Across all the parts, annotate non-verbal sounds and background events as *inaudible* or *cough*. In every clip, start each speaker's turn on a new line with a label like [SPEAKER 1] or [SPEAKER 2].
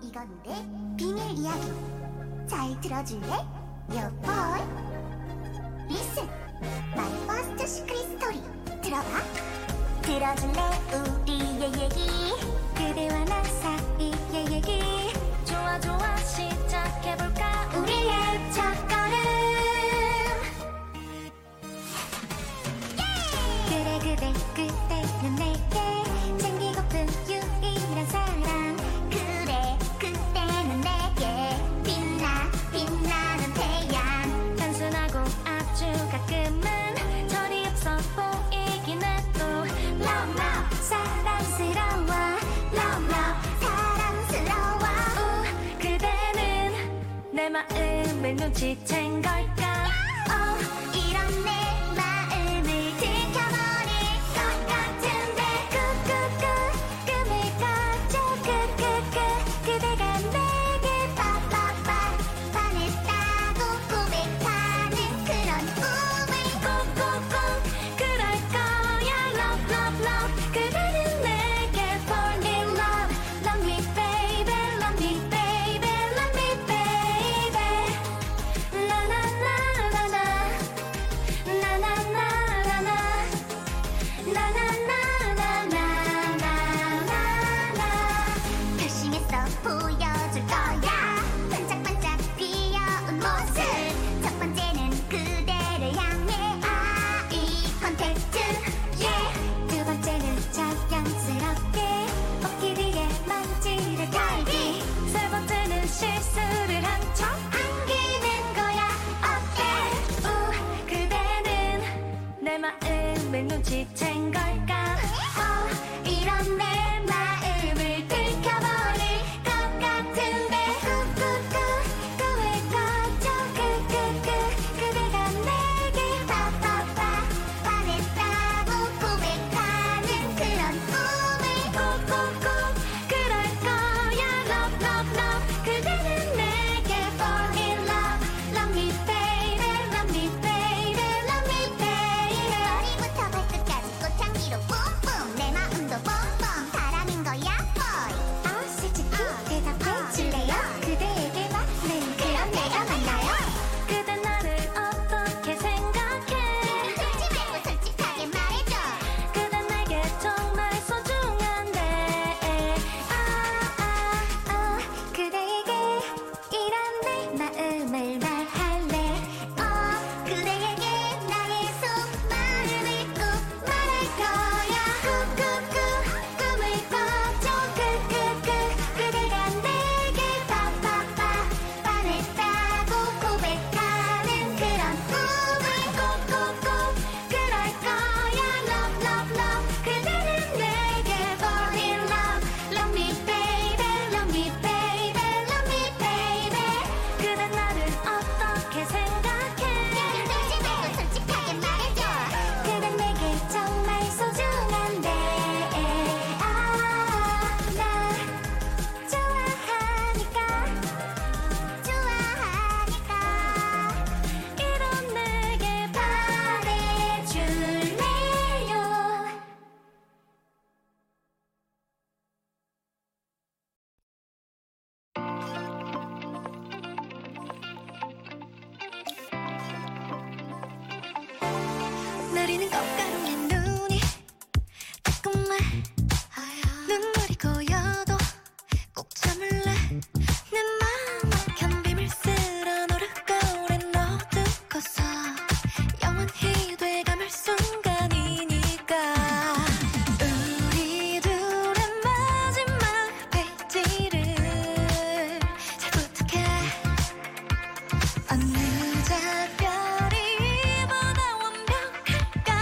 [SPEAKER 1] 이건데 비밀 이야기 잘 들어줄래? 여보이 리슨 마이 퍼스트 시크릿 스토리 들어봐 들어줄래 우리의 얘기 그대와 나 사이의 얘기 좋아 좋아 시작해볼까 우리의 첫 걸음 그래 그래 그때는 내게 챙기고픈 유일한 사랑 그래 그때는 내게 빛나 빛나는 태양 단순하고 아주 가끔은 철이 없어 보이긴 해도 Love Love 사랑스러워 Love Love 사랑스러워 우 그대는 내 마음을 눈치챈 걸까 어 이런 내 마음을 지켜버릴 것 같은데 꾸꾸꾸 꿈을 꿔줘 꾸꾸꾸 그대가 내게 빠빠빠 반했다고 고백하는 그런 꿈을 꼭꼭꼭 그럴 거야 love love love 그대는 내게 fall in love love me baby love me baby love me baby 결심했어 보여줄 거야 반짝반짝 피어온 모습 첫 번째는 그대를 향해 아이 컨택트 예두 번째는 자연스럽게 어깨 위에 먼지를 털기 세 번째는 실수를 한척 안기는 거야 어때 우 그대는 내 마음을 눈치챈 걸까 어 이런 내 마음을 들켜버릴 것 같은데 꾸꾸꾸 꿈을 꿔줘 꾸꾸꾸 그대가 내게 빠빠빠 반했다고 고백하는 그런 꿈을 꼭꼭꼭 그럴 거야 love love love 그대는 내게 fall in love love me baby love me baby love me baby 머리부터 발끝까지 꽃향기로 뿜뿜 내 마음도 뻥뻥 사랑인 거야 boy 아 솔직히 대답해 줄래요 그대에게 맞는 그런 내가 만나요 그대 나를 어떻게 생각해 솔직 말고 솔직하게 말해줘 그대 내게 정말 소중한데 아아아 그대에게 이런 내 마음을 말할래 어 그대에게 나의 속마음을 꼭 말할 거야 꾸꾸꾸 꿈을 꿔줘 꾸꾸꾸 그대가 내게 빠빠빠 반했다고 고백하는 그런 꿈을 꼭꼭꼭 그럴 거야 love love love 그대는 내게 fall in love love me baby love me baby love me baby 그대 나를 어떻게 생각해 흔들지 말고 솔직하게 말해줘 그대 내게 정말 소중한데 아나 좋아하니까 좋아하니까 이런 내게 바래줄래요
[SPEAKER 2] 내리는 꽃가루에 눈이 따끔해 눈물이 고여도 꼭 참을래 내 마음 막힌 비밀스런 오락가오래 넣어두고서 영원히 돼감을 순간이니까 우리 둘의 마지막 페이지를 잘 부탁해 어느 작별이 보다 완벽할까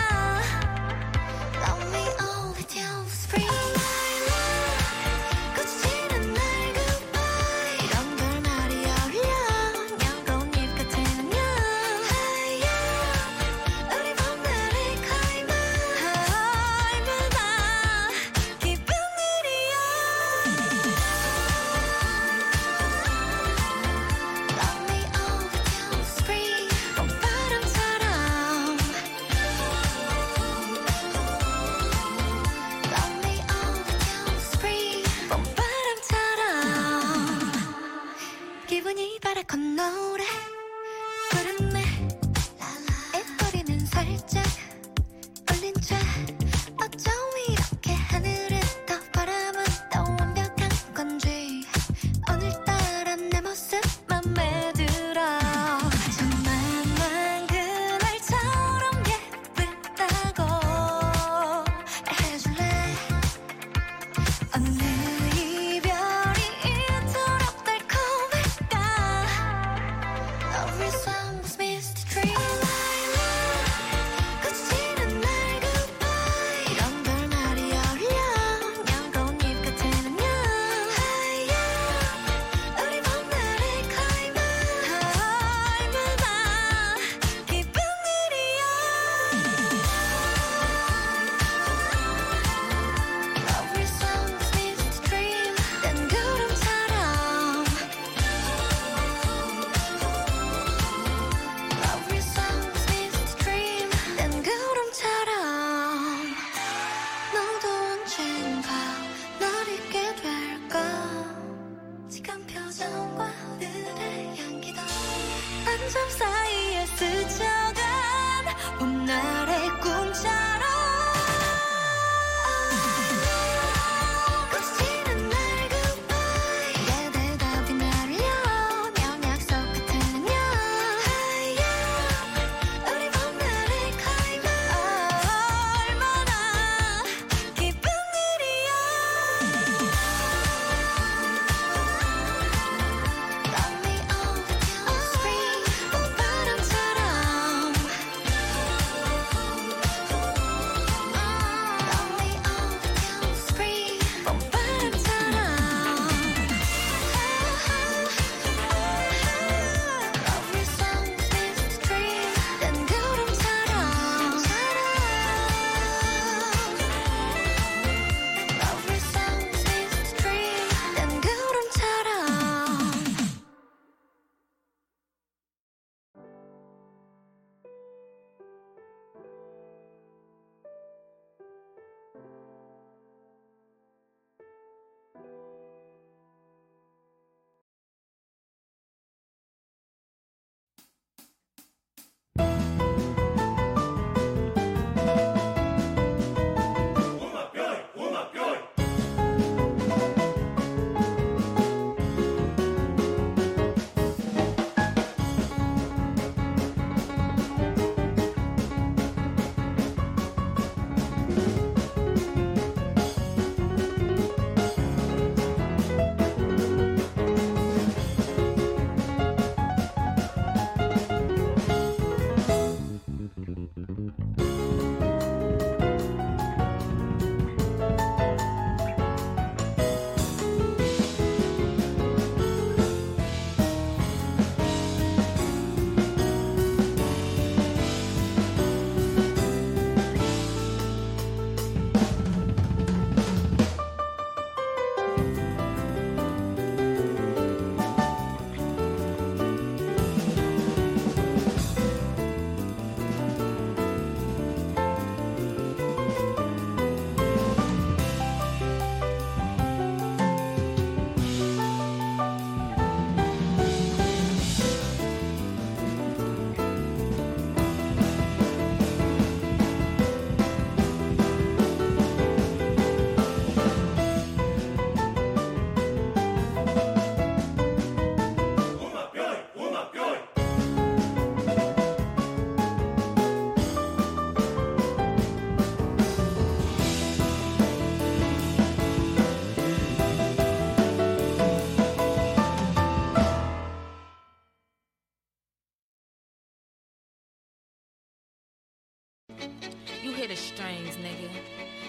[SPEAKER 3] strings, nigga.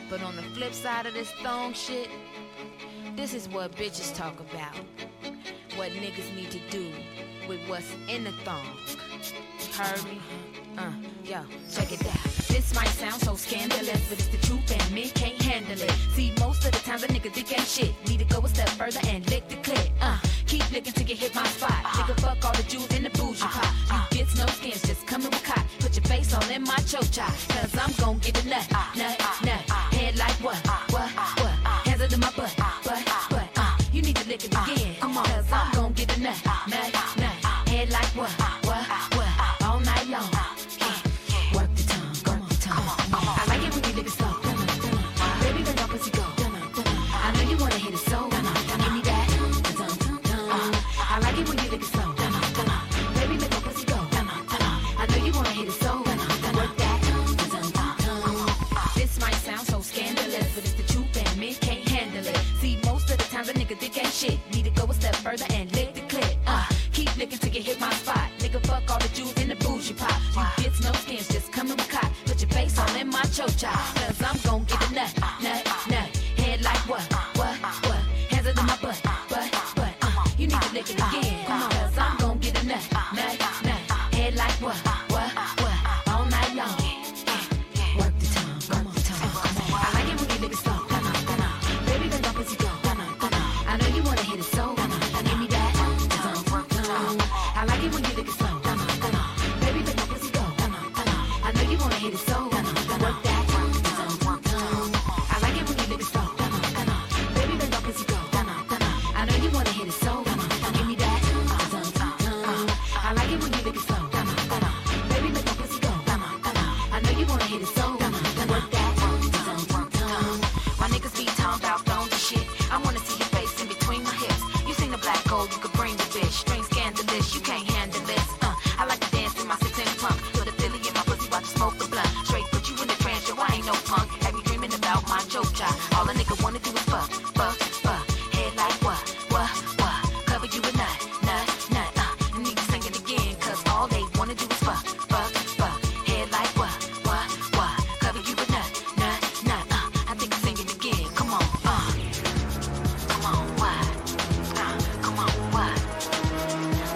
[SPEAKER 3] But on the flip side of this thong shit, this is what bitches talk about. What niggas need to do with what's in the thong. Heard me? Uh, yo, check it out. This might sound so scandalous, but it's the truth and men can't handle it. See, most of the time the nigga dick ain't shit. Need to go a step further and lick the clip. Uh, keep licking till you hit my spot. Nigga, fuck all the Jews in the bougie pot. You gets no skins, just coming with cot. Put your face on in my chocha, cause I'm gon' get a nut, nut, nut. Head like what, what, what? Hands under my butt, butt, butt. Uh, you need to lick it again, cause I'm gon' get a nut, nut, nut. Head like what, what, what? All night long. Yeah. Work the tongue, work the tongue. I like it when you lick it slow. Baby, let your pussy go. I know you wanna hit it so. Give me that. I like it when you lick it slow. Baby, let your pussy go. I know you wanna hit it so. Work that. This might sound so scandalous, but it's the truth and men can't handle it. See, most of the time the nigga dick ain't shit. Need to go a step further and lick the clip. Uh, keep licking till you hit my spot. Nigga, fuck all the Jews in the bougie pop. You gets no skins, just coming with cot. Put your face on in my chocha. Cause I'm gon' get a nut, nut, nut. Head like what, what, what? Hands under my butt, butt, butt. Uh, you need to lick it again. Cause I'm gon' get a nut, nut, nut. Head like what, what, what? All night long. Work the tongue, work the tongue. I like it when you lick it slow. Baby, let my pussy go. I know you wanna hit it so. Give me that. I like it when you lick it slow. Baby, let my pussy go. I know you wanna hit it so. Work that. I like it when you lick it slow. Baby, let my pussy go. I know you wanna hit it so. Give me that. I like it when you lick it slow. Baby, let my pussy go. I know you wanna hit it so. Work that. My niggas be talking about bones and shit. I wanna see your face in between my hips. You seen the black gold, you could bring the bitch. String scandalous, you can't handle this. Uh, I like to dance in my six inch pump. Put a Philly in my pussy while you smoke the blunt. Straight put you in the trance, yo, I ain't no punk. Have you dreaming about my joke job? All a nigga wanna do is fuck, fuck, fuck. Head like what, what, what? Cover you with nut, nut, nut. Uh, and niggas singing again, cause all they wanna do is fuck, fuck, fuck. Head like what, what, what? Cover you with nut, nut, nut. Uh, I think I'm singing again, come on, uh. Come on, why? Uh, come on, why?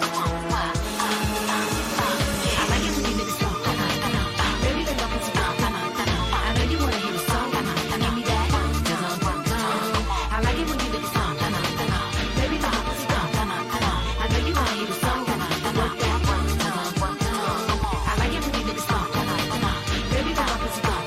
[SPEAKER 3] Come on, why? Uh, uh, uh. I like it when you lick it slow. Uh, uh, uh. Baby, let your pussy go. Uh, uh, uh. I know you wanna hear the song. Uh, uh, uh. Give me that. Uh, uh, uh. I like it when you lick it slow. Uh, uh, uh. Baby, let your pussy go. Uh, uh, uh. I know you wanna hear the song. Uh, uh, uh. Work that. Uh, uh, uh. I like it when you lick it slow. Uh, uh, uh. Baby, let your pussy go. Uh, uh,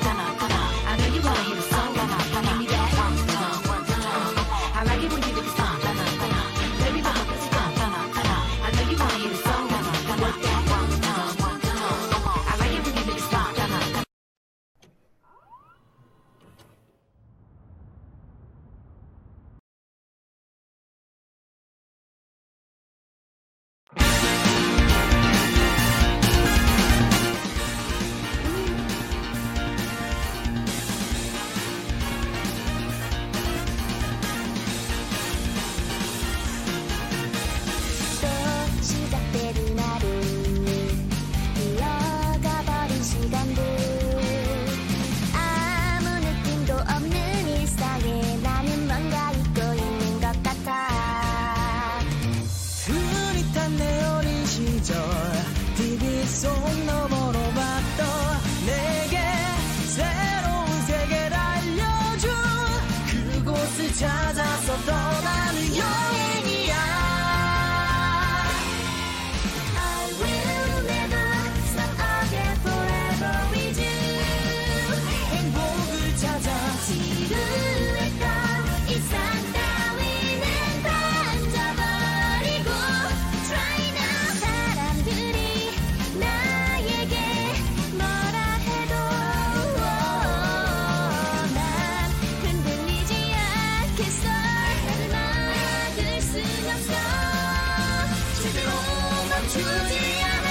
[SPEAKER 3] uh. I know you wanna hear the song. Uh, uh, uh. Give me that. Uh, uh, uh. I like it when you lick it slow. Uh, uh, uh. Baby, let your pussy go. Uh, uh, uh. I know you wanna hear the song. Uh, uh, uh. Work that. Uh, uh, uh. I like it when you lick it slow. Uh, uh, uh.
[SPEAKER 1] 또 시작되는 하루 흘러가버린 시간들 아무 느낌도 없는 일상에 나는 뭔가 잊고 있는 것 같아
[SPEAKER 4] 흐릿한 내 어린 시절 TV 속 너머로 봤던 내게 새로운 세계를 알려준 그곳을 찾아서 떠나는 여행이야
[SPEAKER 1] I will never stop again forever with you
[SPEAKER 4] 행복을 찾아
[SPEAKER 1] 지루했던 일상 따위는 던져버리고 Try now 사람들이 나에게 뭐라 해도 "어, 난 흔들리지 않겠어 나를 막을 순 없어 절대로 멈추지 않아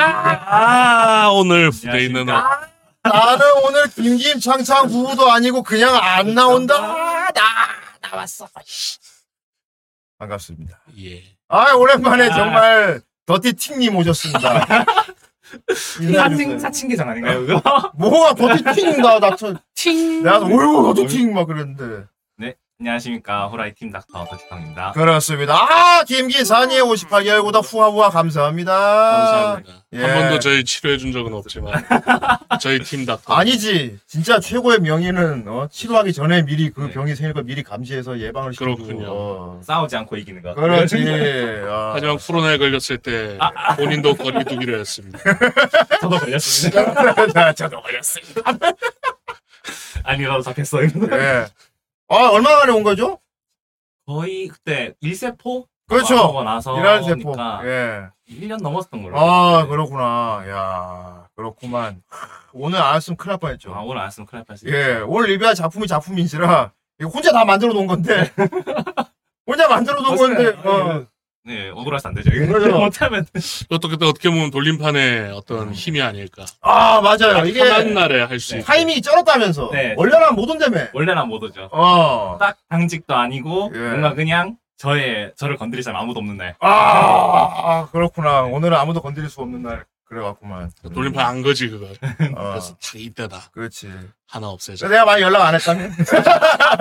[SPEAKER 5] 아, 오늘 부대인은 아,
[SPEAKER 6] 나는 오늘 김김창창 부부도 아니고 그냥 안
[SPEAKER 7] 아,
[SPEAKER 6] 나온다. 나 나왔어. 씨. 반갑습니다.
[SPEAKER 5] 예.
[SPEAKER 6] 아 오랜만에 정말 더티팅님
[SPEAKER 5] *laughs*
[SPEAKER 6] 오셨습니다. 그
[SPEAKER 7] 사칭 사칭기장 아, 그 아닌가요 그거?
[SPEAKER 6] 뭐가 더티팅 나나저
[SPEAKER 7] 팅.
[SPEAKER 6] *laughs* 내가 오유 더티팅 막 그랬는데.
[SPEAKER 7] 음. 안녕하십니까 호라이 팀 닥터 더치팡입니다.
[SPEAKER 6] 그렇습니다. 아 김기사님 58개월보다 후하후하 감사합니다.
[SPEAKER 7] 감사합니다.
[SPEAKER 6] 예.
[SPEAKER 5] 한 번도 저희 치료해 준 적은
[SPEAKER 6] *laughs*
[SPEAKER 5] 없지만 저희 팀 닥터
[SPEAKER 6] 아니지 진짜 최고의 명의는 어, 치료하기 전에 미리 그
[SPEAKER 7] 네.
[SPEAKER 6] 병이 생길 걸 미리 감지해서 예방을 시키고.
[SPEAKER 5] 그렇군요. 네,
[SPEAKER 6] 어.
[SPEAKER 7] 싸우지 않고 이기는 네, 거.
[SPEAKER 6] 그렇지. 아.
[SPEAKER 5] 하지만 코로나에 걸렸을 때 본인도 거리 두기로 했습니다.
[SPEAKER 7] 저도 걸렸습니다.
[SPEAKER 6] *laughs* 자, 저도
[SPEAKER 7] 걸렸습니다. *laughs* 아니라도 잡혔어. 이러면서.
[SPEAKER 6] 예. 아, 얼마 만에 온 거죠?
[SPEAKER 7] 거의 그때 1세포
[SPEAKER 6] 그렇죠.
[SPEAKER 7] 하고 나서
[SPEAKER 6] 일할 세포.
[SPEAKER 7] 그러니까
[SPEAKER 6] 예.
[SPEAKER 7] 1년 넘었던 걸로.
[SPEAKER 6] 아,
[SPEAKER 7] 알고 있는데.
[SPEAKER 6] 그렇구나. 야, 그렇구만. 오늘 안 왔으면 큰일 날
[SPEAKER 7] 아,
[SPEAKER 6] 뻔했죠.
[SPEAKER 7] 오늘 안 했으면 큰일 날 뻔했어요.
[SPEAKER 6] 예, 오늘 리뷰할 작품이 작품인지라 이거 혼자 다 만들어 놓은 건데. *laughs* 혼자 만들어 놓은 건데. 어.
[SPEAKER 7] 네, 억울해서 안 되죠. 이거.
[SPEAKER 6] 그렇죠.
[SPEAKER 7] *laughs* 못하면
[SPEAKER 5] 그것도 그때 어떻게 보면 돌림판에 어떤 힘이 아닐까.
[SPEAKER 6] 아, 음. 맞아요. 이게
[SPEAKER 5] 편한 날에 할 수
[SPEAKER 7] 네.
[SPEAKER 5] 있고
[SPEAKER 6] 타이밍이 쩔었다면서.
[SPEAKER 7] 네.
[SPEAKER 6] 원래는 못 온다며.
[SPEAKER 7] 원래는 못 오죠.
[SPEAKER 6] 어.
[SPEAKER 7] 딱 당직도 아니고
[SPEAKER 6] 예.
[SPEAKER 7] 뭔가 그냥 저의 저를 건드릴 사람 아무도 없는
[SPEAKER 6] *laughs*
[SPEAKER 7] 날.
[SPEAKER 6] 아, 그렇구나. 오늘은 아무도 건드릴 수 없는 날. 그래갖구만.
[SPEAKER 5] 돌림판 안 거지 그거.
[SPEAKER 6] 어,
[SPEAKER 5] 그래서 딱 이때다
[SPEAKER 6] 그렇지.
[SPEAKER 5] 하나
[SPEAKER 6] 그래서
[SPEAKER 5] 없애자.
[SPEAKER 6] 내가 많이 연락 안 했다면 *laughs*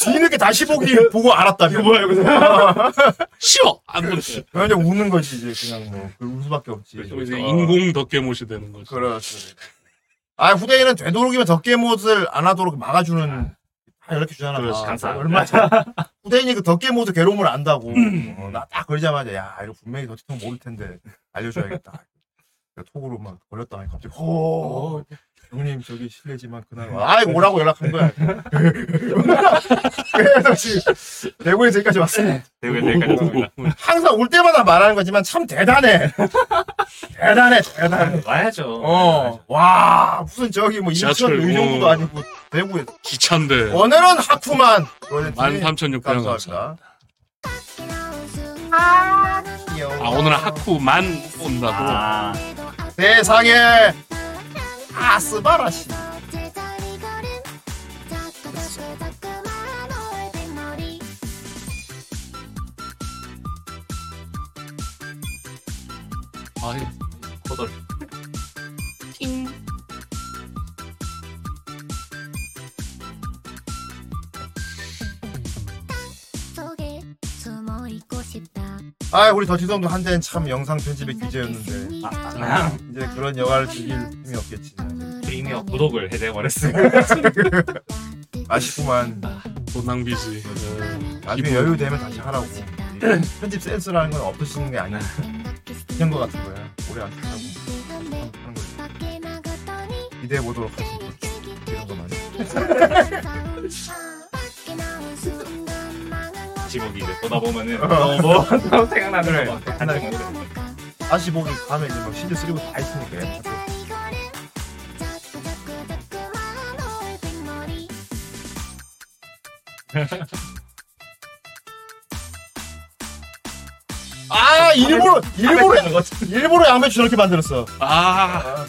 [SPEAKER 6] 뒤늦게 다시 보기 보고 알았다면 이거 뭐야 이거
[SPEAKER 5] 쉬워
[SPEAKER 6] 네.
[SPEAKER 5] 안 보지.
[SPEAKER 6] 그냥 이제 우는 거지 이제 그냥 뭐그울 수밖에 없지
[SPEAKER 5] 이제
[SPEAKER 6] 어,
[SPEAKER 5] 인공 덕계못이 되는 거지.
[SPEAKER 6] 그렇지 아 후대인은 되도록이면 덕계못을 안 하도록 막아주는 다 이렇게 주잖아
[SPEAKER 7] 그렇지, 감사합니다.
[SPEAKER 6] *laughs* 얼마나 후대인이 그 덕계못 괴로움을 안다고 어, 나딱 걸리자마자 야 이거 분명히 덕지통 모를 텐데 알려줘야겠다 내가 톡으로 막 걸렸다 하니 갑자기 허 형님 저기 실례지만 그날 와. 어. 아이 오라고 연락한 *laughs* 거야 그래서 지금 대구에서 여기까지 왔습니다
[SPEAKER 7] 대구에
[SPEAKER 6] 네, *laughs*
[SPEAKER 7] 대기까지 왔습니다.
[SPEAKER 6] 항상 올 때마다 말하는 거지만 참 대단해 대단해 대단해
[SPEAKER 7] 와야죠. 와야죠.
[SPEAKER 6] 어, 어와 무슨 저기 뭐 인천
[SPEAKER 5] 지하철,
[SPEAKER 6] 의정부도
[SPEAKER 5] 어.
[SPEAKER 6] 아니고 대구에
[SPEAKER 5] 기차인데
[SPEAKER 6] 오늘은 하쿠만
[SPEAKER 5] 13,600원
[SPEAKER 6] 어, 네. 감사합니다
[SPEAKER 5] 아 오늘은 하쿠만 온다고.
[SPEAKER 7] 아,
[SPEAKER 6] 세상에 아스바라시
[SPEAKER 5] 아,
[SPEAKER 7] 코돌.
[SPEAKER 6] 아 우리 더치성도 한때는 참 영상 편집의 기재였는데
[SPEAKER 7] 아,
[SPEAKER 6] 이제 그런 여가를 즐길 힘이 없겠지
[SPEAKER 7] 프리미어 구독을 해제해버렸어요.
[SPEAKER 8] *laughs*
[SPEAKER 6] 아쉽구만
[SPEAKER 5] 돈 낭비지. 어,
[SPEAKER 6] 나중에 여유 되면 다시 *clears throat* 하라고 편집 센스라는 건 없으시는 게 *laughs* 아니야 그런 거 같은 거야 오래 안 쓰고 하는 거지 기대해 보도록 하겠습니다 이런 거 많이
[SPEAKER 7] 지목이 이제 보다 보면은
[SPEAKER 6] 어, 뭐,
[SPEAKER 7] 뭐 너무 생각나는 거 막.
[SPEAKER 6] 하나 다시 보기 다음에 이제 막 시즌 3부터 다 있으니까 자꾸 아 일부러 일부러 일부러 양배추 저렇게 만들었어
[SPEAKER 5] 아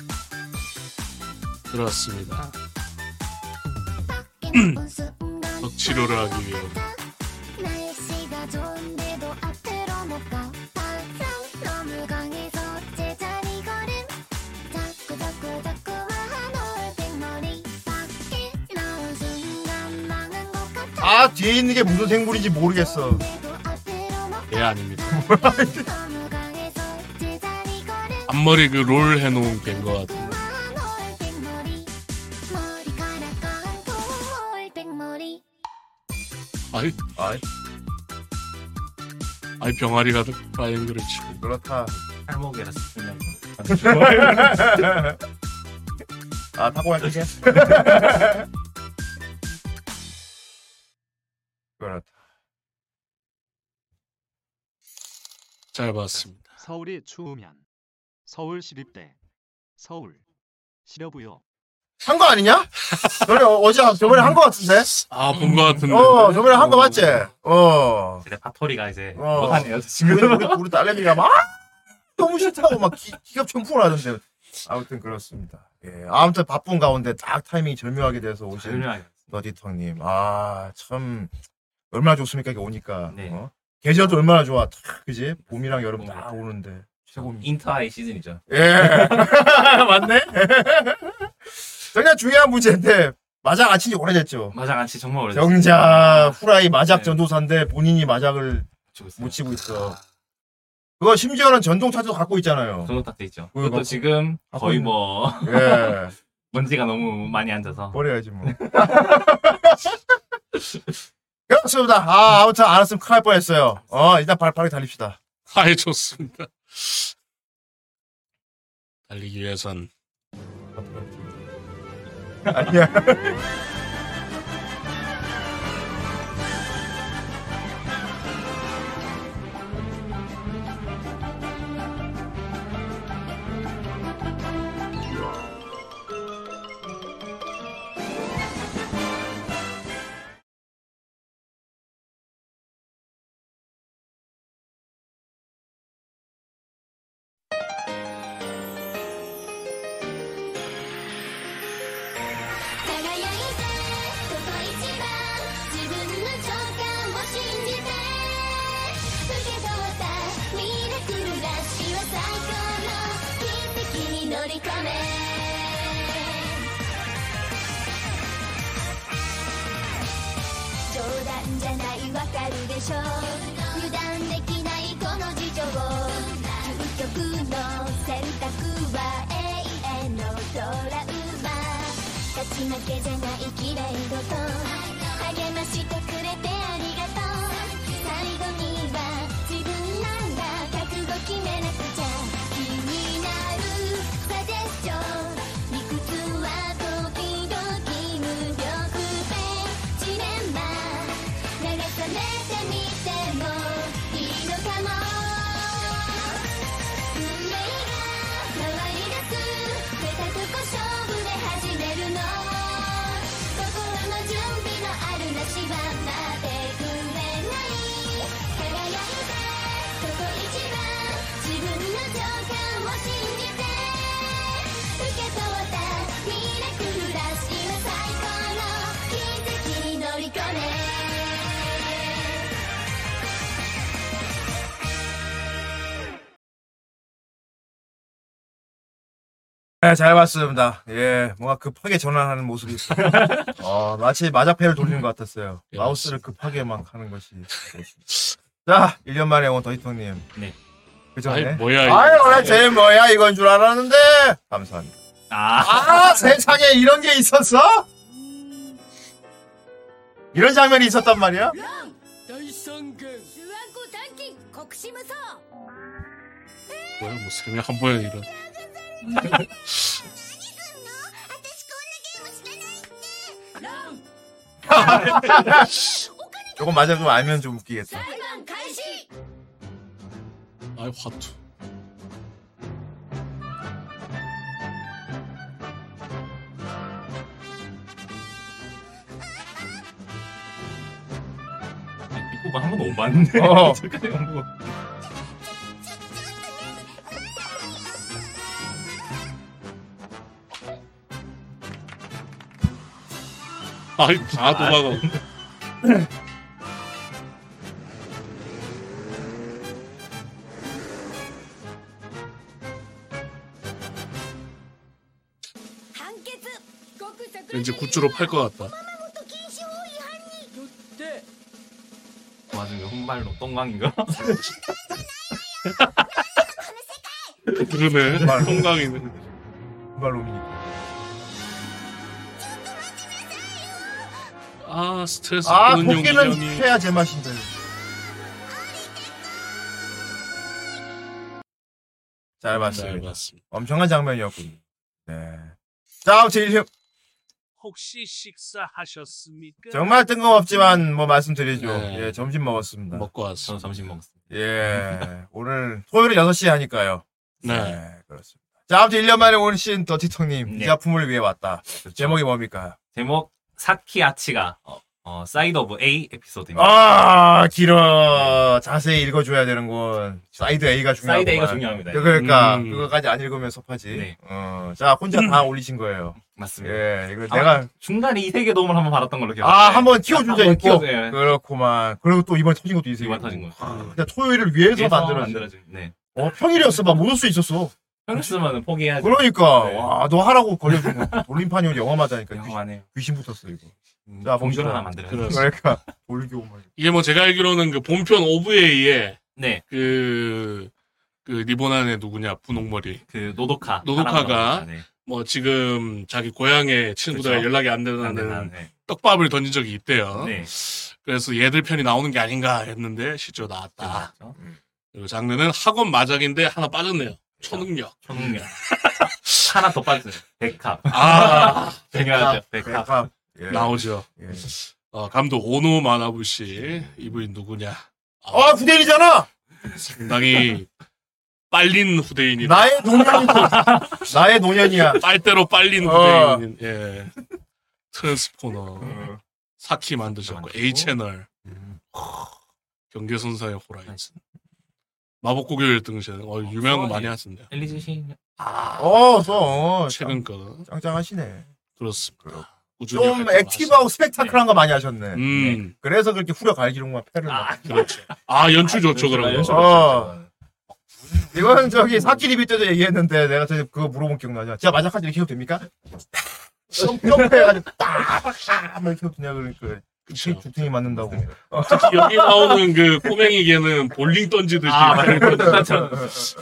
[SPEAKER 5] 그렇습니다. 치료를 하기 위해
[SPEAKER 1] 날씨가 좋은데도 앞으로 못 가. 항상 너무 강해서 제자리 걸음. 자꾸 자꾸 자꾸만 오늘 뱃머리 밖에 나온 순간 망한 것 같아.
[SPEAKER 6] 아 뒤에 있는 게 무슨 생물인지 모르겠어
[SPEAKER 1] 도 앞으로 못
[SPEAKER 5] 예 아닙니다.
[SPEAKER 1] 가. 너무 강해서 제자리 걸음.
[SPEAKER 5] 앞머리 그 롤 해놓은 뱀것 같은.
[SPEAKER 1] 망한 오늘 뱃머리. 머리카락 한 통, 오늘 뱃머리.
[SPEAKER 5] 아이
[SPEAKER 6] 아이.
[SPEAKER 5] 아이 병아리가 트라이앵글을 치고
[SPEAKER 6] 그렇다
[SPEAKER 7] 팔목이라 쓰면
[SPEAKER 6] *laughs* 아 타고 갈게 *laughs* 그렇다
[SPEAKER 5] 잘 봤습니다.
[SPEAKER 9] 서울이 추우면 서울시립대 서울 시려부요
[SPEAKER 6] 한 거 아니냐? 저번에 어- 어제 저번에 한 거 같은데
[SPEAKER 5] 아본 것 같은데.
[SPEAKER 6] 어 저번에 한 거 맞지? 어
[SPEAKER 7] 이제 파토리가 이제
[SPEAKER 6] 어.
[SPEAKER 7] 못하네요. 지금
[SPEAKER 6] *laughs* 우리, 우리 딸내미가 막 너무 싫다고 막 기, 기가 충풍을 하던데 아무튼 그렇습니다. 예, 아무튼 바쁜 가운데 딱 타이밍이 절묘하게 돼서 오신
[SPEAKER 8] 절묘하게.
[SPEAKER 6] 너디텅님 아 참 얼마나 좋습니까 이게 오니까
[SPEAKER 8] 네.
[SPEAKER 6] 어? 계절도 얼마나 좋아 탁 그지 봄이랑 여름
[SPEAKER 8] 봄
[SPEAKER 6] 다
[SPEAKER 8] 같아요.
[SPEAKER 6] 오는데 최고입니다.
[SPEAKER 8] 인터하이 시즌이죠.
[SPEAKER 6] 예 *laughs* 맞네. *laughs* 그냥 중요한 문제인데 마작 안 친지 오래됐죠.
[SPEAKER 8] 마장 안치 정말 오래.
[SPEAKER 6] 정작 후라이 마작
[SPEAKER 8] 네.
[SPEAKER 6] 전도사인데 본인이 마작을 못 치고 있어. 그거 심지어는 전동차도 갖고 있잖아요.
[SPEAKER 8] 전동 탁돼 있죠.
[SPEAKER 6] 그거 갖고-
[SPEAKER 8] 그것도 지금
[SPEAKER 6] 갖고
[SPEAKER 8] 거의
[SPEAKER 6] 있는-
[SPEAKER 8] 뭐 *laughs*
[SPEAKER 6] 예.
[SPEAKER 8] 먼지가 너무 많이 앉아서.
[SPEAKER 6] 버려야지 뭐.
[SPEAKER 8] *laughs*
[SPEAKER 6] 그렇습니다. 아, 아무튼 알았으면 큰일 날 뻔했어요. 어, 일단 발 빠르게 달립시다.
[SPEAKER 5] 아이 좋습니다. 달리기 위해선
[SPEAKER 6] 아니야.
[SPEAKER 1] 輝いてここ一番自分の直感を信じて受け取ったミラクルラッシュは最高の奇跡に乗り込め冗談じゃないわかるでしょ油断できないこの事情究極の選択は永遠のドラウマ勝ち負けじゃない綺麗事励ましてくれてありがとう最後には自分なんだ覚悟決めなくちゃ気になるサジェスション理屈は時々無力でジレンマ流されてみてもいいのかも運命が回り出す出たとこ勝負で始めるの心の準備の合図のあるなしは待ってくれない輝いてここ一番自分の情感を信じて受け取ったミラクルラッシュは最高の奇跡に乗り込め
[SPEAKER 6] 네, 잘 봤습니다. 예, 뭔가 급하게 전환하는
[SPEAKER 5] *laughs*
[SPEAKER 6] 모습이 있어요. 어, 마치 마작패를 돌리는 것 같았어요.
[SPEAKER 5] 예,
[SPEAKER 6] 마우스를 급하게 막 하는 것이. 자, 1년 만에 온 더히통님.
[SPEAKER 8] 네.
[SPEAKER 6] 그
[SPEAKER 5] 아이
[SPEAKER 6] 전에.
[SPEAKER 5] 뭐야 이거.
[SPEAKER 6] 아유, 원래 제 뭐야, 이건 줄 알았는데. 감사합니다.
[SPEAKER 8] 아.
[SPEAKER 6] 아, *laughs* 세상에 이런 게 있었어? 이런 장면이 있었단 말이야?
[SPEAKER 1] 手腕股短期国士無双
[SPEAKER 5] 뭐야 뭐 세명 한 번에 이런.
[SPEAKER 6] 조건 맞아 좀 알면 좀 웃기겠다.
[SPEAKER 1] 裁判開始
[SPEAKER 5] 아이 화투.
[SPEAKER 8] 이거 한 번도 못 봤는데.
[SPEAKER 7] *laughs*
[SPEAKER 6] 어.
[SPEAKER 8] 잠깐 이거 보고.
[SPEAKER 5] 아이 다 도망가. 왠지 굿즈로 팔 것 같다.
[SPEAKER 8] 나중에 혼발로 똥강인가? *laughs*
[SPEAKER 5] 그러네.
[SPEAKER 6] 정말.
[SPEAKER 5] 건강이네.
[SPEAKER 6] 말로입니다.
[SPEAKER 5] 아 스트레스
[SPEAKER 6] 아,
[SPEAKER 5] 푸는 용이 네,
[SPEAKER 6] 고기는
[SPEAKER 5] 형이.
[SPEAKER 6] 해야 제맛인데. 잘
[SPEAKER 5] 잘
[SPEAKER 6] 봤습니다.
[SPEAKER 5] 봤습니다.
[SPEAKER 6] 엄청난 장면이었군요. 네. 자, 아무튼 일심-
[SPEAKER 10] 혹시 식사하셨습니까?
[SPEAKER 6] 정말 뜬금없지만 뭐 말씀드리죠.
[SPEAKER 5] 네.
[SPEAKER 6] 예, 점심 먹었습니다.
[SPEAKER 5] 먹고 왔어.
[SPEAKER 8] 저는 점심 먹었어요.
[SPEAKER 6] 예, 오늘 토요일 6시에 하니까요.
[SPEAKER 5] 네.
[SPEAKER 6] 그렇습니다. 자, 아무튼 1년 만에 온 신 더티텅님, 이
[SPEAKER 8] 네.
[SPEAKER 6] 작품을 위해 왔다. 제목이 뭡니까?
[SPEAKER 8] 제목 사키아치가 어,
[SPEAKER 7] 어, 사이드 오브 A 에피소드입니다.
[SPEAKER 6] 아 길어 자세히 읽어줘야 되는군 사이드 A가 중요하구만
[SPEAKER 7] 사이드 A가 중요합니다.
[SPEAKER 6] 그러니까
[SPEAKER 5] 음.
[SPEAKER 6] 그거까지 안 읽으면 섭하지
[SPEAKER 7] 네.
[SPEAKER 6] 어, 자 혼자 다 올리신 거예요
[SPEAKER 7] 맞습니다.
[SPEAKER 6] 예 이거
[SPEAKER 7] 아마
[SPEAKER 6] 내가
[SPEAKER 7] 중간에 이세계 도움을 한번 받았던 걸로 기억해요. 네.
[SPEAKER 6] 아 한번 키워준 적
[SPEAKER 7] 한번
[SPEAKER 6] 있고
[SPEAKER 7] 키워줘요.
[SPEAKER 6] 그렇구만 그리고 또 이번에 터진 것도 이세요
[SPEAKER 7] 이번 터진 거.
[SPEAKER 6] 그냥 토요일을 위해서,
[SPEAKER 7] 위에서
[SPEAKER 6] 만들었어
[SPEAKER 7] 만들어진. 네.
[SPEAKER 6] 어 평일이었어 막 못올 수 있었어
[SPEAKER 7] 평스만은 포기해야지.
[SPEAKER 6] 그러니까
[SPEAKER 7] 네.
[SPEAKER 6] 와 너 하라고 걸려준 거 돌림판이 영화 맞아니까 귀신,
[SPEAKER 7] 영화네요.
[SPEAKER 6] 귀신 붙었어 이거
[SPEAKER 7] 자,
[SPEAKER 6] 자,
[SPEAKER 7] 봉준
[SPEAKER 6] 봅시다.
[SPEAKER 7] 하나 만들어.
[SPEAKER 5] 그래서.
[SPEAKER 6] 그러니까 돌교 말
[SPEAKER 5] 네. 이게 뭐 제가 알기로는 그 본편 OVA에
[SPEAKER 7] 네.
[SPEAKER 5] 그, 그 리본 안에 누구냐, 분홍머리.
[SPEAKER 7] 그 노도카.
[SPEAKER 5] 노도카가
[SPEAKER 7] 사람으로 네.
[SPEAKER 5] 뭐 지금 자기 고향의 친구들과
[SPEAKER 7] 그렇죠.
[SPEAKER 5] 연락이 안
[SPEAKER 7] 안
[SPEAKER 5] 된다는
[SPEAKER 7] 된다는, 네.
[SPEAKER 5] 떡밥을 던진 적이
[SPEAKER 6] 어?
[SPEAKER 5] 있대요.
[SPEAKER 7] 네.
[SPEAKER 5] 그래서 얘들 편이 나오는 게 아닌가 했는데 실제로
[SPEAKER 6] 아.
[SPEAKER 5] 나왔다.
[SPEAKER 7] 그렇죠.
[SPEAKER 5] 그리고 장르는 학원 마작인데 하나 빠졌네요. 초능력.
[SPEAKER 7] 천웅년. *laughs* 하나 더 빠졌어요. 백합.
[SPEAKER 5] 아,
[SPEAKER 7] 중요하죠. 백합.
[SPEAKER 6] 백합 예.
[SPEAKER 5] 나오죠.
[SPEAKER 6] 예.
[SPEAKER 5] 어, 감독 오노 마나부시 이분이 누구냐?
[SPEAKER 6] 아 구대리잖아
[SPEAKER 5] 상당히 빨린 후대인이다.
[SPEAKER 6] 나의 노년이 나의 노년이야
[SPEAKER 5] 빨대로 빨린
[SPEAKER 6] 어.
[SPEAKER 5] 후대인. 예. 트랜스포너 사키 만드셨고
[SPEAKER 7] 만들고.
[SPEAKER 5] A 채널
[SPEAKER 6] 음.
[SPEAKER 5] 경계선사의 호라이즌 마법고교 1등신 어, 유명한 거 많이 하신대요.
[SPEAKER 7] 엘리즈 신.
[SPEAKER 6] 어, 어서
[SPEAKER 5] 최근 거
[SPEAKER 6] 짱짱하시네.
[SPEAKER 5] 그렇습니다. 꾸준히
[SPEAKER 6] 좀
[SPEAKER 5] 활동을
[SPEAKER 6] 액티브하고
[SPEAKER 5] 하시는.
[SPEAKER 6] 스펙타클한 거 많이 하셨네.
[SPEAKER 5] 음
[SPEAKER 6] 그래서 그렇게 후려 갈기룡만 패를. 아,
[SPEAKER 5] 그렇죠. 아 연출 좋죠 그런
[SPEAKER 7] 연출
[SPEAKER 5] 거.
[SPEAKER 6] 어. 이건 저기 사키리비 때도 얘기했는데 내가 저기 그거 물어본 기억나냐? 진짜 마작하지 이렇게 해도 됩니까? 점프해가지고 딱딱 이렇게 해도 되냐 그러니까
[SPEAKER 5] 그쵸.
[SPEAKER 6] 죽탱이 맞는다고.
[SPEAKER 5] 특히 여기 나오는 그 꼬맹이에게는 볼링 던지듯이
[SPEAKER 6] 아,
[SPEAKER 5] 발을 던지듯이.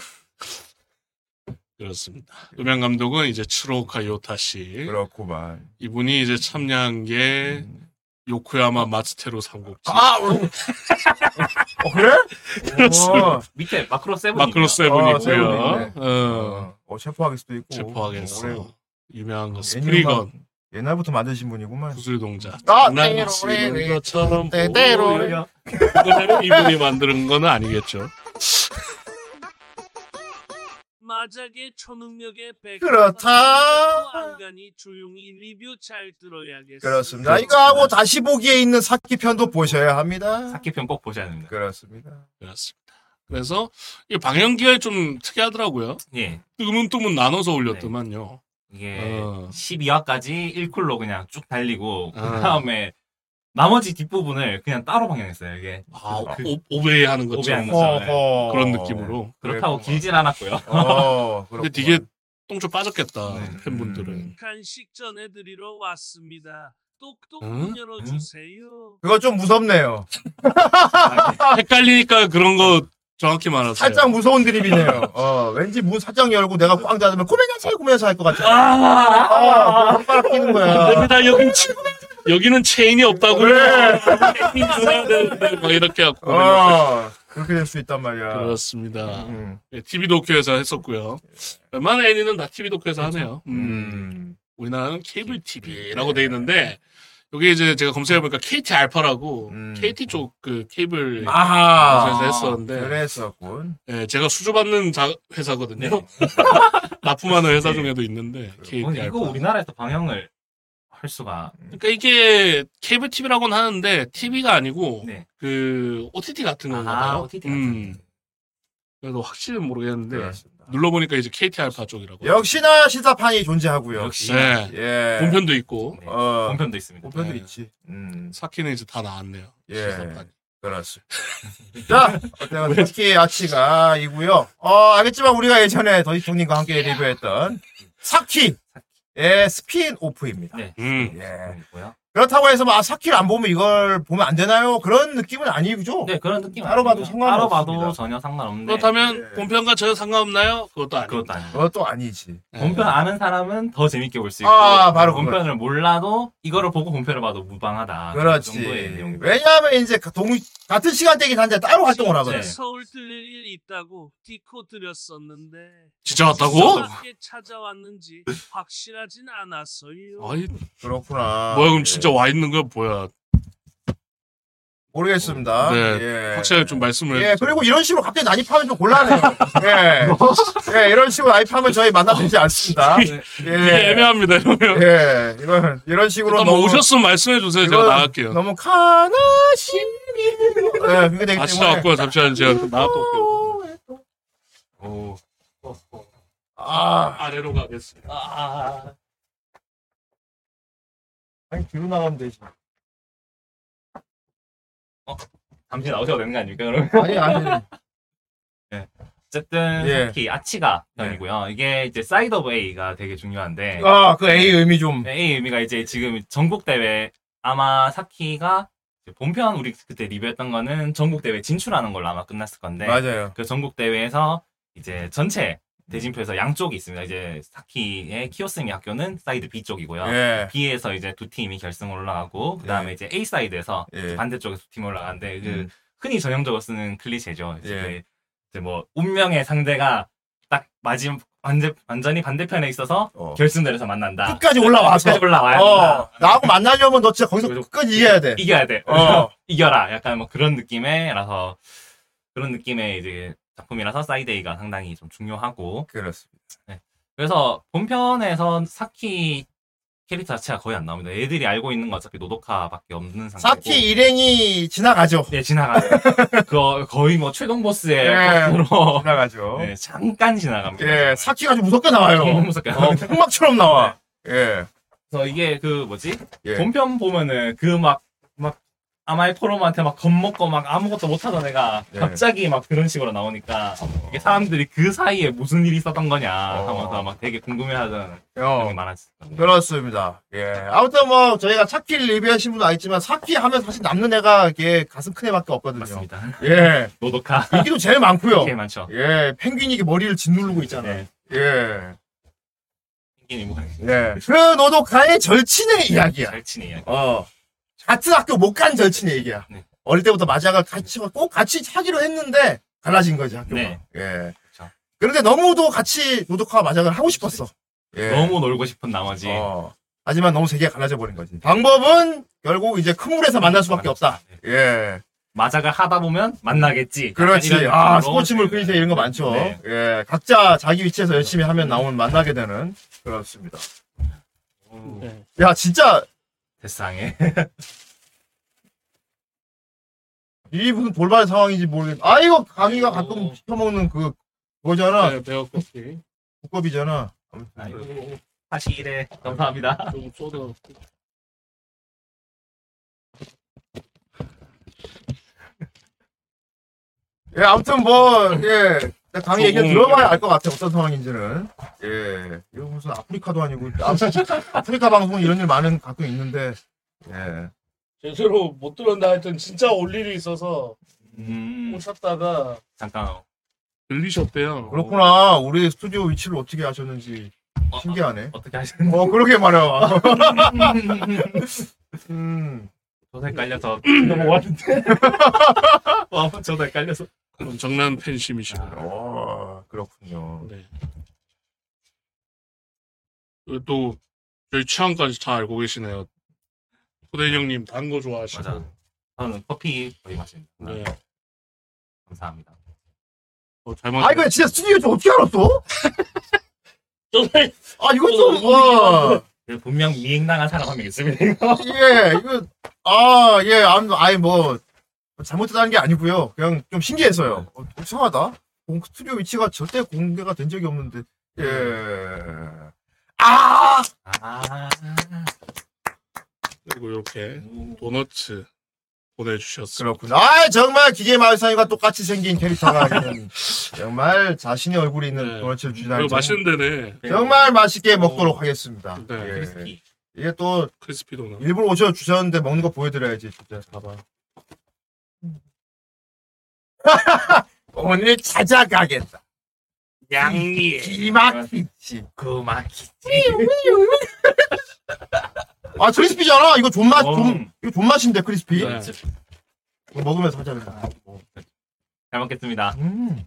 [SPEAKER 5] 그렇습니다. 음향 감독은 이제 츠로카 요타시
[SPEAKER 6] 그렇구만.
[SPEAKER 5] 이분이 이제 참여한 게 요코야마 마츠테로 삼국지
[SPEAKER 6] 음. 아, 어, 어, 그래?
[SPEAKER 5] 그렇습니다.
[SPEAKER 6] 어,
[SPEAKER 7] 밑에 마크로 세븐.
[SPEAKER 5] 아, 마크로
[SPEAKER 6] 어,
[SPEAKER 5] 세븐이고요.
[SPEAKER 6] 세븐이네.
[SPEAKER 5] 어,
[SPEAKER 6] 어, 어, 체포하기 수도 있고. 오래-
[SPEAKER 5] 체포하겠어. 유명한 거
[SPEAKER 6] 옛날부터-
[SPEAKER 5] 스프리건
[SPEAKER 6] 옛날부터 만드신 분이구만.
[SPEAKER 5] 구슬 동자.
[SPEAKER 6] 아,
[SPEAKER 5] 장난감
[SPEAKER 6] 때로래. 네,
[SPEAKER 5] 쓰는 것처럼
[SPEAKER 6] 때때로.
[SPEAKER 5] 보여요. 그거는 이분이 만드는 건 아니겠죠.
[SPEAKER 10] 마작의 초능력의 백.
[SPEAKER 6] 그렇다.
[SPEAKER 10] 안간이 조용히 리뷰 잘 들어야겠어.
[SPEAKER 6] 그렇습니다. 네. 이거하고 다시 보기에 있는 사키 편도 보셔야 합니다.
[SPEAKER 7] 사키 편꼭 보셔야 됩니다.
[SPEAKER 6] 그렇습니다.
[SPEAKER 5] 그렇습니다. 그래서 이 방영기가 좀 특이하더라고요.
[SPEAKER 7] 예.
[SPEAKER 5] 뜨문뜨문 나눠서 올렸더만요.
[SPEAKER 7] 이게
[SPEAKER 5] 어.
[SPEAKER 7] 12화까지 1쿨로 그냥 쭉
[SPEAKER 6] 어.
[SPEAKER 7] 달리고
[SPEAKER 5] 아.
[SPEAKER 7] 그다음에 나머지 뒷부분을 그냥 따로 방영했어요. 이게
[SPEAKER 5] 아,
[SPEAKER 7] 그-
[SPEAKER 5] 오, 오베이 하는
[SPEAKER 7] 오베하는
[SPEAKER 5] 것처럼
[SPEAKER 7] 거. 그렇잖아요.
[SPEAKER 6] 어허.
[SPEAKER 5] 네. 그런 느낌으로.
[SPEAKER 7] 그렇다고
[SPEAKER 6] 그랬구만.
[SPEAKER 7] 길진 않았고요.
[SPEAKER 6] 어,
[SPEAKER 5] 근데
[SPEAKER 6] 그렇구만.
[SPEAKER 5] 되게 똥좀 빠졌겠다
[SPEAKER 7] 네.
[SPEAKER 5] 팬분들은.
[SPEAKER 10] 간식 전해드리러 왔습니다. 똑똑
[SPEAKER 5] 응?
[SPEAKER 10] 열어주세요.
[SPEAKER 6] 그거 좀 무섭네요.
[SPEAKER 5] 아, 헷갈리니까 그런 거 정확히 말하세요.
[SPEAKER 6] 살짝 무서운 드립이네요. 어, 왠지 문 살짝 열고 내가 꽝 닫으면 고메가사이 고메가사이 할것 같아.
[SPEAKER 7] 아, 아, 아,
[SPEAKER 6] 아, 손가락 끼는
[SPEAKER 5] 안
[SPEAKER 6] 거야.
[SPEAKER 5] 됩니다. 여긴 체- 여기는 체인이 없다고요.
[SPEAKER 6] 그래.
[SPEAKER 5] 체인이 있어야 되는데 네. 아. 막 이렇게 하고
[SPEAKER 6] 어, 그렇게 될 수 있단 말이야.
[SPEAKER 5] 그렇습니다.
[SPEAKER 6] 음.
[SPEAKER 5] 네, TV 도쿄에서 했었고요. 웬만한 애니는 다 TV 도쿄에서 하네요. 음.
[SPEAKER 6] 음.
[SPEAKER 5] 우리나라는 케이블 TV라고 돼 있는데 여기 이제 제가 검색해보니까 KT 알파라고
[SPEAKER 6] 음.
[SPEAKER 5] KT 쪽 그
[SPEAKER 6] 네.
[SPEAKER 5] 케이블
[SPEAKER 6] 아하.
[SPEAKER 5] 회사에서 했었는데
[SPEAKER 6] 그랬었군.
[SPEAKER 5] 예, 제가 수주받는 자- 회사거든요.
[SPEAKER 6] 네.
[SPEAKER 5] *laughs* 납품하는
[SPEAKER 6] 예.
[SPEAKER 5] 회사 중에도 있는데 KT
[SPEAKER 7] 오늘 어, 이거
[SPEAKER 5] 알파.
[SPEAKER 7] 우리나라에서 방영을 할 수가
[SPEAKER 5] 그러니까 이게 케이블 TV라고는 하는데 TV가 아니고
[SPEAKER 7] 네.
[SPEAKER 5] 그 OTT 같은 건가
[SPEAKER 7] 아,
[SPEAKER 5] 봐요.
[SPEAKER 7] OTT
[SPEAKER 5] 음. 그래서 확실히 모르겠는데
[SPEAKER 6] 그렇습니다.
[SPEAKER 5] 눌러보니까 이제 KT 알파 쪽이라고.
[SPEAKER 6] 역시나 시사판이 존재하고요.
[SPEAKER 7] 역시
[SPEAKER 5] 네.
[SPEAKER 6] 예.
[SPEAKER 5] 본편도 있고
[SPEAKER 7] 네.
[SPEAKER 6] 어,
[SPEAKER 7] 본편도 있습니다.
[SPEAKER 6] 본편도
[SPEAKER 5] 네.
[SPEAKER 6] 있지. 음.
[SPEAKER 5] 사키는 이제 다 나왔네요.
[SPEAKER 6] 예.
[SPEAKER 5] 시사판이.
[SPEAKER 6] 그렇습니다. *laughs* 자, 어쨌든 터키 아치가이고요. 어, 알겠지만 우리가 예전에 더지통님과 함께 리뷰했던 사키의 스피인오프입니다.
[SPEAKER 7] 네.
[SPEAKER 5] 음.
[SPEAKER 6] 예.
[SPEAKER 7] 있고요.
[SPEAKER 6] 그렇다고 해서 뭐, 아, 사키를 안 보면 이걸 보면 안 되나요? 그런 느낌은 아니죠.
[SPEAKER 7] 네 그런 느낌
[SPEAKER 6] 따로 봐도
[SPEAKER 7] 아니고요.
[SPEAKER 6] 상관은
[SPEAKER 7] 따로 봐도
[SPEAKER 6] 없습니다.
[SPEAKER 7] 전혀 상관없는데
[SPEAKER 5] 네. 그렇다면
[SPEAKER 6] 예.
[SPEAKER 5] 본편과 전혀 상관없나요? 그것도 아니고.
[SPEAKER 7] 그것도 아니고
[SPEAKER 6] 그것도 아니지.
[SPEAKER 5] 예.
[SPEAKER 7] 본편 아는 사람은 더 재밌게 볼 수 있고
[SPEAKER 6] 네. 아, 바로 그거죠.
[SPEAKER 7] 본편을 몰라도 이거를 보고 본편을 봐도 무방하다. 그
[SPEAKER 6] 그렇지.
[SPEAKER 7] 정도의 내용.
[SPEAKER 6] 왜냐하면 이제 그 동, 같은 시간대이긴 한데 따로 활동을 하거든.
[SPEAKER 7] 네.
[SPEAKER 10] 서울 들릴 일 있다고 디코 드렸었는데
[SPEAKER 5] 진짜 왔다고?
[SPEAKER 10] 어떻게 찾아왔는지 확실하진 않았어요.
[SPEAKER 5] 아이
[SPEAKER 6] 그렇구나. 예.
[SPEAKER 5] 뭐야 그럼 진짜 와 있는 거야 뭐야?
[SPEAKER 6] 모르겠습니다.
[SPEAKER 5] 네,
[SPEAKER 6] 예.
[SPEAKER 5] 확실하게 좀 말씀을
[SPEAKER 6] 예, 그리고 이런 식으로 갑자기 난입하면 좀 곤란해요. 예.
[SPEAKER 5] *laughs*
[SPEAKER 6] 예, 이런 식으로 난입하면 저희 만나되지 않습니다.
[SPEAKER 5] 아, 이게
[SPEAKER 6] 예.
[SPEAKER 5] 애매합니다. 이러면.
[SPEAKER 6] 예, 이런, 이런 식으로.
[SPEAKER 5] 일단 뭐 오셨으면 말씀해 주세요. 제가
[SPEAKER 6] 이건
[SPEAKER 5] 나갈게요.
[SPEAKER 6] 너무 카나시미. 예, 그게 되기
[SPEAKER 5] 아 진짜
[SPEAKER 6] 때문에.
[SPEAKER 5] 왔고요. 잠시만요. 제가 나갔다 올게요. 오.
[SPEAKER 6] 어, 아,
[SPEAKER 5] 아래로 가겠습니다.
[SPEAKER 6] 아니, 뒤로 나가면 되지.
[SPEAKER 7] 어, 잠시 나오셔도 되는 거 아닙니까 그러면?
[SPEAKER 6] 아니, 아니.
[SPEAKER 7] *laughs* 어쨌든
[SPEAKER 6] 예.
[SPEAKER 7] 특히 아치가 편이고요. 이게 이제 사이드 오브 A가 되게 중요한데 네,
[SPEAKER 6] 아, 그 A 의미 좀.
[SPEAKER 7] A 의미가 이제 지금 전국 대회 아마 사키가 이제 본편 우리 그때 리뷰했던 거는 전국 대회 진출하는 걸로 아마 끝났을
[SPEAKER 6] 네.
[SPEAKER 7] 건데
[SPEAKER 6] 맞아요.
[SPEAKER 7] 그 전국 대회에서 이제 전체 대진표에서 양쪽이 있습니다. 이제 사키의 키오스미 학교는 사이드 B 쪽이고요.
[SPEAKER 6] 예.
[SPEAKER 7] B에서 이제 두 팀이 결승 올라가고 그다음에
[SPEAKER 6] 예.
[SPEAKER 7] 이제 A 사이드에서
[SPEAKER 6] 예.
[SPEAKER 7] 반대쪽에서 두 팀 올라가는데 그
[SPEAKER 6] 음.
[SPEAKER 7] 흔히 전형적으로 쓰는 클리셰죠. 이제,
[SPEAKER 6] 예.
[SPEAKER 7] 그 이제 뭐 운명의 상대가 딱 마지막 반대, 완전히 반대편에 있어서
[SPEAKER 6] 어.
[SPEAKER 7] 결승전에서 만난다.
[SPEAKER 6] 끝까지 올라와서.
[SPEAKER 7] 끝까지 올라와야
[SPEAKER 6] 어,
[SPEAKER 7] 된다.
[SPEAKER 6] 나하고 만나려면 너 진짜 거기서
[SPEAKER 7] 그리고
[SPEAKER 6] 끝까지 이겨야 돼.
[SPEAKER 7] 이겨야 돼.
[SPEAKER 6] 어.
[SPEAKER 7] 이겨라. 약간 뭐 그런 느낌의라서 그런 느낌의 이제 작품이라서 사이데이가 상당히 좀 중요하고
[SPEAKER 6] 그렇습니다.
[SPEAKER 7] 그래서 본편에서 사키 캐릭터 자체가 거의 안 나옵니다. 애들이 알고 있는 거 어차피 노도카밖에 없는 상태고
[SPEAKER 6] 사키 일행이 지나가죠.
[SPEAKER 7] 네 지나가요. *laughs* 그 거의 뭐 최종 보스의
[SPEAKER 6] 예.
[SPEAKER 7] 으로
[SPEAKER 6] 지나가죠.
[SPEAKER 7] 네, 잠깐 지나갑니다.
[SPEAKER 6] 예, 사키가 좀 무섭게 나와요.
[SPEAKER 7] 정말 무섭게 네.
[SPEAKER 6] 어,
[SPEAKER 7] 나와요. *laughs*
[SPEAKER 6] 폭막처럼 나와. 예.
[SPEAKER 7] 그래서 이게 그 뭐지
[SPEAKER 6] 예.
[SPEAKER 7] 본편 보면은 그 막 막 아마이토롬한테 막 겁먹고 막 아무것도 못하던 애가
[SPEAKER 6] 네.
[SPEAKER 7] 갑자기 막 그런 식으로 나오니까 이게 사람들이 그 사이에 무슨 일이 있었던 거냐 하면서
[SPEAKER 6] 어.
[SPEAKER 7] 막 되게 궁금해하던
[SPEAKER 6] 어,
[SPEAKER 7] 그런 게 많았을 겁니다.
[SPEAKER 6] 그렇습니다. 예. 아무튼 뭐, 저희가 사키를 리뷰하신 분은 알지만, 사키 하면 사실 남는 애가 이게 가슴 큰 애밖에 없거든요.
[SPEAKER 7] 맞습니다. *laughs*
[SPEAKER 6] 예.
[SPEAKER 7] 노도카
[SPEAKER 6] 인기도 제일 많고요.
[SPEAKER 7] 이렇게 많죠.
[SPEAKER 6] 예. 펭귄이 이게 머리를 짓누르고 있잖아요.
[SPEAKER 7] 네.
[SPEAKER 6] 예.
[SPEAKER 7] 생긴 인물
[SPEAKER 6] 예. 그 노도카의 절친의 이야기야.
[SPEAKER 7] 잘 치네. 이야기.
[SPEAKER 6] 어. 같은 학교 못 간 절친의 얘기야.
[SPEAKER 7] 네.
[SPEAKER 6] 어릴 때부터 맞아가 같이 꼭 같이 하기로 했는데 갈라진 거지 학교가.
[SPEAKER 7] 네.
[SPEAKER 6] 예.
[SPEAKER 7] 그렇죠.
[SPEAKER 6] 그런데 너무도 같이 노도카와 마작을 하고 싶었어. 예.
[SPEAKER 7] 너무 놀고 싶은 나머지
[SPEAKER 6] 어. 하지만 너무 세계가 갈라져 버린 거지. 방법은 결국 이제 큰 물에서 만날 수밖에 없다.
[SPEAKER 7] 네.
[SPEAKER 6] 예.
[SPEAKER 7] 마작을 하다 보면 만나겠지.
[SPEAKER 6] 그렇지.
[SPEAKER 7] 이런
[SPEAKER 6] 아,
[SPEAKER 7] 느낌으로
[SPEAKER 6] 스포츠물
[SPEAKER 7] 지금-
[SPEAKER 6] 그리세 이런 거 많죠.
[SPEAKER 7] 네.
[SPEAKER 6] 예. 각자 자기 위치에서 열심히 하면 나오면 만나게 되는 그렇습니다. 음.
[SPEAKER 5] 네.
[SPEAKER 6] 야, 진짜
[SPEAKER 7] 세상에
[SPEAKER 6] 이게 무슨 돌발 상황인지 모르겠. 아, 이거 강의가 가끔 시켜먹는 그 그거잖아.
[SPEAKER 5] 네, 배어 커피.
[SPEAKER 6] 국밥이잖아.
[SPEAKER 7] 아이고, 다시 이래 감사합니다.
[SPEAKER 5] 좀 쏟아.
[SPEAKER 6] 예, 아무튼 뭐, 예. 일단 강의 얘기
[SPEAKER 5] 조금,
[SPEAKER 6] 들어봐야
[SPEAKER 5] 예.
[SPEAKER 6] 알 것 같아, 요 어떤 상황인지는. 예. 이거 무슨 아프리카도 아니고, 아, 프리카 방송 이런 일 많은 가끔 있는데, 예.
[SPEAKER 5] 제대로 못 들었나 하여튼 진짜 올 일이 있어서
[SPEAKER 7] 음,
[SPEAKER 5] 오셨다가
[SPEAKER 7] 잠깐
[SPEAKER 5] 들리셨대요.
[SPEAKER 6] 그렇구나. 우리 스튜디오 위치를 어떻게 아셨는지 신기하네.
[SPEAKER 7] 어떻게
[SPEAKER 6] *laughs*
[SPEAKER 7] 하시는?
[SPEAKER 6] 어, 그러게 말이야. *laughs* 음.
[SPEAKER 7] 저도
[SPEAKER 6] *laughs*
[SPEAKER 7] 헷갈려서 *laughs* 넘어왔는데. 와, 저도 헷갈려서.
[SPEAKER 5] 엄청난 팬심이시고요.
[SPEAKER 6] 어, 그렇군요.
[SPEAKER 5] 네. 그리고 또 저희 취향까지 다 알고 계시네요. 후대인 형님 단 거 좋아하시고.
[SPEAKER 7] 맞아. 저는 커피 거의 마십니다.
[SPEAKER 5] 네.
[SPEAKER 7] 감사합니다.
[SPEAKER 5] 어, 잘
[SPEAKER 6] 아,
[SPEAKER 5] 맞아요.
[SPEAKER 6] 이거 진짜 스튜디오 좀 어떻게 알았어?
[SPEAKER 5] 정말
[SPEAKER 6] 아, 이거 좀, 와.
[SPEAKER 7] *laughs* 그리고 분명 미행 나간 사람 한 명 있습니다. 이거.
[SPEAKER 6] 예, 이거, 아, 예, 아무, 아니, 뭐, 잘못했다는 게 아니고요. 그냥
[SPEAKER 5] 네.
[SPEAKER 6] 좀 신기해서요. 어, 이상하다. 공, 스튜디오 위치가 절대 공개가 된 적이 없는데, 예. 아!
[SPEAKER 7] 아,
[SPEAKER 5] 그리고 이렇게 도너츠 보내주셨어요.
[SPEAKER 6] 그렇군요. 아, 정말 기계 마을사님과 똑같이 생긴 캐릭터가
[SPEAKER 5] *laughs*
[SPEAKER 6] 있는, 정말 자신의 얼굴이 있는
[SPEAKER 5] 네.
[SPEAKER 6] 도너츠를 주다니.
[SPEAKER 5] 그리고 맛있는 어. 데네
[SPEAKER 6] 정말 맛있게 먹도록 하겠습니다.
[SPEAKER 5] 네.
[SPEAKER 6] 예.
[SPEAKER 7] 크리스피.
[SPEAKER 6] 이게 또,
[SPEAKER 5] 크리스피 도넛.
[SPEAKER 6] 일부러 오셔 주셨는데 먹는 거 보여드려야지 진짜 봐봐 *laughs* 오늘 찾아가겠다
[SPEAKER 5] 양미에.
[SPEAKER 6] 기막히지
[SPEAKER 7] 그마키지.
[SPEAKER 6] 아 크리스피잖아 이거 존맛
[SPEAKER 7] 어.
[SPEAKER 6] 존 이거 존맛인데 크리스피
[SPEAKER 5] 음. 네.
[SPEAKER 6] 이거 먹으면서 하자 그냥
[SPEAKER 7] 잘 먹겠습니다.
[SPEAKER 6] 음.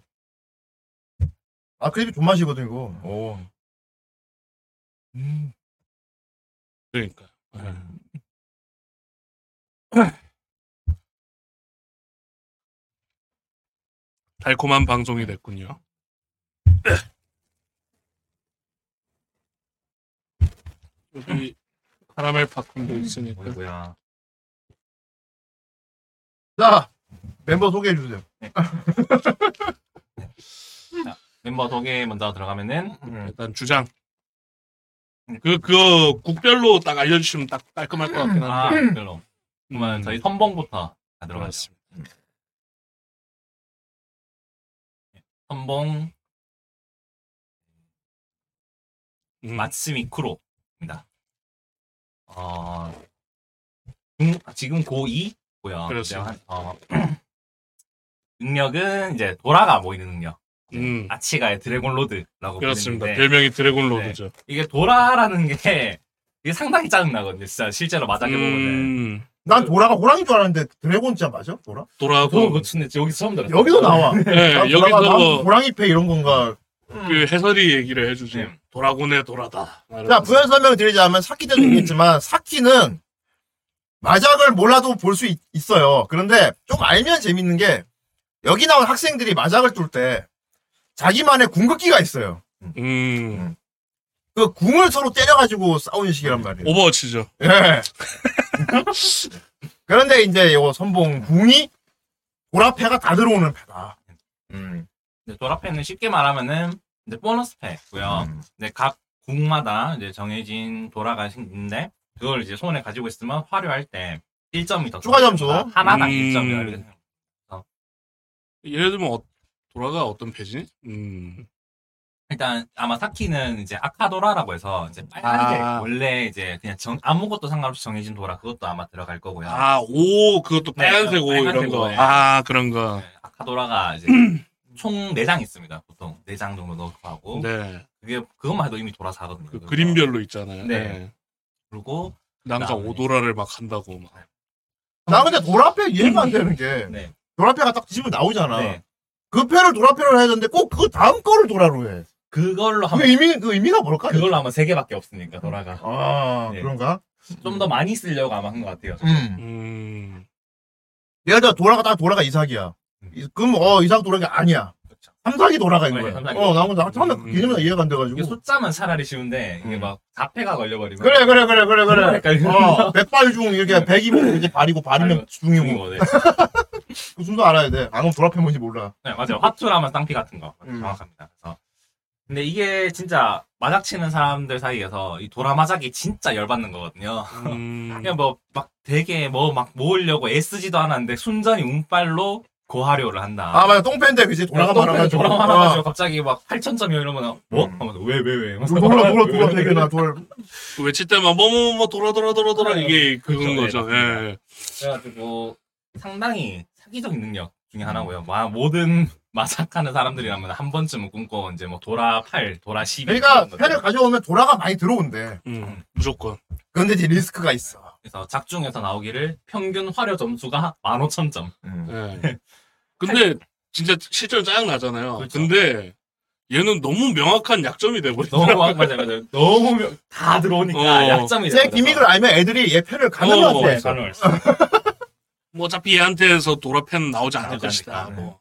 [SPEAKER 6] 아 크리스피 존맛이거든 이거 오. 음.
[SPEAKER 5] 예. 그러니까. 네. *laughs* 달콤한 방송이 됐군요. 여기 카라멜 팝콘도 있으니까.
[SPEAKER 7] 뭐야.
[SPEAKER 6] 자 멤버 소개해 주세요.
[SPEAKER 7] 멤버 소개 먼저 들어가면은
[SPEAKER 5] 일단 주장. 그 그거 국별로 딱 알려주시면 딱 깔끔할 것 같긴
[SPEAKER 7] 아,
[SPEAKER 5] 한데.
[SPEAKER 7] 별로.
[SPEAKER 5] 음.
[SPEAKER 7] 그러면 저희 선봉부터 다 들어가죠. 선봉
[SPEAKER 5] 음.
[SPEAKER 7] 마츠미쿠로입니다.
[SPEAKER 5] 아.
[SPEAKER 7] 어, 중- 음, 아, 지금 고2고요.
[SPEAKER 5] 그렇습니다.
[SPEAKER 7] 어. *clears throat* 능력은 이제 돌아가 모이는 능력.
[SPEAKER 5] 음.
[SPEAKER 7] 아치가의 드래곤 로드라고
[SPEAKER 5] 그렇습니다.
[SPEAKER 7] 불리는데
[SPEAKER 5] 별명이 드래곤
[SPEAKER 7] 네.
[SPEAKER 5] 로드죠.
[SPEAKER 7] 이게 돌아라는 게 이게 상당히 짜증나거든요. 진짜 실제로 맞아
[SPEAKER 6] 음.
[SPEAKER 7] 해보면은 네.
[SPEAKER 5] 그
[SPEAKER 6] 난 도라가 호랑인 줄 알았는데 드래곤 진짜 맞아? 도라?
[SPEAKER 5] 음. 돌아고
[SPEAKER 7] 근데 여기 처음 들었어.
[SPEAKER 6] 여기서 나와.
[SPEAKER 5] *laughs* 네,
[SPEAKER 6] 난 도라가 나한테
[SPEAKER 5] 여기서
[SPEAKER 6] 호랑이 패 이런 건가?
[SPEAKER 5] 그 해설이 얘기를 해주지. 음. 돌아고네 돌아다.
[SPEAKER 6] 자, 부연 설명을 드리자면
[SPEAKER 7] *clears throat*
[SPEAKER 6] 사키 때도 얘기했지만 사키는 마작을 몰라도 볼 수 있어요. 그런데 좀 알면 재밌는 게 여기 나온 학생들이 마작을 뚫 때 자기만의 궁극기가 있어요.
[SPEAKER 5] 음.
[SPEAKER 6] 그 궁을 서로 때려가지고 싸우는
[SPEAKER 7] 음.
[SPEAKER 6] 식이란 말이에요.
[SPEAKER 5] 오버워치죠.
[SPEAKER 6] 예. *laughs* 그런데 이제 요 선봉 궁이 보라패가 다 들어오는 패다. 음.
[SPEAKER 7] 이제 돌아패는 쉽게 말하면은 이제 보너스
[SPEAKER 6] 음.
[SPEAKER 7] 패고요. 이제 각 국마다 이제 정해진 돌아가 있는데 그걸 이제 손에 가지고 있으면 활용할 때 1점이 더
[SPEAKER 6] 추가 점수.
[SPEAKER 7] 하나당
[SPEAKER 5] 음.
[SPEAKER 7] 1점이라고
[SPEAKER 5] 예를 들면 어- 돌아가 어떤 패지? 음.
[SPEAKER 7] 일단 아마 사키는 이제 아카도라라고 해서 이제 빨간색
[SPEAKER 5] 아.
[SPEAKER 7] 원래 이제 그냥 정- 아무것도 상관없이 정해진 돌아 그것도 아마 들어갈 거고요.
[SPEAKER 5] 아, 오, 그것도
[SPEAKER 7] 네,
[SPEAKER 5] 빨간색 오
[SPEAKER 7] 빨간색
[SPEAKER 5] 이런 거.
[SPEAKER 7] 오에.
[SPEAKER 5] 아, 그런 거.
[SPEAKER 7] 아카도라가 이제 총 4장 있습니다. 보통 4장 정도 넣고 하고
[SPEAKER 5] 네.
[SPEAKER 7] 그게 그것만 해도 이미 돌아서 하거든요.
[SPEAKER 5] 그 그림별로 있잖아요.
[SPEAKER 7] 네.
[SPEAKER 5] 네.
[SPEAKER 7] 그리고
[SPEAKER 5] 남자 오도라를 막 한다고 막.
[SPEAKER 6] 나 근데 도라패 이해가 안 되는 게
[SPEAKER 7] 네.
[SPEAKER 6] 도라패가 딱 뒤집어 나오잖아.
[SPEAKER 7] 네.
[SPEAKER 6] 그 패를 도라패를 해야 되는데 꼭 그 다음 거를 도라로 해.
[SPEAKER 7] 그걸로
[SPEAKER 6] 그
[SPEAKER 7] 하면
[SPEAKER 6] 의미 그 의미가 뭘까?
[SPEAKER 7] 그걸로 하면 3개밖에 없으니까 돌아가.
[SPEAKER 6] 아
[SPEAKER 7] 네.
[SPEAKER 6] 그런가?
[SPEAKER 7] 좀 더 많이 쓰려고 아마 한 것 같아요.
[SPEAKER 6] 음.
[SPEAKER 5] 음.
[SPEAKER 6] 예를 들어 도라가 딱 도라가 이삭이야. 이- 그럼 어 이삭 도라가 아니야. 삼삭이 도라가인
[SPEAKER 7] 음. 네,
[SPEAKER 6] 거야.
[SPEAKER 7] 삼삭이.
[SPEAKER 6] 어 나는 나 처음에 그
[SPEAKER 5] 음.
[SPEAKER 6] 개념이 이해가 안 돼가지고.
[SPEAKER 7] 이게 숫자만 차라리 쉬운데 이게 막 자폐가 걸려버리면
[SPEAKER 6] 그래 그래 그래 그래
[SPEAKER 7] 정말
[SPEAKER 6] 그래.
[SPEAKER 7] 헷갈리네.
[SPEAKER 6] 어 백발중 이렇게 뭐 백이면 이제 발이고 발이면
[SPEAKER 7] 네. 아니면
[SPEAKER 6] 중이고
[SPEAKER 7] 중이거든.
[SPEAKER 6] 그 순서 알아야 돼. 안 그럼 도라패 뭔지 몰라.
[SPEAKER 7] 네, 맞아요. 화투라면 쌍피 같은 거.
[SPEAKER 6] 음.
[SPEAKER 7] 정확합니다. 그래서. 근데 이게 진짜 마작치는 사람들 사이에서 이 도라마작이 진짜 열받는 거거든요.
[SPEAKER 5] 음.
[SPEAKER 7] 그냥 뭐 막 되게 뭐 막 모으려고 애쓰지도 않았는데 순전히 운빨로 고하료를 한다.
[SPEAKER 6] 아 맞아 똥팬데 그지 도라가 말아가지고.
[SPEAKER 7] 돌아가
[SPEAKER 6] 아. 음.
[SPEAKER 7] 말아가지고 갑자기 막 8천점 이러면 뭐? 하면서 왜 왜 왜?
[SPEAKER 6] 돌아 돌아 돌아 돌아 되게 나 돌.
[SPEAKER 5] 그 외칠 때만 뭐뭐뭐 돌아 돌아 돌아 돌아 이게 네. 그건
[SPEAKER 7] 그렇죠.
[SPEAKER 5] 거죠.
[SPEAKER 7] 네, 맞습니다.
[SPEAKER 5] 예.
[SPEAKER 7] 그래가지고 상당히 사기적인 능력 중에
[SPEAKER 6] 음.
[SPEAKER 7] 하나고요. 마- 모든 *laughs* 마작하는 사람들이라면 한 번쯤은 꿈꿔 이제 뭐 돌아 8, 돌아 12.
[SPEAKER 6] 그러니까 패를 가져오면 도라가 많이 들어온대.
[SPEAKER 5] 음. 무조건.
[SPEAKER 6] 그런데 이제 리스크가 있어.
[SPEAKER 7] 그래서 작중에서 나오기를 평균 화려 점수가 15,000점.
[SPEAKER 6] 음.
[SPEAKER 5] 예. 근데 진짜 실제로 짜증 나잖아요.
[SPEAKER 7] 그렇죠.
[SPEAKER 5] 근데 얘는 너무 명확한 약점이 돼버리더라고.
[SPEAKER 7] 너무 막- 맞아 맞아. 너무 명- 다 들어오니까
[SPEAKER 5] 어.
[SPEAKER 7] 약점이
[SPEAKER 6] 제 기믹을 알면 애들이 얘 패를
[SPEAKER 7] 어,
[SPEAKER 6] 가능하대.
[SPEAKER 5] 뭐 어차피 얘한테서 도라팬 나오지 않을
[SPEAKER 7] 나오지
[SPEAKER 5] 것이다.
[SPEAKER 7] 않을까. 네.
[SPEAKER 5] 뭐.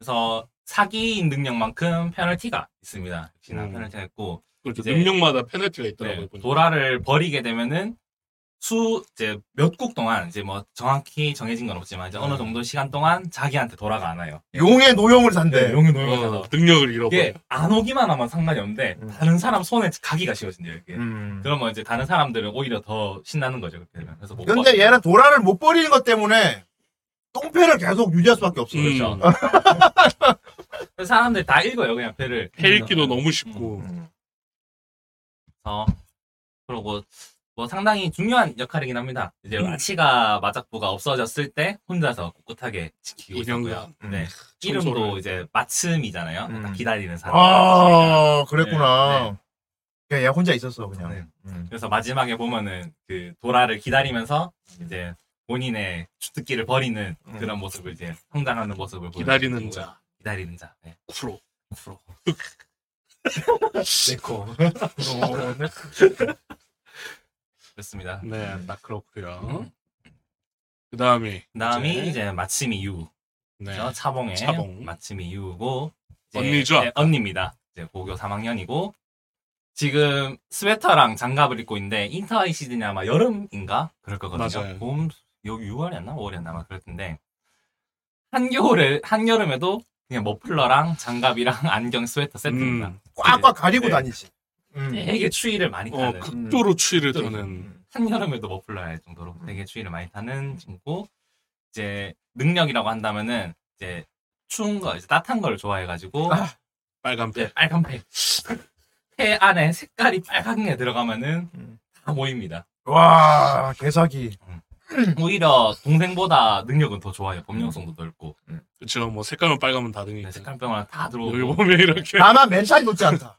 [SPEAKER 7] 그래서 사기인 능력만큼 페널티가 있습니다. 역시나
[SPEAKER 5] 음.
[SPEAKER 7] 페널티가 있고
[SPEAKER 5] 그렇죠.
[SPEAKER 7] 이제-
[SPEAKER 5] 능력마다 페널티가 있더라고요. 어,
[SPEAKER 7] 네,
[SPEAKER 5] 보니까.
[SPEAKER 7] 도라를 버리게 되면은 수 이제 몇 곡 동안 이제 뭐 정확히 정해진 건 없지만 이제 어느
[SPEAKER 5] 음.
[SPEAKER 7] 정도 시간 동안 자기한테 돌아가 안 와요.
[SPEAKER 6] 용의 노용을 산대.
[SPEAKER 7] 용이
[SPEAKER 5] 어, 능력을 잃어버려. 음.
[SPEAKER 7] 이게 안 오기만 하면 상관이 없는데 다른 사람 손에 가기가 쉬워진대요. 이게.
[SPEAKER 6] 음.
[SPEAKER 7] 그러면 이제 다른 사람들은 오히려 더 신나는 거죠. 그렇게 되면. 그래서 뭐 못
[SPEAKER 6] 근데
[SPEAKER 7] 봐요.
[SPEAKER 6] 얘는 도라를 못 버리는 것 때문에 똥패를 계속 유지할 수밖에 없어.
[SPEAKER 5] 음.
[SPEAKER 7] 그렇죠. 그래서 사람들 다 읽어요. 그냥 배를.
[SPEAKER 5] 패 읽기도 너무
[SPEAKER 7] 음,
[SPEAKER 5] 쉽고.
[SPEAKER 7] 어, 그리고 뭐 상당히 중요한 역할이긴 합니다. 이제
[SPEAKER 5] 음.
[SPEAKER 7] 아치가 마작부가 없어졌을 때 혼자서 꿋꿋하게 지키고 있었고요.
[SPEAKER 5] 운영가.
[SPEAKER 7] 네.
[SPEAKER 5] 청소를.
[SPEAKER 7] 이름도 이제 마침이잖아요.
[SPEAKER 6] 음.
[SPEAKER 7] 딱 기다리는 사람.
[SPEAKER 6] 아, 그랬구나. 그냥 얘 혼자 있었어, 그냥.
[SPEAKER 7] 네.
[SPEAKER 6] 음.
[SPEAKER 7] 그래서 마지막에 보면은 그 도라를 기다리면서
[SPEAKER 5] 음.
[SPEAKER 7] 이제 본인의 주특기를 버리는
[SPEAKER 6] 음.
[SPEAKER 7] 그런 모습을 이제 성장하는 모습을 보여주는
[SPEAKER 5] 기다리는
[SPEAKER 7] 거고요.
[SPEAKER 5] 자.
[SPEAKER 7] 기다리는 자. 네.
[SPEAKER 5] 쿠로.
[SPEAKER 7] 앞으로.
[SPEAKER 5] 네코.
[SPEAKER 7] *laughs* 그렇습니다.
[SPEAKER 5] 네, 딱 음. 그렇고요. 그 다음에
[SPEAKER 7] 그다음이 이제 마침이 유.
[SPEAKER 5] 네.
[SPEAKER 7] 저 그렇죠. 차봉의
[SPEAKER 5] 차봉.
[SPEAKER 7] 마침 이유고 이제-
[SPEAKER 5] 언니죠?
[SPEAKER 7] 네, 언니입니다. 이제 고교 3학년이고 지금 스웨터랑 장갑을 입고 있는데 인터하이 시즌이 아마 여름인가 그럴 거거든요.
[SPEAKER 5] 맞아요.
[SPEAKER 7] 봄, 요 6월이었나 5월이었나 막 그럴 텐데 한겨울에 한여름에도 그냥 머플러랑 장갑이랑 *laughs* 안경 스웨터 세트입니다.
[SPEAKER 6] 꽉꽉 가리고
[SPEAKER 7] 네.
[SPEAKER 6] 다니지. 음.
[SPEAKER 7] 되게 추위를 많이
[SPEAKER 5] 음. 어,
[SPEAKER 7] 타는
[SPEAKER 5] 극도로 추위를
[SPEAKER 7] 음. 극도로.
[SPEAKER 5] 타는
[SPEAKER 7] 한여름에도 머플러 할 정도로
[SPEAKER 5] 음.
[SPEAKER 7] 되게 추위를 많이 타는 친구고 이제 능력이라고 한다면은 이제 추운 거 이제 따뜻한 걸 좋아해가지고
[SPEAKER 5] 빨간 배.
[SPEAKER 7] 이제 빨간 팩. 폐 안에 색깔이 빨간 게 들어가면은 다 모입니다.
[SPEAKER 6] 와 개사기.
[SPEAKER 7] 오히려 동생보다 능력은 더 좋아요. 범용성도 넓고
[SPEAKER 5] 그렇죠. 뭐 색깔만 빨가면 다 등이.
[SPEAKER 7] 네, 색깔병원 음. 다
[SPEAKER 5] 여기
[SPEAKER 7] 들어오고
[SPEAKER 5] 보면 이렇게
[SPEAKER 6] 다만 멘탈이 높지 않다.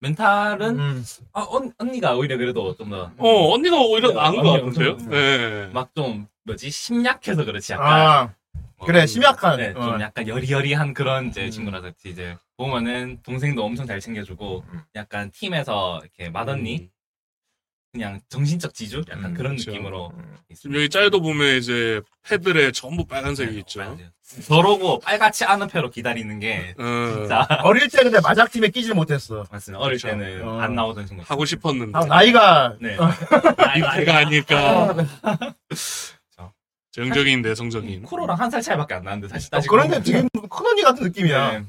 [SPEAKER 7] 멘탈은
[SPEAKER 6] 음.
[SPEAKER 7] 아, 언, 언니가 오히려 그래도
[SPEAKER 5] 어 언니가 오히려
[SPEAKER 7] 네,
[SPEAKER 5] 나은 것
[SPEAKER 7] 언니가
[SPEAKER 5] 같은데요?
[SPEAKER 7] 엄청
[SPEAKER 5] 네.
[SPEAKER 7] 좀 막 좀 뭐지 심약해서 그렇지 약간
[SPEAKER 6] 아
[SPEAKER 7] 뭐
[SPEAKER 6] 그래 심약한.
[SPEAKER 7] 네,
[SPEAKER 6] 어.
[SPEAKER 7] 좀 약간 여리여리한 그런 이제 친구라서 이제 보면은 동생도 엄청 잘 챙겨주고 약간 팀에서 이렇게 맏언니 그냥 정신적 지주 약간
[SPEAKER 6] 음,
[SPEAKER 7] 그런
[SPEAKER 5] 그렇죠.
[SPEAKER 7] 느낌으로
[SPEAKER 5] 지금 여기 짤도 보면 이제 패들에 전부 빨간색이 있죠.
[SPEAKER 7] 저러고 네, *laughs* 빨갛지 않은 패로 기다리는 게
[SPEAKER 5] 어,
[SPEAKER 7] 진짜
[SPEAKER 6] 어릴 때 근데 마작팀에 끼질 네. 못했어.
[SPEAKER 7] 맞습니다. 어릴
[SPEAKER 5] 그렇죠.
[SPEAKER 7] 때는
[SPEAKER 6] 어.
[SPEAKER 7] 안 나오던 친구.
[SPEAKER 5] 하고 싶었는데
[SPEAKER 6] 아, 나이가
[SPEAKER 7] 네.
[SPEAKER 5] 이때가 아닐까.
[SPEAKER 7] 그렇죠.
[SPEAKER 5] 정적인 내성적인.
[SPEAKER 7] 코로랑 한 살 차이밖에 안 나는데 사실
[SPEAKER 6] 어,
[SPEAKER 7] 따지고
[SPEAKER 6] 그런데 되게 큰 언니 같은 느낌이야.
[SPEAKER 7] 네.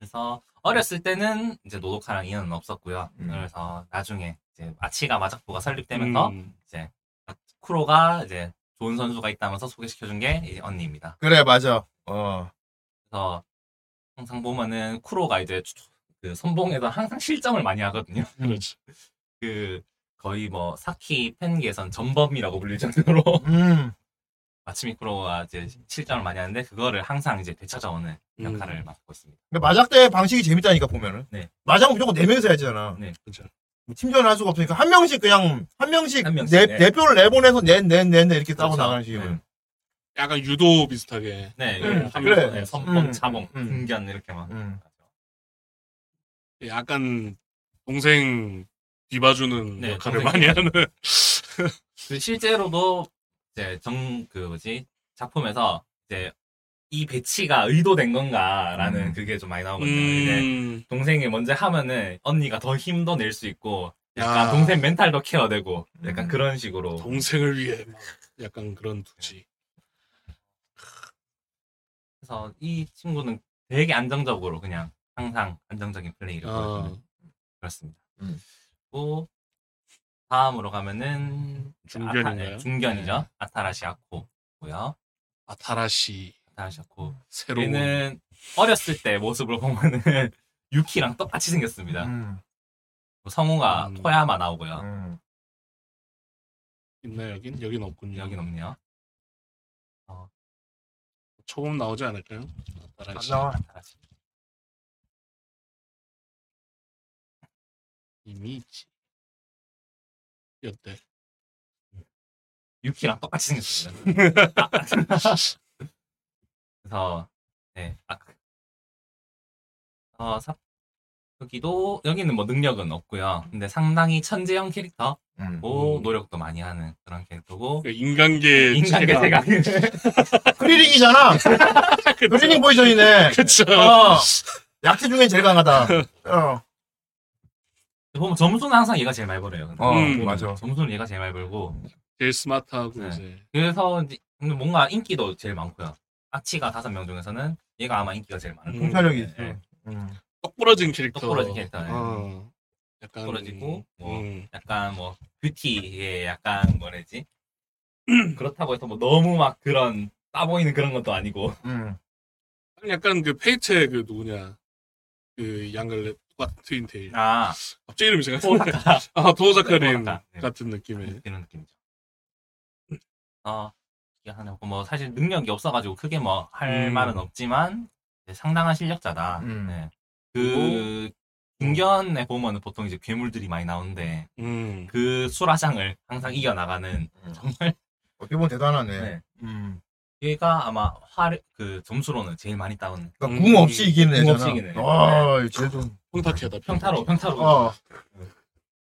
[SPEAKER 7] 그래서 어렸을 때는 이제 노도카랑 인연은 없었고요. 그래서 나중에 이제 아치가 마작부가 설립되면서
[SPEAKER 5] 음.
[SPEAKER 7] 쿠로가 이제 좋은 선수가 있다면서 소개시켜준 게 이제 언니입니다.
[SPEAKER 6] 그래 맞아. 어.
[SPEAKER 7] 그래서 항상 보면은 쿠로가 이제 추- 그 선봉에서 항상 실점을 많이 하거든요.
[SPEAKER 5] 그렇지.
[SPEAKER 7] 그 거의 뭐 사키 팬계에선 전범이라고 불릴 정도로 *laughs*
[SPEAKER 6] 음.
[SPEAKER 7] 마츠미 쿠로가 이제 실점을 많이 하는데 그거를 항상 이제 되찾아오는 역할을
[SPEAKER 5] 음.
[SPEAKER 7] 맡고 있습니다.
[SPEAKER 6] 근데 마작 때 방식이 재밌다니까 보면은.
[SPEAKER 7] 네.
[SPEAKER 6] 마작은 무조건 네 명이서 해야 되잖아. 뭐
[SPEAKER 7] 네,
[SPEAKER 5] 그죠.
[SPEAKER 6] 팀전을 할 수가 없으니까 한 명씩 그냥 한 명씩,
[SPEAKER 7] 한 명씩,
[SPEAKER 6] 내,
[SPEAKER 7] 네.
[SPEAKER 6] 대표를 내보내서 낸낸낸 이렇게 싸고
[SPEAKER 7] 그렇죠.
[SPEAKER 6] 나가는 식이고. 요
[SPEAKER 5] 약간 유도 비슷하게.
[SPEAKER 7] 네,
[SPEAKER 6] 음,
[SPEAKER 7] 한
[SPEAKER 6] 그래.
[SPEAKER 7] 명은 선봉,
[SPEAKER 6] 음,
[SPEAKER 7] 자몽,
[SPEAKER 6] 음.
[SPEAKER 7] 등견 이렇게 막
[SPEAKER 6] 음.
[SPEAKER 5] 약간 동생 뒤봐주는
[SPEAKER 7] 네,
[SPEAKER 5] 역할을
[SPEAKER 7] 동생
[SPEAKER 5] 많이 하는.
[SPEAKER 7] 그 실제로도 이제 정 그 뭐지 작품에서 이제 이 배치가 의도된 건가라는
[SPEAKER 6] 음.
[SPEAKER 7] 그게 좀 많이 나오거든요. 이제
[SPEAKER 5] 음,
[SPEAKER 7] 동생이 먼저 하면은 언니가 더 힘도 낼 수 있고
[SPEAKER 5] 야.
[SPEAKER 7] 약간 동생 멘탈도 케어되고 약간
[SPEAKER 6] 음.
[SPEAKER 7] 그런 식으로
[SPEAKER 5] 동생을 위해 막 약간 그런 두지.
[SPEAKER 7] 그래서 이 친구는 되게 안정적으로 그냥 항상 안정적인 플레이를
[SPEAKER 5] 아,
[SPEAKER 7] 보여주는 그렇습니다.
[SPEAKER 6] 음.
[SPEAKER 7] 그리고 다음으로 가면은 이제 아타-
[SPEAKER 5] 중견인가요?
[SPEAKER 7] 네, 중견이죠. 아타라시 아코고요.
[SPEAKER 5] 아타라시
[SPEAKER 7] 아타라시 아코
[SPEAKER 5] 새로운.
[SPEAKER 7] 얘는 어렸을 때 모습을 보면은 *laughs* 유키랑 똑같이 생겼습니다.
[SPEAKER 6] 음.
[SPEAKER 7] 성우가
[SPEAKER 5] 음.
[SPEAKER 7] 토야마 나오고요.
[SPEAKER 6] 음.
[SPEAKER 5] 있나 여긴? 여긴 없군요.
[SPEAKER 7] 여긴 없네요.
[SPEAKER 5] 초범 나오지 않을까요?
[SPEAKER 6] 안
[SPEAKER 5] 아타라시
[SPEAKER 6] 나와.
[SPEAKER 7] 다시.
[SPEAKER 5] 이미지. 어때?
[SPEAKER 7] 유키랑 똑같이 생겼습니다. 그래서 네, 아, 그- 어, 사- 여기도 여기는 뭐 능력은 없고요. 근데 상당히 천재형 캐릭터고
[SPEAKER 6] 음.
[SPEAKER 7] 노력도 많이 하는 그런 캐릭터고
[SPEAKER 5] 그 인간계
[SPEAKER 7] 네, 인간계
[SPEAKER 5] 체감.
[SPEAKER 7] 제가
[SPEAKER 6] 크리링이잖아.
[SPEAKER 7] 그렇죠.
[SPEAKER 6] 크리링 포지션이네.
[SPEAKER 5] *laughs* 그쵸.
[SPEAKER 6] 어. 약체 중엔 제일
[SPEAKER 7] *laughs*
[SPEAKER 6] 강하다. 어.
[SPEAKER 7] *laughs* 보면 점수는 항상 얘가 제일 많이 벌어요. 근데.
[SPEAKER 6] 어,
[SPEAKER 5] 음.
[SPEAKER 6] 맞아.
[SPEAKER 7] 점수는 얘가 제일 많이 벌고
[SPEAKER 5] 제일 스마트하고
[SPEAKER 7] 네.
[SPEAKER 5] 이제
[SPEAKER 7] 그래서 이제 뭔가 인기도 제일 많고요. 아치가 다섯 명 중에서는 얘가 아마 인기가 제일
[SPEAKER 5] 음,
[SPEAKER 7] 많을 거예요.
[SPEAKER 6] 공차력이 있어.
[SPEAKER 7] 네,
[SPEAKER 6] 음.
[SPEAKER 5] 똑부러진 캐릭터.
[SPEAKER 7] 똑부러진 캐릭터, 네.
[SPEAKER 5] 어. 약간
[SPEAKER 7] 똑부러지고, 뭐.
[SPEAKER 5] 음.
[SPEAKER 7] 약간 뭐 뷰티에 약간 뭐래지 그렇다고 해서 뭐 너무 막 그런 따 보이는 그런 것도 아니고
[SPEAKER 6] 음.
[SPEAKER 5] 약간 그 페이트의 그 누구냐 그 양갈래 똑같은 트윈테일.
[SPEAKER 7] 아
[SPEAKER 5] 갑자기 이름이 생각.
[SPEAKER 7] 오사카
[SPEAKER 5] 아 도우사카린
[SPEAKER 7] 도우사카. 네.
[SPEAKER 5] 같은 느낌의.
[SPEAKER 7] 이런 느낌이죠. 어 이게 하나 뭐 사실 능력이 없어가지고 크게 뭐 할
[SPEAKER 5] 음.
[SPEAKER 7] 말은 없지만 이제 상당한 실력자다.
[SPEAKER 6] 음.
[SPEAKER 7] 네. 그 중견에 보면 보통 이제 괴물들이 많이 나오는데
[SPEAKER 5] 음.
[SPEAKER 7] 그 수라장을 항상 이겨나가는 정말
[SPEAKER 6] 어떻게 보면 대단하네.
[SPEAKER 7] 네.
[SPEAKER 6] 음.
[SPEAKER 7] 얘가 아마 화그 점수로는 제일 많이 따온
[SPEAKER 6] 그러니까 궁 없이 이기는
[SPEAKER 7] 음. 궁
[SPEAKER 6] 애잖아.
[SPEAKER 7] 없이 이기는 애.
[SPEAKER 6] 아, 쟤도
[SPEAKER 5] 평타캐다.
[SPEAKER 7] 평타로 평타로
[SPEAKER 6] 어.
[SPEAKER 7] 네.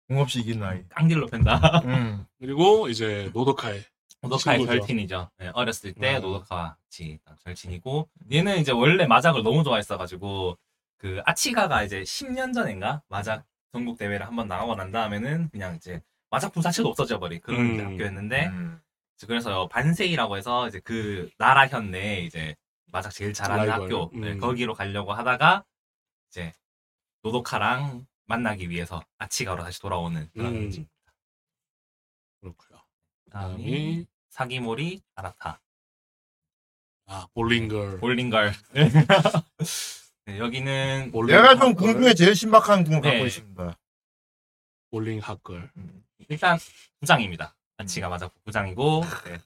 [SPEAKER 6] 궁 없이 이긴 나이.
[SPEAKER 7] 깡딜로 팬다
[SPEAKER 6] 음.
[SPEAKER 5] 그리고 이제 노도카의
[SPEAKER 7] 노도카의
[SPEAKER 5] 친구죠.
[SPEAKER 7] 절친이죠. 네, 어렸을 때
[SPEAKER 5] 음.
[SPEAKER 7] 노도카와 같이 딱 절친이고 얘는 이제 원래 마작을 너무 좋아했어가지고 그 아치가가 이제 10년 전인가 마작 전국 대회를 한번 나가고 난 다음에는 그냥 이제 마작품 자체도 없어져 버린 그런 이제
[SPEAKER 5] 음.
[SPEAKER 7] 학교였는데
[SPEAKER 6] 음.
[SPEAKER 7] 그래서 반세이라고 해서 이제 그 나라 현내 이제 마작 제일 잘하는
[SPEAKER 5] 라이벌.
[SPEAKER 7] 학교 네,
[SPEAKER 5] 음.
[SPEAKER 7] 거기로 가려고 하다가 이제 노도카랑 만나기 위해서 아치가로 다시 돌아오는 그런
[SPEAKER 5] 음.
[SPEAKER 7] 집.
[SPEAKER 5] 그렇고요.
[SPEAKER 7] 다음이
[SPEAKER 5] 다음이
[SPEAKER 7] 사기모리 아라타
[SPEAKER 5] 아 볼링걸.
[SPEAKER 6] *laughs*
[SPEAKER 7] 볼링걸 네, 여기는
[SPEAKER 5] 볼링
[SPEAKER 6] 내가 좀
[SPEAKER 5] 학걸,
[SPEAKER 6] 궁 중에 제일 신박한 궁을 갖고
[SPEAKER 7] 네.
[SPEAKER 6] 있습니다.
[SPEAKER 5] 볼링 학걸.
[SPEAKER 7] 일단 부장입니다.
[SPEAKER 6] 음.
[SPEAKER 7] 아치가 맞아 부장이고 네.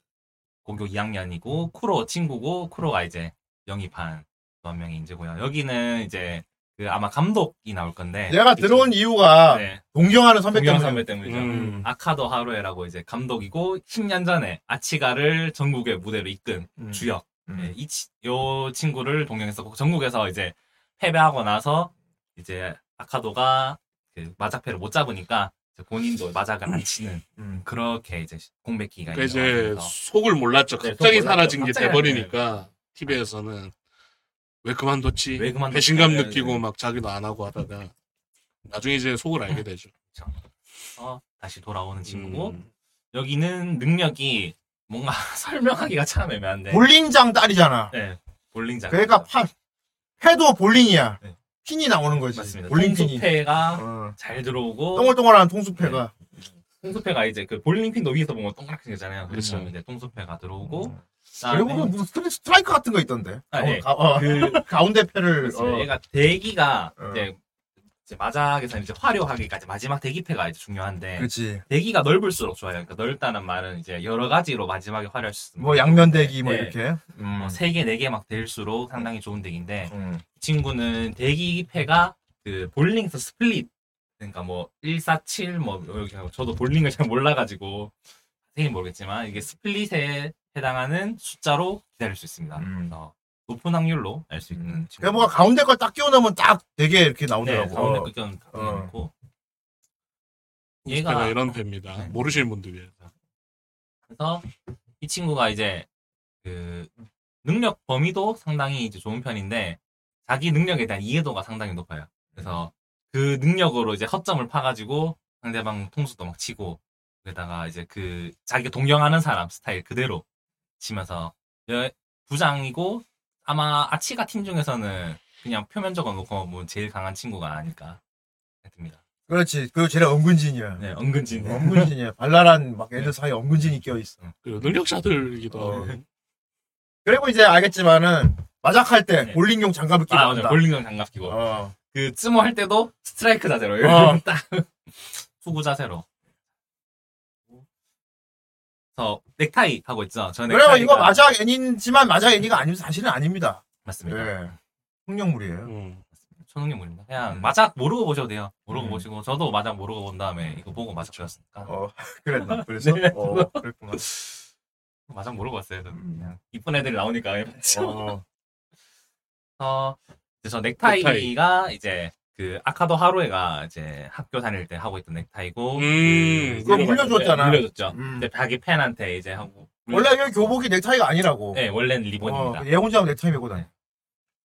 [SPEAKER 7] 고교 2학년이고 쿠로 친구고 쿠로가 이제 영입한 또 한 명이 이제고요. 여기는 이제 그 아마 감독이 나올 건데
[SPEAKER 6] 내가 들어온 이유가
[SPEAKER 7] 네,
[SPEAKER 6] 동경하는 선배
[SPEAKER 7] 동영
[SPEAKER 6] 때문에
[SPEAKER 7] 선배 때문이죠.
[SPEAKER 5] 음.
[SPEAKER 7] 아카도 하루에라고 이제 감독이고 10년 전에 아치가를 전국의 무대로 이끈
[SPEAKER 6] 음.
[SPEAKER 7] 주역 네,
[SPEAKER 6] 음.
[SPEAKER 7] 이 치- 요 친구를 동경했었고 전국에서 이제 패배하고 나서 이제 아카도가 그 마작패를 못 잡으니까 이제 본인도 마작을 안 치는
[SPEAKER 6] 음.
[SPEAKER 7] 그렇게 이제 공백기가
[SPEAKER 5] 그러니까
[SPEAKER 7] 있는
[SPEAKER 5] 이제
[SPEAKER 7] 상황에서.
[SPEAKER 5] 속을 몰랐죠.
[SPEAKER 7] 네,
[SPEAKER 5] 갑자기
[SPEAKER 7] 속 몰랐죠.
[SPEAKER 5] 사라진 게
[SPEAKER 7] 갑자기 네,
[SPEAKER 5] 돼버리니까 TV에서는 왜 그만뒀지?
[SPEAKER 7] 왜 그만뒀지?
[SPEAKER 5] 배신감
[SPEAKER 7] 네, 네.
[SPEAKER 5] 느끼고 막 자기도 안 하고 하다가 나중에 이제 속을 알게 되죠.
[SPEAKER 7] 어, 다시 돌아오는 친구고
[SPEAKER 5] 음.
[SPEAKER 7] 여기는 능력이 뭔가 *laughs* 설명하기가 참 애매한데
[SPEAKER 6] 볼링장 딸이잖아.
[SPEAKER 7] 네, 볼링장
[SPEAKER 6] 그러니까 파, 해도 볼링이야.
[SPEAKER 7] 네.
[SPEAKER 6] 핀이 나오는 거지.
[SPEAKER 7] 맞습니다.
[SPEAKER 6] 볼링 핀이.
[SPEAKER 7] 볼링패가
[SPEAKER 6] 어.
[SPEAKER 7] 잘 들어오고
[SPEAKER 6] 동글동글한 통수패가.
[SPEAKER 7] 네. 똥수패가 이제 그 볼링핀도 위에서 보면 동그랗게 생겼잖아요.
[SPEAKER 5] 그렇죠.
[SPEAKER 7] 그렇죠. 이제 똥수패가 들어오고
[SPEAKER 6] 그리고 보면 무슨 스트레- 스트라이크 같은 거 있던데.
[SPEAKER 7] 네. 아, 예.
[SPEAKER 6] 가, 어,
[SPEAKER 7] 그
[SPEAKER 6] *laughs* 가운데 패를.
[SPEAKER 7] 그렇습니다.
[SPEAKER 6] 어.
[SPEAKER 7] 얘가 대기가
[SPEAKER 6] 어.
[SPEAKER 7] 이제, 이제 마작에서 이제 화려하기까지 마지막 대기패가 이제 중요한데
[SPEAKER 6] 그렇지.
[SPEAKER 7] 대기가 넓을수록 좋아요. 그러니까 넓다는 말은 이제 여러 가지로 마지막에 화려할 수 있습니다.
[SPEAKER 6] 뭐 양면대기 뭐
[SPEAKER 7] 네.
[SPEAKER 6] 이렇게. 음.
[SPEAKER 7] 세개네개막 될수록 상당히 좋은 대기인데
[SPEAKER 6] 음.
[SPEAKER 7] 이 친구는 대기패가 그 볼링에서 스플릿 그러니까 뭐 147, 뭐 이렇게 하고 저도 볼링을 잘 몰라가지고 선생님 모르겠지만 이게 스플릿에 해당하는 숫자로 기다릴 수 있습니다.
[SPEAKER 6] 음.
[SPEAKER 7] 그래서 높은 확률로 알 수 있는 친구.
[SPEAKER 6] 그러니까 뭔가 가운데 걸 딱 끼워넣으면 딱 되게 이렇게
[SPEAKER 7] 음. 네,
[SPEAKER 6] 나오더라고.
[SPEAKER 7] 가운데
[SPEAKER 6] 어.
[SPEAKER 7] 끝견
[SPEAKER 6] 어.
[SPEAKER 7] 갖고
[SPEAKER 5] 제가
[SPEAKER 7] 얘가
[SPEAKER 5] 이런 배입니다.
[SPEAKER 7] 네.
[SPEAKER 5] 모르시는 분들 위해서.
[SPEAKER 7] 그래서 이 친구가 이제 그 능력 범위도 상당히 이제 좋은 편인데 자기 능력에 대한 이해도가 상당히 높아요. 그래서 그 능력으로 이제 허점을 파가지고 상대방 통수도 막 치고 그러다가 이제 그 자기가 동경하는 사람 스타일 그대로 치면서 여- 부장이고 아마 아치가 팀 중에서는 그냥 표면적으로 놓고 뭐 제일 강한 친구가 아닐까 듭니다.
[SPEAKER 6] 그렇지. 그리고 쟤는 은근진이야.
[SPEAKER 7] 네, 은근진.
[SPEAKER 6] 엄근진이야. 발랄한 막 애들
[SPEAKER 7] 네.
[SPEAKER 6] 사이에 엄근진이 끼어 있어.
[SPEAKER 7] 음.
[SPEAKER 5] 그리고 능력자들이기도
[SPEAKER 6] 어.
[SPEAKER 5] 하고.
[SPEAKER 6] 그리고 이제 알겠지만은 마작할 때
[SPEAKER 7] 네.
[SPEAKER 6] 볼링용 장갑을 끼고
[SPEAKER 7] 아,
[SPEAKER 6] 한다.
[SPEAKER 7] 맞아. 볼링을 장갑 끼고.
[SPEAKER 6] 어.
[SPEAKER 7] 그 쯔모 할 때도 스트라이크 자세로 이렇게
[SPEAKER 6] 어.
[SPEAKER 7] *laughs* 딱 투구 자세로. 저 넥타이 하고 있죠. 저
[SPEAKER 6] 그래요. 이거
[SPEAKER 7] 넥타이가-
[SPEAKER 6] 마작 애니지만 마작 애니가 아니면 사실은 아닙니다.
[SPEAKER 7] 맞습니다.
[SPEAKER 6] 예. 홍령물이에요.
[SPEAKER 5] 음.
[SPEAKER 7] 초능력물입니다. 그냥
[SPEAKER 6] 음.
[SPEAKER 7] 마작 모르고 보셔도 돼요. 모르고
[SPEAKER 6] 음.
[SPEAKER 7] 보시고 저도 마작 모르고 본 다음에 이거 보고 마작 배웠으니까
[SPEAKER 6] 어, *laughs* 그랬나? 그래서
[SPEAKER 7] 네.
[SPEAKER 6] 어, 그랬구나.
[SPEAKER 7] 마작 모르고 왔어요. 저는.
[SPEAKER 6] 음.
[SPEAKER 7] 그냥 이쁜 애들이 나오니까 그냥 봤죠.
[SPEAKER 6] 어,
[SPEAKER 7] 어, 이제 저 넥타이가 이제 그 아카도 하루에가 이제 학교 다닐 때 하고 있던 넥타이고
[SPEAKER 5] 음,
[SPEAKER 7] 그
[SPEAKER 6] 그거 물려줬잖아.
[SPEAKER 7] 네, 물려줬죠.
[SPEAKER 6] 음.
[SPEAKER 7] 근데 자기 팬한테 이제 하고
[SPEAKER 6] 원래 이게 교복이 넥타이가 아니라고.
[SPEAKER 7] 네, 원래는
[SPEAKER 6] 뭐. 어,
[SPEAKER 7] 리본입니다.
[SPEAKER 6] 얘 혼자 넥타이 메고 다녀.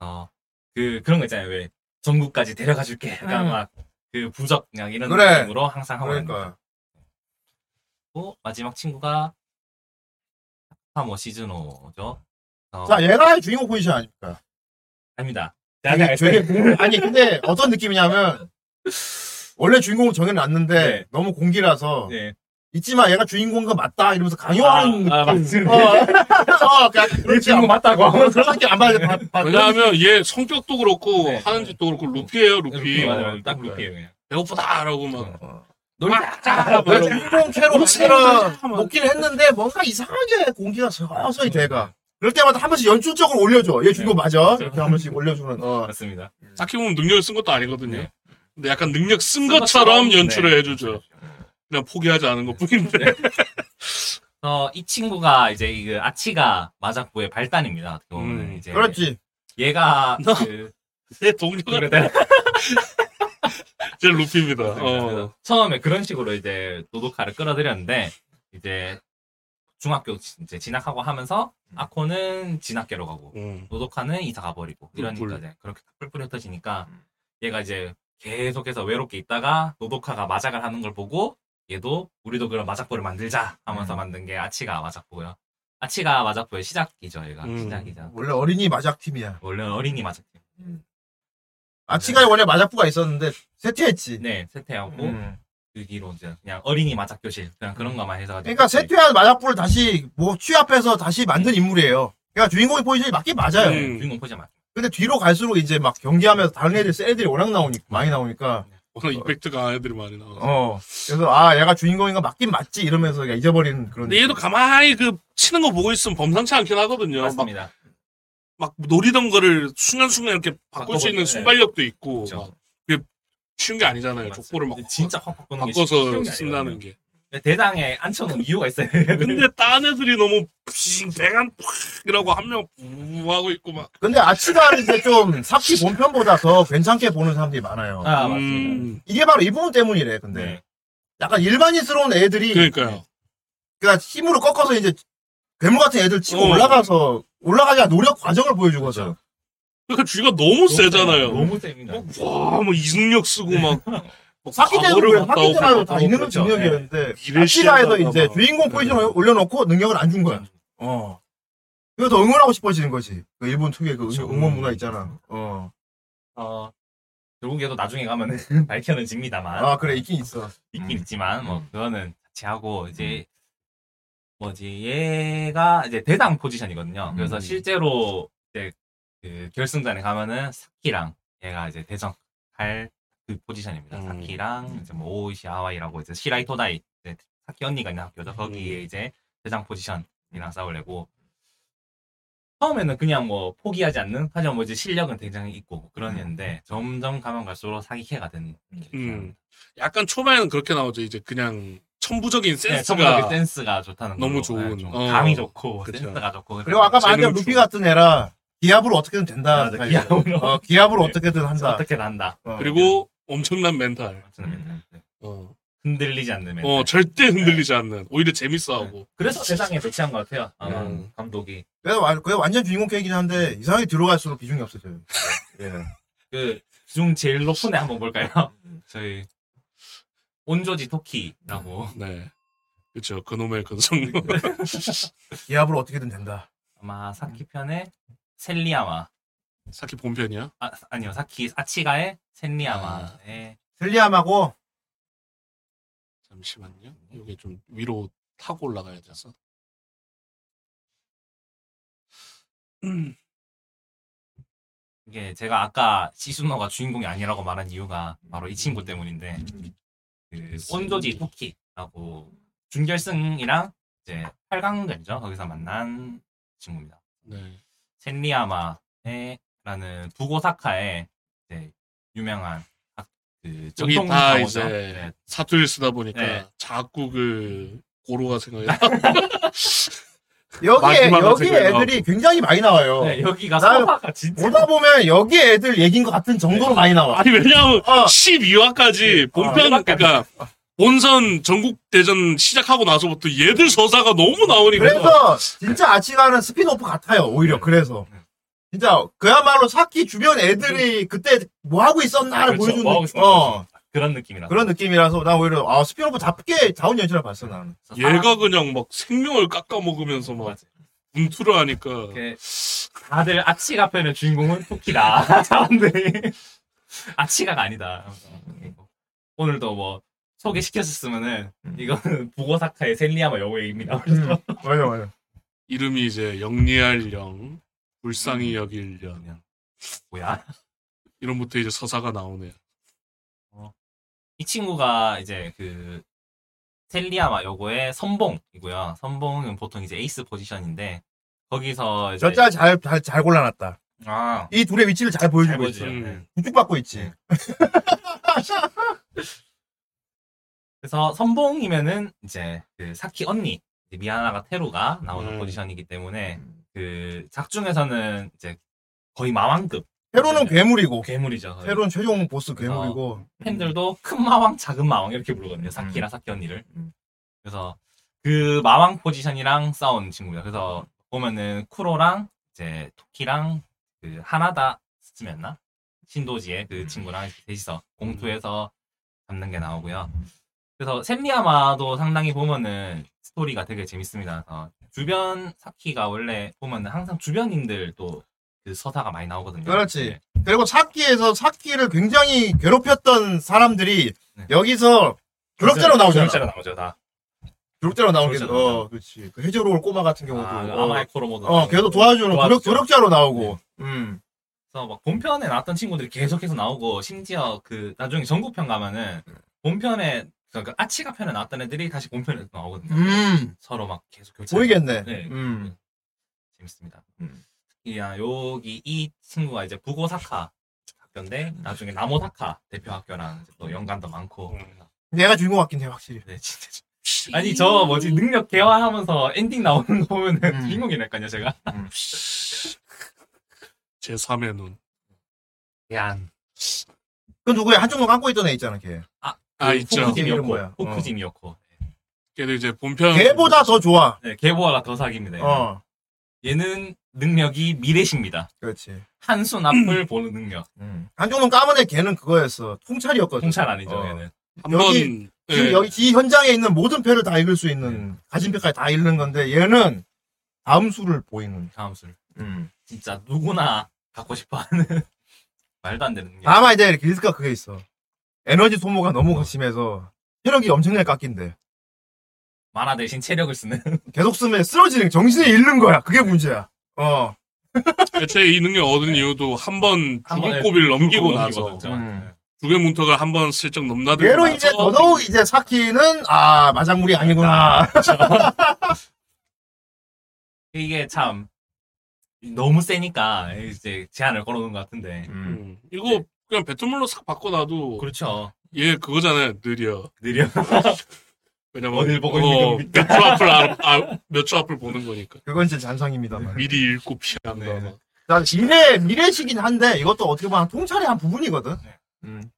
[SPEAKER 7] 어, 그 그런 거 있잖아요. 왜 전국까지 데려가 줄게. 그러니까
[SPEAKER 6] 음.
[SPEAKER 7] 막 그 부적 그냥 이런
[SPEAKER 6] 그래.
[SPEAKER 7] 느낌으로 항상 하고 있는
[SPEAKER 6] 그러니까.
[SPEAKER 7] 거고 마지막 친구가 타모 시즈노죠. 네, 어,
[SPEAKER 6] 자, 얘가 주인공 포지션 아닙니까?
[SPEAKER 7] 아닙니다.
[SPEAKER 6] 되게,
[SPEAKER 7] 대학생
[SPEAKER 6] 되게- 아니 근데 어떤 느낌이냐면 원래 주인공을 정해놨는데
[SPEAKER 7] 네.
[SPEAKER 6] 너무 공기라서
[SPEAKER 7] 네.
[SPEAKER 6] 있지만 얘가 주인공인 거 맞다 어, 이러면서 강요하는
[SPEAKER 7] 아, 아,
[SPEAKER 6] 느낌.
[SPEAKER 7] 맞습니다.
[SPEAKER 6] 어, 어, 그냥
[SPEAKER 7] *laughs* 이
[SPEAKER 6] 그렇지
[SPEAKER 7] 친구
[SPEAKER 6] 않아.
[SPEAKER 7] 맞다고.
[SPEAKER 6] 어, 그런 느낌 안 받는
[SPEAKER 5] 왜냐하면 얘 성격도 그렇고
[SPEAKER 7] 아, 네.
[SPEAKER 5] 하는 짓도 그렇고 루피예요 루피.
[SPEAKER 7] 루피 네, 어. 맞아요. 딱
[SPEAKER 6] 그러니까.
[SPEAKER 7] 루피예요 그냥.
[SPEAKER 5] 배고프다라고 막.
[SPEAKER 7] 아, 놀자.
[SPEAKER 5] 막 이러고.
[SPEAKER 7] 아,
[SPEAKER 6] 주인공 캐로
[SPEAKER 5] 그렇지.
[SPEAKER 6] 만들어 먹긴 했는데 뭔가 이상하게 공기가 서서히 돼가. 그럴 때마다 한 번씩 연출적으로 올려줘. 얘 주인공 맞아. 이렇게 한 번씩 올려주는. 어.
[SPEAKER 7] 네. 그렇죠. 맞습니다.
[SPEAKER 5] 딱히 보면 능력을 쓴 것도 아니거든요.
[SPEAKER 7] 네.
[SPEAKER 5] 근데 약간 능력 쓴 것처럼
[SPEAKER 7] 네.
[SPEAKER 5] 연출을 해주죠. 그냥 포기하지 않은 것 뿐인데.
[SPEAKER 7] 어, 이 친구가 이제 이 아치가 마작부의 발단입니다. 어떻게 보면
[SPEAKER 5] 음,
[SPEAKER 7] 이제
[SPEAKER 6] 그렇지.
[SPEAKER 7] 얘가 그
[SPEAKER 5] *laughs* 내 동료가
[SPEAKER 7] 그래, 네.
[SPEAKER 5] 제 루피입니다.
[SPEAKER 7] 그래서
[SPEAKER 5] 어.
[SPEAKER 7] 처음에 그런 식으로 이제 노도카를 끌어들였는데 이제 중학교 이제 진학하고 하면서 아코는 진학계로 가고
[SPEAKER 5] 음.
[SPEAKER 7] 노도카는 이사 가버리고 이러니까
[SPEAKER 5] 뿔뿔.
[SPEAKER 7] 이제 그렇게 뿔뿔이 흩어지니까 얘가 이제 계속해서 외롭게 있다가 노도카가 마작을 하는 걸 보고 얘도 우리도 그런 마작부를 만들자 하면서 만든 게 아치가 마작부고요. 아치가 마작부의 시작이죠, 얘가 시작이죠.
[SPEAKER 6] 원래 어린이 마작 팀이야.
[SPEAKER 7] 원래 어린이 마작.
[SPEAKER 6] 아치가 원래 마작부가 있었는데 세퇴했지.
[SPEAKER 7] 네, 세퇴하고
[SPEAKER 6] 음.
[SPEAKER 7] 그 뒤로 이제 그냥 어린이 마작 교실 그냥 그런 것만 해서
[SPEAKER 6] 그러니까 세퇴한 마작부를 다시 뭐 취합해서 다시 만든 인물이에요. 그러니까 주인공이 포지션이 맞긴 맞아요.
[SPEAKER 5] 음.
[SPEAKER 7] 주인공 포지 맞.
[SPEAKER 6] 근데 뒤로 갈수록 이제 막 경기하면서 다른 애들 센 애들이 워낙 나오니까 많이 나오니까
[SPEAKER 5] 워낙 이펙트 강한 애들이 많이 나와.
[SPEAKER 6] 어 그래서 아 얘가 주인공인가 맞긴 맞지 이러면서 그냥 잊어버리는 그런
[SPEAKER 5] 근데 얘도 가만히 그 치는 거 보고 있으면 범상치 않긴 하거든요.
[SPEAKER 7] 맞습니다.
[SPEAKER 5] 막, 막 노리던 거를 순간순간 이렇게 바꿀 수
[SPEAKER 7] 바꿔보-
[SPEAKER 5] 있는
[SPEAKER 7] 네.
[SPEAKER 5] 순발력도 있고 막 그게 쉬운 게 아니잖아요. 족보를 막
[SPEAKER 7] 진짜 네, 확 바꾸는 게
[SPEAKER 5] 바꿔서
[SPEAKER 7] 쉬운 게
[SPEAKER 5] 쓴다는 음.
[SPEAKER 7] 아니거든요.
[SPEAKER 5] 게.
[SPEAKER 7] 네, 대장에 앉혀놓은 이유가 있어요.
[SPEAKER 5] 근데 딴 애들이 너무 빙 배간 팍이라고 한명부 하고 있고 막.
[SPEAKER 6] 근데 아치가 이제 좀 삽키 본편보다 더 괜찮게 보는 사람들이 많아요.
[SPEAKER 7] *laughs* 아,
[SPEAKER 5] 맞습니다.
[SPEAKER 6] 이게 바로 이 부분 때문이래, 근데. 약간 일반인스러운 애들이.
[SPEAKER 5] 네. 그러니까요.
[SPEAKER 6] 그니까 힘으로 꺾어서 이제 괴물 같은 애들 치고
[SPEAKER 5] 어.
[SPEAKER 6] 올라가서, 올라가자 노력 과정을 보여주거든.
[SPEAKER 5] 그러니까 쥐가 너무 세잖아요.
[SPEAKER 7] 너무 네. 셉니다.
[SPEAKER 5] 와, 뭐 이승력 쓰고 막.
[SPEAKER 6] 삽기 때도 그래, 삽기 때만 다
[SPEAKER 5] 는
[SPEAKER 6] 있는
[SPEAKER 5] 네.
[SPEAKER 6] 능력이었는데. 아치라에서
[SPEAKER 7] 네,
[SPEAKER 6] 이제 주인공 포지션을 올려놓고 능력을 안 준 거야.
[SPEAKER 5] 음.
[SPEAKER 6] 어. 그래서 더 응원하고 싶어지는 거지. 그 일본 특유의 그 응- 응원 문화 있잖아. 어.
[SPEAKER 7] 어, 결국에도 나중에 가면 *laughs* 밝혀는 집니다만.
[SPEAKER 6] 아, 그래, 있긴 있어.
[SPEAKER 7] 있긴 있지만, 뭐, 그거는 같이 하고, 이제, 뭐지, 얘가 이제 대당 포지션이거든요. 그래서 실제로, 이제, 그, 결승전에 가면은 사키랑, 얘가 이제 대전할 그 포지션입니다. 사키랑, 이제 뭐, 오이시 하와이라고, 이제 시라이 토다이, 이제 사키 언니가 있는 학교죠. 거기에 이제 대장 포지션이랑 싸우려고, 처음에는 그냥 뭐 포기하지 않는 하지만 뭐 이제 실력은 굉장히 있고 뭐 그런 애인데 점점 가면 갈수록 사기캐가 되는
[SPEAKER 5] 음. 약간 초반에는 그렇게 나오죠. 이제 그냥 천부적인
[SPEAKER 7] 네,
[SPEAKER 5] 센스가
[SPEAKER 7] 성격의 센스가 좋다는 거
[SPEAKER 5] 너무 좋은. 어.
[SPEAKER 7] 감이 좋고
[SPEAKER 5] 그쵸.
[SPEAKER 7] 센스가 좋고
[SPEAKER 6] 그리고 아까 말한
[SPEAKER 5] 재능 네,
[SPEAKER 6] 루피 같은 애라 기압으로 어떻게든 된다.
[SPEAKER 7] 맞아, 기압으로.
[SPEAKER 6] 어, 기압으로 어떻게든 한다.
[SPEAKER 7] 어떻게 난다
[SPEAKER 6] 어.
[SPEAKER 5] 예. 그리고 엄청난 멘탈. 어.
[SPEAKER 7] 흔들리지 않는 멘탈.
[SPEAKER 5] 어, 절대 흔들리지 않는. 오히려 재밌어하고.
[SPEAKER 7] 그래서 세상에 배치한 것 같아요 아마
[SPEAKER 5] 음.
[SPEAKER 7] 감독이
[SPEAKER 6] 그래서 완- 그게 완전 주인공 캐릭이긴 한데 이상하게 들어갈수록 비중이 없어져요. 예.
[SPEAKER 7] 그중 제일 높은 애 한번 볼까요
[SPEAKER 5] 음.
[SPEAKER 7] 저희 온조지 토키라고
[SPEAKER 5] 네 그렇죠 그놈의 근성
[SPEAKER 6] 기압으로 어떻게든 된다
[SPEAKER 7] 아마 사키 편에 셀리아마
[SPEAKER 5] *laughs* 사키 본편이야?
[SPEAKER 7] 아, 아니요 사키 아치가의 셀리아마의
[SPEAKER 6] 슬리암하고
[SPEAKER 5] 잠시만요. 이게 좀 위로 타고 올라가야 돼서.
[SPEAKER 7] 이게 제가 아까 시순호가 주인공이 아니라고 말한 이유가 바로 이 친구 때문인데 그 온조지 토키라고 준결승이랑 이제 8강전이죠 거기서 만난 친구입니다.
[SPEAKER 5] 네.
[SPEAKER 7] 샌리야마에라는 부고사카의 이제 유명한 학- 그
[SPEAKER 5] 저기
[SPEAKER 7] 전통
[SPEAKER 5] 다
[SPEAKER 7] 강호죠.
[SPEAKER 5] 이제
[SPEAKER 7] 네,
[SPEAKER 5] 사투리를 쓰다 보니까
[SPEAKER 7] 네.
[SPEAKER 5] 자꾸 그 고로가 생각이 나.
[SPEAKER 6] 여기에
[SPEAKER 5] 마지막으로
[SPEAKER 6] 여기
[SPEAKER 5] 생각이
[SPEAKER 6] 애들이 굉장히 많이 나와요.
[SPEAKER 5] 예.
[SPEAKER 7] 네, 여기가
[SPEAKER 6] 나
[SPEAKER 7] 소바가 진짜
[SPEAKER 6] 보다 보면 여기 애들 얘기인 것 같은 정도로 많이 나와.
[SPEAKER 5] 네. 아니 왜냐하면
[SPEAKER 6] 어.
[SPEAKER 5] 12화까지 본편 그러니까 본선 전국 대전 시작하고 나서부터 얘들 서사가 너무 나오니까
[SPEAKER 6] 그래서 진짜 아치가는 스피노프 같아요. 오히려 그래서 진짜 그야말로 사키 주변 애들이 그때 뭐 하고 있었나를
[SPEAKER 7] 그렇죠.
[SPEAKER 6] 보여주는
[SPEAKER 7] 뭐 하고
[SPEAKER 6] 느낌.
[SPEAKER 7] 있었나.
[SPEAKER 6] 어,
[SPEAKER 7] 그런 느낌이라.
[SPEAKER 6] 그런 느낌이라서 난 오히려 아 스피노프 답게 다운 연출을 봤어 나는.
[SPEAKER 7] 아.
[SPEAKER 5] 얘가 그냥 막 생명을 깎아 먹으면서
[SPEAKER 7] 뭐
[SPEAKER 5] 막 분투를 하니까
[SPEAKER 7] 이렇게 다들 아치가 편의 주인공은 토끼다 *laughs* 사람들이 아치가가 아니다 오늘도 뭐 소개시켰었으면은 이거는 부고사카의 셀리야마 여우입니다 그래서
[SPEAKER 6] 맞아 맞아.
[SPEAKER 7] 네.
[SPEAKER 5] 이름이 이제 영리할 영,
[SPEAKER 7] 음.
[SPEAKER 5] 불쌍히 여길 영
[SPEAKER 7] 뭐야
[SPEAKER 5] 이름부터 이제 서사가 나오네요.
[SPEAKER 7] 이 친구가 이제 그 셀리야마 여고의 선봉이고요 선봉은 보통 이제 에이스 포지션인데 거기서 이제
[SPEAKER 6] 저짜 잘잘 잘 골라놨다.
[SPEAKER 7] 아,
[SPEAKER 6] 이 둘의 위치를 잘
[SPEAKER 7] 잘
[SPEAKER 6] 보여주고
[SPEAKER 7] 보여주죠
[SPEAKER 5] 음.
[SPEAKER 6] 있어.
[SPEAKER 7] 네.
[SPEAKER 6] 구축받고 있지.
[SPEAKER 7] 그래서 선봉이면은 이제 그 사키 언니 이제 미아나가 테루가 나오는
[SPEAKER 5] 음.
[SPEAKER 7] 포지션이기 때문에 그 작중에서는 이제 거의 마왕급
[SPEAKER 6] 테론은
[SPEAKER 7] 네.
[SPEAKER 6] 괴물이고
[SPEAKER 7] 괴물이죠. 거의.
[SPEAKER 6] 테론 최종 보스 괴물이고
[SPEAKER 7] 아. 팬들도 큰 마왕, 작은 마왕 이렇게 부르거든요. 사키랑 사키 언니를. 그래서 그 마왕 포지션이랑 싸운 친구예요. 그래서 보면은 쿠로랑 이제 토키랑 그 하나다 스츠였나 신도지의 그 친구랑 이렇게 셋이서 공투해서 잡는 게 나오고요. 그래서 샌리아마도 상당히 보면은 스토리가 되게 재밌습니다. 그래서 주변 사키가 원래 보면은 항상 주변인들 또 그 서사가 많이 나오거든요. 네.
[SPEAKER 6] 그렇지. 그리고 사키에서 사키를 굉장히 괴롭혔던 사람들이
[SPEAKER 7] 네.
[SPEAKER 6] 여기서
[SPEAKER 7] 그렇죠.
[SPEAKER 6] 조력자로 나오잖아.
[SPEAKER 7] 졸업자로 나오죠 다.
[SPEAKER 6] 조력자로 나오게
[SPEAKER 7] 졸업자로
[SPEAKER 6] 어, 그렇지. 그 해저로울 꼬마 같은 경우도
[SPEAKER 7] 아,
[SPEAKER 6] 어,
[SPEAKER 7] 아마의 코로모도.
[SPEAKER 6] 어, 계속 도와주는
[SPEAKER 7] 도와주죠. 네.
[SPEAKER 6] 조력 조력자로 나오고. 음.
[SPEAKER 7] 그래서 막 본편에 나왔던 친구들이 계속해서 나오고 심지어 그 나중에 전국편 가면은 본편에 그러니까 아치가 편에 나왔던 애들이 다시 본편에 나오거든요.
[SPEAKER 6] 음.
[SPEAKER 7] 서로 막 계속 교체.
[SPEAKER 6] 보이겠네.
[SPEAKER 7] 네,
[SPEAKER 6] 음.
[SPEAKER 7] 재밌습니다. 음. 이야 아, 여기 이 친구가 이제 부고사카 학교인데 나중에 나모사카 대표 학교랑 이제 또 연관도 많고.
[SPEAKER 5] 음.
[SPEAKER 6] 얘가 주인공 같긴 해 확실히.
[SPEAKER 7] 네, 진짜. 아니 저 뭐지
[SPEAKER 6] 음.
[SPEAKER 7] 능력 개화하면서 엔딩 나오는 거 보면은 주인공이랄까요 제가.
[SPEAKER 5] 제 3의 눈.
[SPEAKER 7] 얀.
[SPEAKER 6] 그 누구야? 한쪽 눈 감고 있던 애 있잖아, 걔.
[SPEAKER 7] 아,
[SPEAKER 5] 아, 있죠.
[SPEAKER 7] 후쿠지
[SPEAKER 6] 이름 뭐야? 어.
[SPEAKER 7] 미역코. 후쿠지 미역코.
[SPEAKER 5] 걔도 이제 본편
[SPEAKER 6] 걔보다 더 좋아.
[SPEAKER 7] 음. 네, 개보아라 더 사기입니다. 얘는.
[SPEAKER 6] 어.
[SPEAKER 7] 얘는 능력이 미래십니다.
[SPEAKER 6] 그렇지.
[SPEAKER 7] 한순
[SPEAKER 6] 음.
[SPEAKER 7] 앞을 보는 능력.
[SPEAKER 6] 한쪽 눈 감은 애 걔는 그거였어. 통찰이었거든.
[SPEAKER 7] 통찰 아니죠,
[SPEAKER 6] 어.
[SPEAKER 7] 얘는. 네.
[SPEAKER 6] 여기
[SPEAKER 5] 한번 예.
[SPEAKER 6] 지금 여기 이 현장에 있는 모든 패를 다 읽을 수 있는 가진패까지 다 읽는 건데 얘는 다음 수를 보이는.
[SPEAKER 7] 다음 술.
[SPEAKER 6] 음.
[SPEAKER 7] 진짜 누구나 갖고 싶어 하는 *laughs* 말도 안 되는 능력.
[SPEAKER 6] 아마 이제 이렇게 리스크가 그게 있어. 에너지 소모가 너무
[SPEAKER 7] 어.
[SPEAKER 6] 심해서 체력이 엄청나게 깎인대.
[SPEAKER 7] 만화 대신 체력을 쓰는.
[SPEAKER 6] 계속 쓰면 쓰러지는 정신이 잃는 거야. 그게 문제야. 어.
[SPEAKER 5] 대체 이 능력 얻은 이유도 한 번
[SPEAKER 7] 네. 한
[SPEAKER 5] 죽을
[SPEAKER 7] 번에
[SPEAKER 5] 고비를 *laughs* 넘기고
[SPEAKER 7] 죽을
[SPEAKER 5] 나서 음.
[SPEAKER 7] 넘기거든요.
[SPEAKER 5] 죽의 문턱을 한 번 슬쩍 넘나들고
[SPEAKER 6] 얘로 이제
[SPEAKER 5] 나서
[SPEAKER 6] 더더욱 이제 사키는 아 마장물이 아니구나.
[SPEAKER 7] 네. 이게 참 너무 세니까 이제 제한을 걸어놓은 것 같은데.
[SPEAKER 5] 음, 이거 그냥 배트물로 싹 바꿔놔도
[SPEAKER 7] 네. 그렇죠.
[SPEAKER 5] 얘 그거잖아요 느려
[SPEAKER 7] 느려.
[SPEAKER 5] 왜냐면
[SPEAKER 7] 어딜 보고 있는 겁니까?
[SPEAKER 5] 몇초 앞을 알아, 아, 몇초 앞을 보는 거니까
[SPEAKER 6] 그건 진짜 잔상입니다만.
[SPEAKER 5] 미리 읽고 피한다 막.
[SPEAKER 6] 난 미래 미래식이긴 한데 이것도 어떻게 보면 통찰의 한 부분이거든. 음.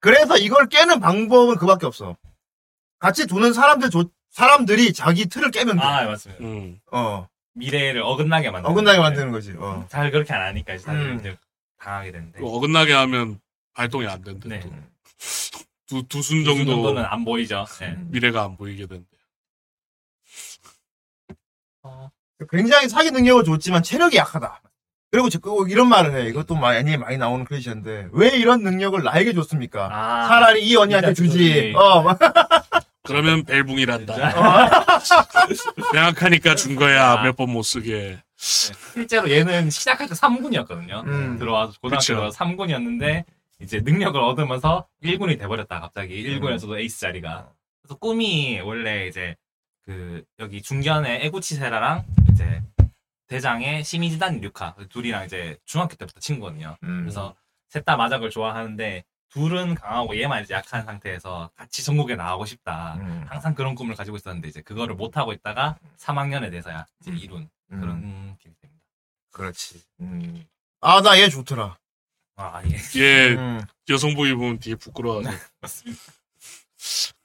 [SPEAKER 6] 그래서 이걸 깨는 방법은 그밖에 없어. 같이 두는 사람들 조- 사람들이 자기 틀을 깨면 돼.
[SPEAKER 7] 아 맞습니다.
[SPEAKER 5] 음.
[SPEAKER 6] 어
[SPEAKER 7] 미래를 어긋나게 만드는.
[SPEAKER 6] 어긋나게 만드는 거지. 어.
[SPEAKER 7] 잘 그렇게 안 하니까 이제 다들
[SPEAKER 6] 음.
[SPEAKER 7] 이제 당하게 되는데.
[SPEAKER 5] 또 어긋나게 하면 발동이 안 된대
[SPEAKER 7] 네.
[SPEAKER 5] 또. 두, 두 순
[SPEAKER 7] 그
[SPEAKER 5] 그 정도 음.
[SPEAKER 7] 정도는 안 보이죠. 네.
[SPEAKER 5] 미래가 안 보이게 된대
[SPEAKER 6] 굉장히 사기 능력은 좋지만 체력이 약하다. 그리고 저- 그- 이런 말을 해. 이것도 많이 많이 나오는 클리셰인데 왜 이런 능력을 나에게 줬습니까?
[SPEAKER 7] 아.
[SPEAKER 6] 차라리 이 언니한테
[SPEAKER 7] 진짜
[SPEAKER 6] 주지.
[SPEAKER 7] 주지.
[SPEAKER 6] 어, 막-
[SPEAKER 5] 그러면 벨붕이란다 어. *laughs* 생각하니까 준 거야
[SPEAKER 7] 아.
[SPEAKER 5] 몇 번 못 쓰게
[SPEAKER 7] 실제로 얘는 시작할 때 3군이었거든요.
[SPEAKER 6] 음.
[SPEAKER 7] 들어와서
[SPEAKER 5] 그쵸.
[SPEAKER 7] 고등학교 3군이었는데 이제 능력을 얻으면서 1군이 돼버렸다 갑자기
[SPEAKER 6] 음.
[SPEAKER 7] 1군에서도 에이스 자리가. 그래서 꿈이 원래 이제 그 여기 중견의 에구치세라랑 이제 대장의 시미지단 류카 그 둘이랑 이제 중학교 때부터 친구거든요.
[SPEAKER 6] 음.
[SPEAKER 7] 그래서 셋 다 마작을 좋아하는데 둘은 강하고 얘만 이제 약한 상태에서 같이 전국에 나가고 싶다.
[SPEAKER 6] 음.
[SPEAKER 7] 항상 그런 꿈을 가지고 있었는데 이제 그거를 못 하고 있다가 3학년에 돼서야 이제
[SPEAKER 6] 음.
[SPEAKER 7] 이룬 그런 기획입니다.
[SPEAKER 6] 그렇지. 아 나 얘 좋더라.
[SPEAKER 7] 아 예.
[SPEAKER 5] 얘
[SPEAKER 6] 음.
[SPEAKER 5] 여성복이 보면 되게 부끄러워하죠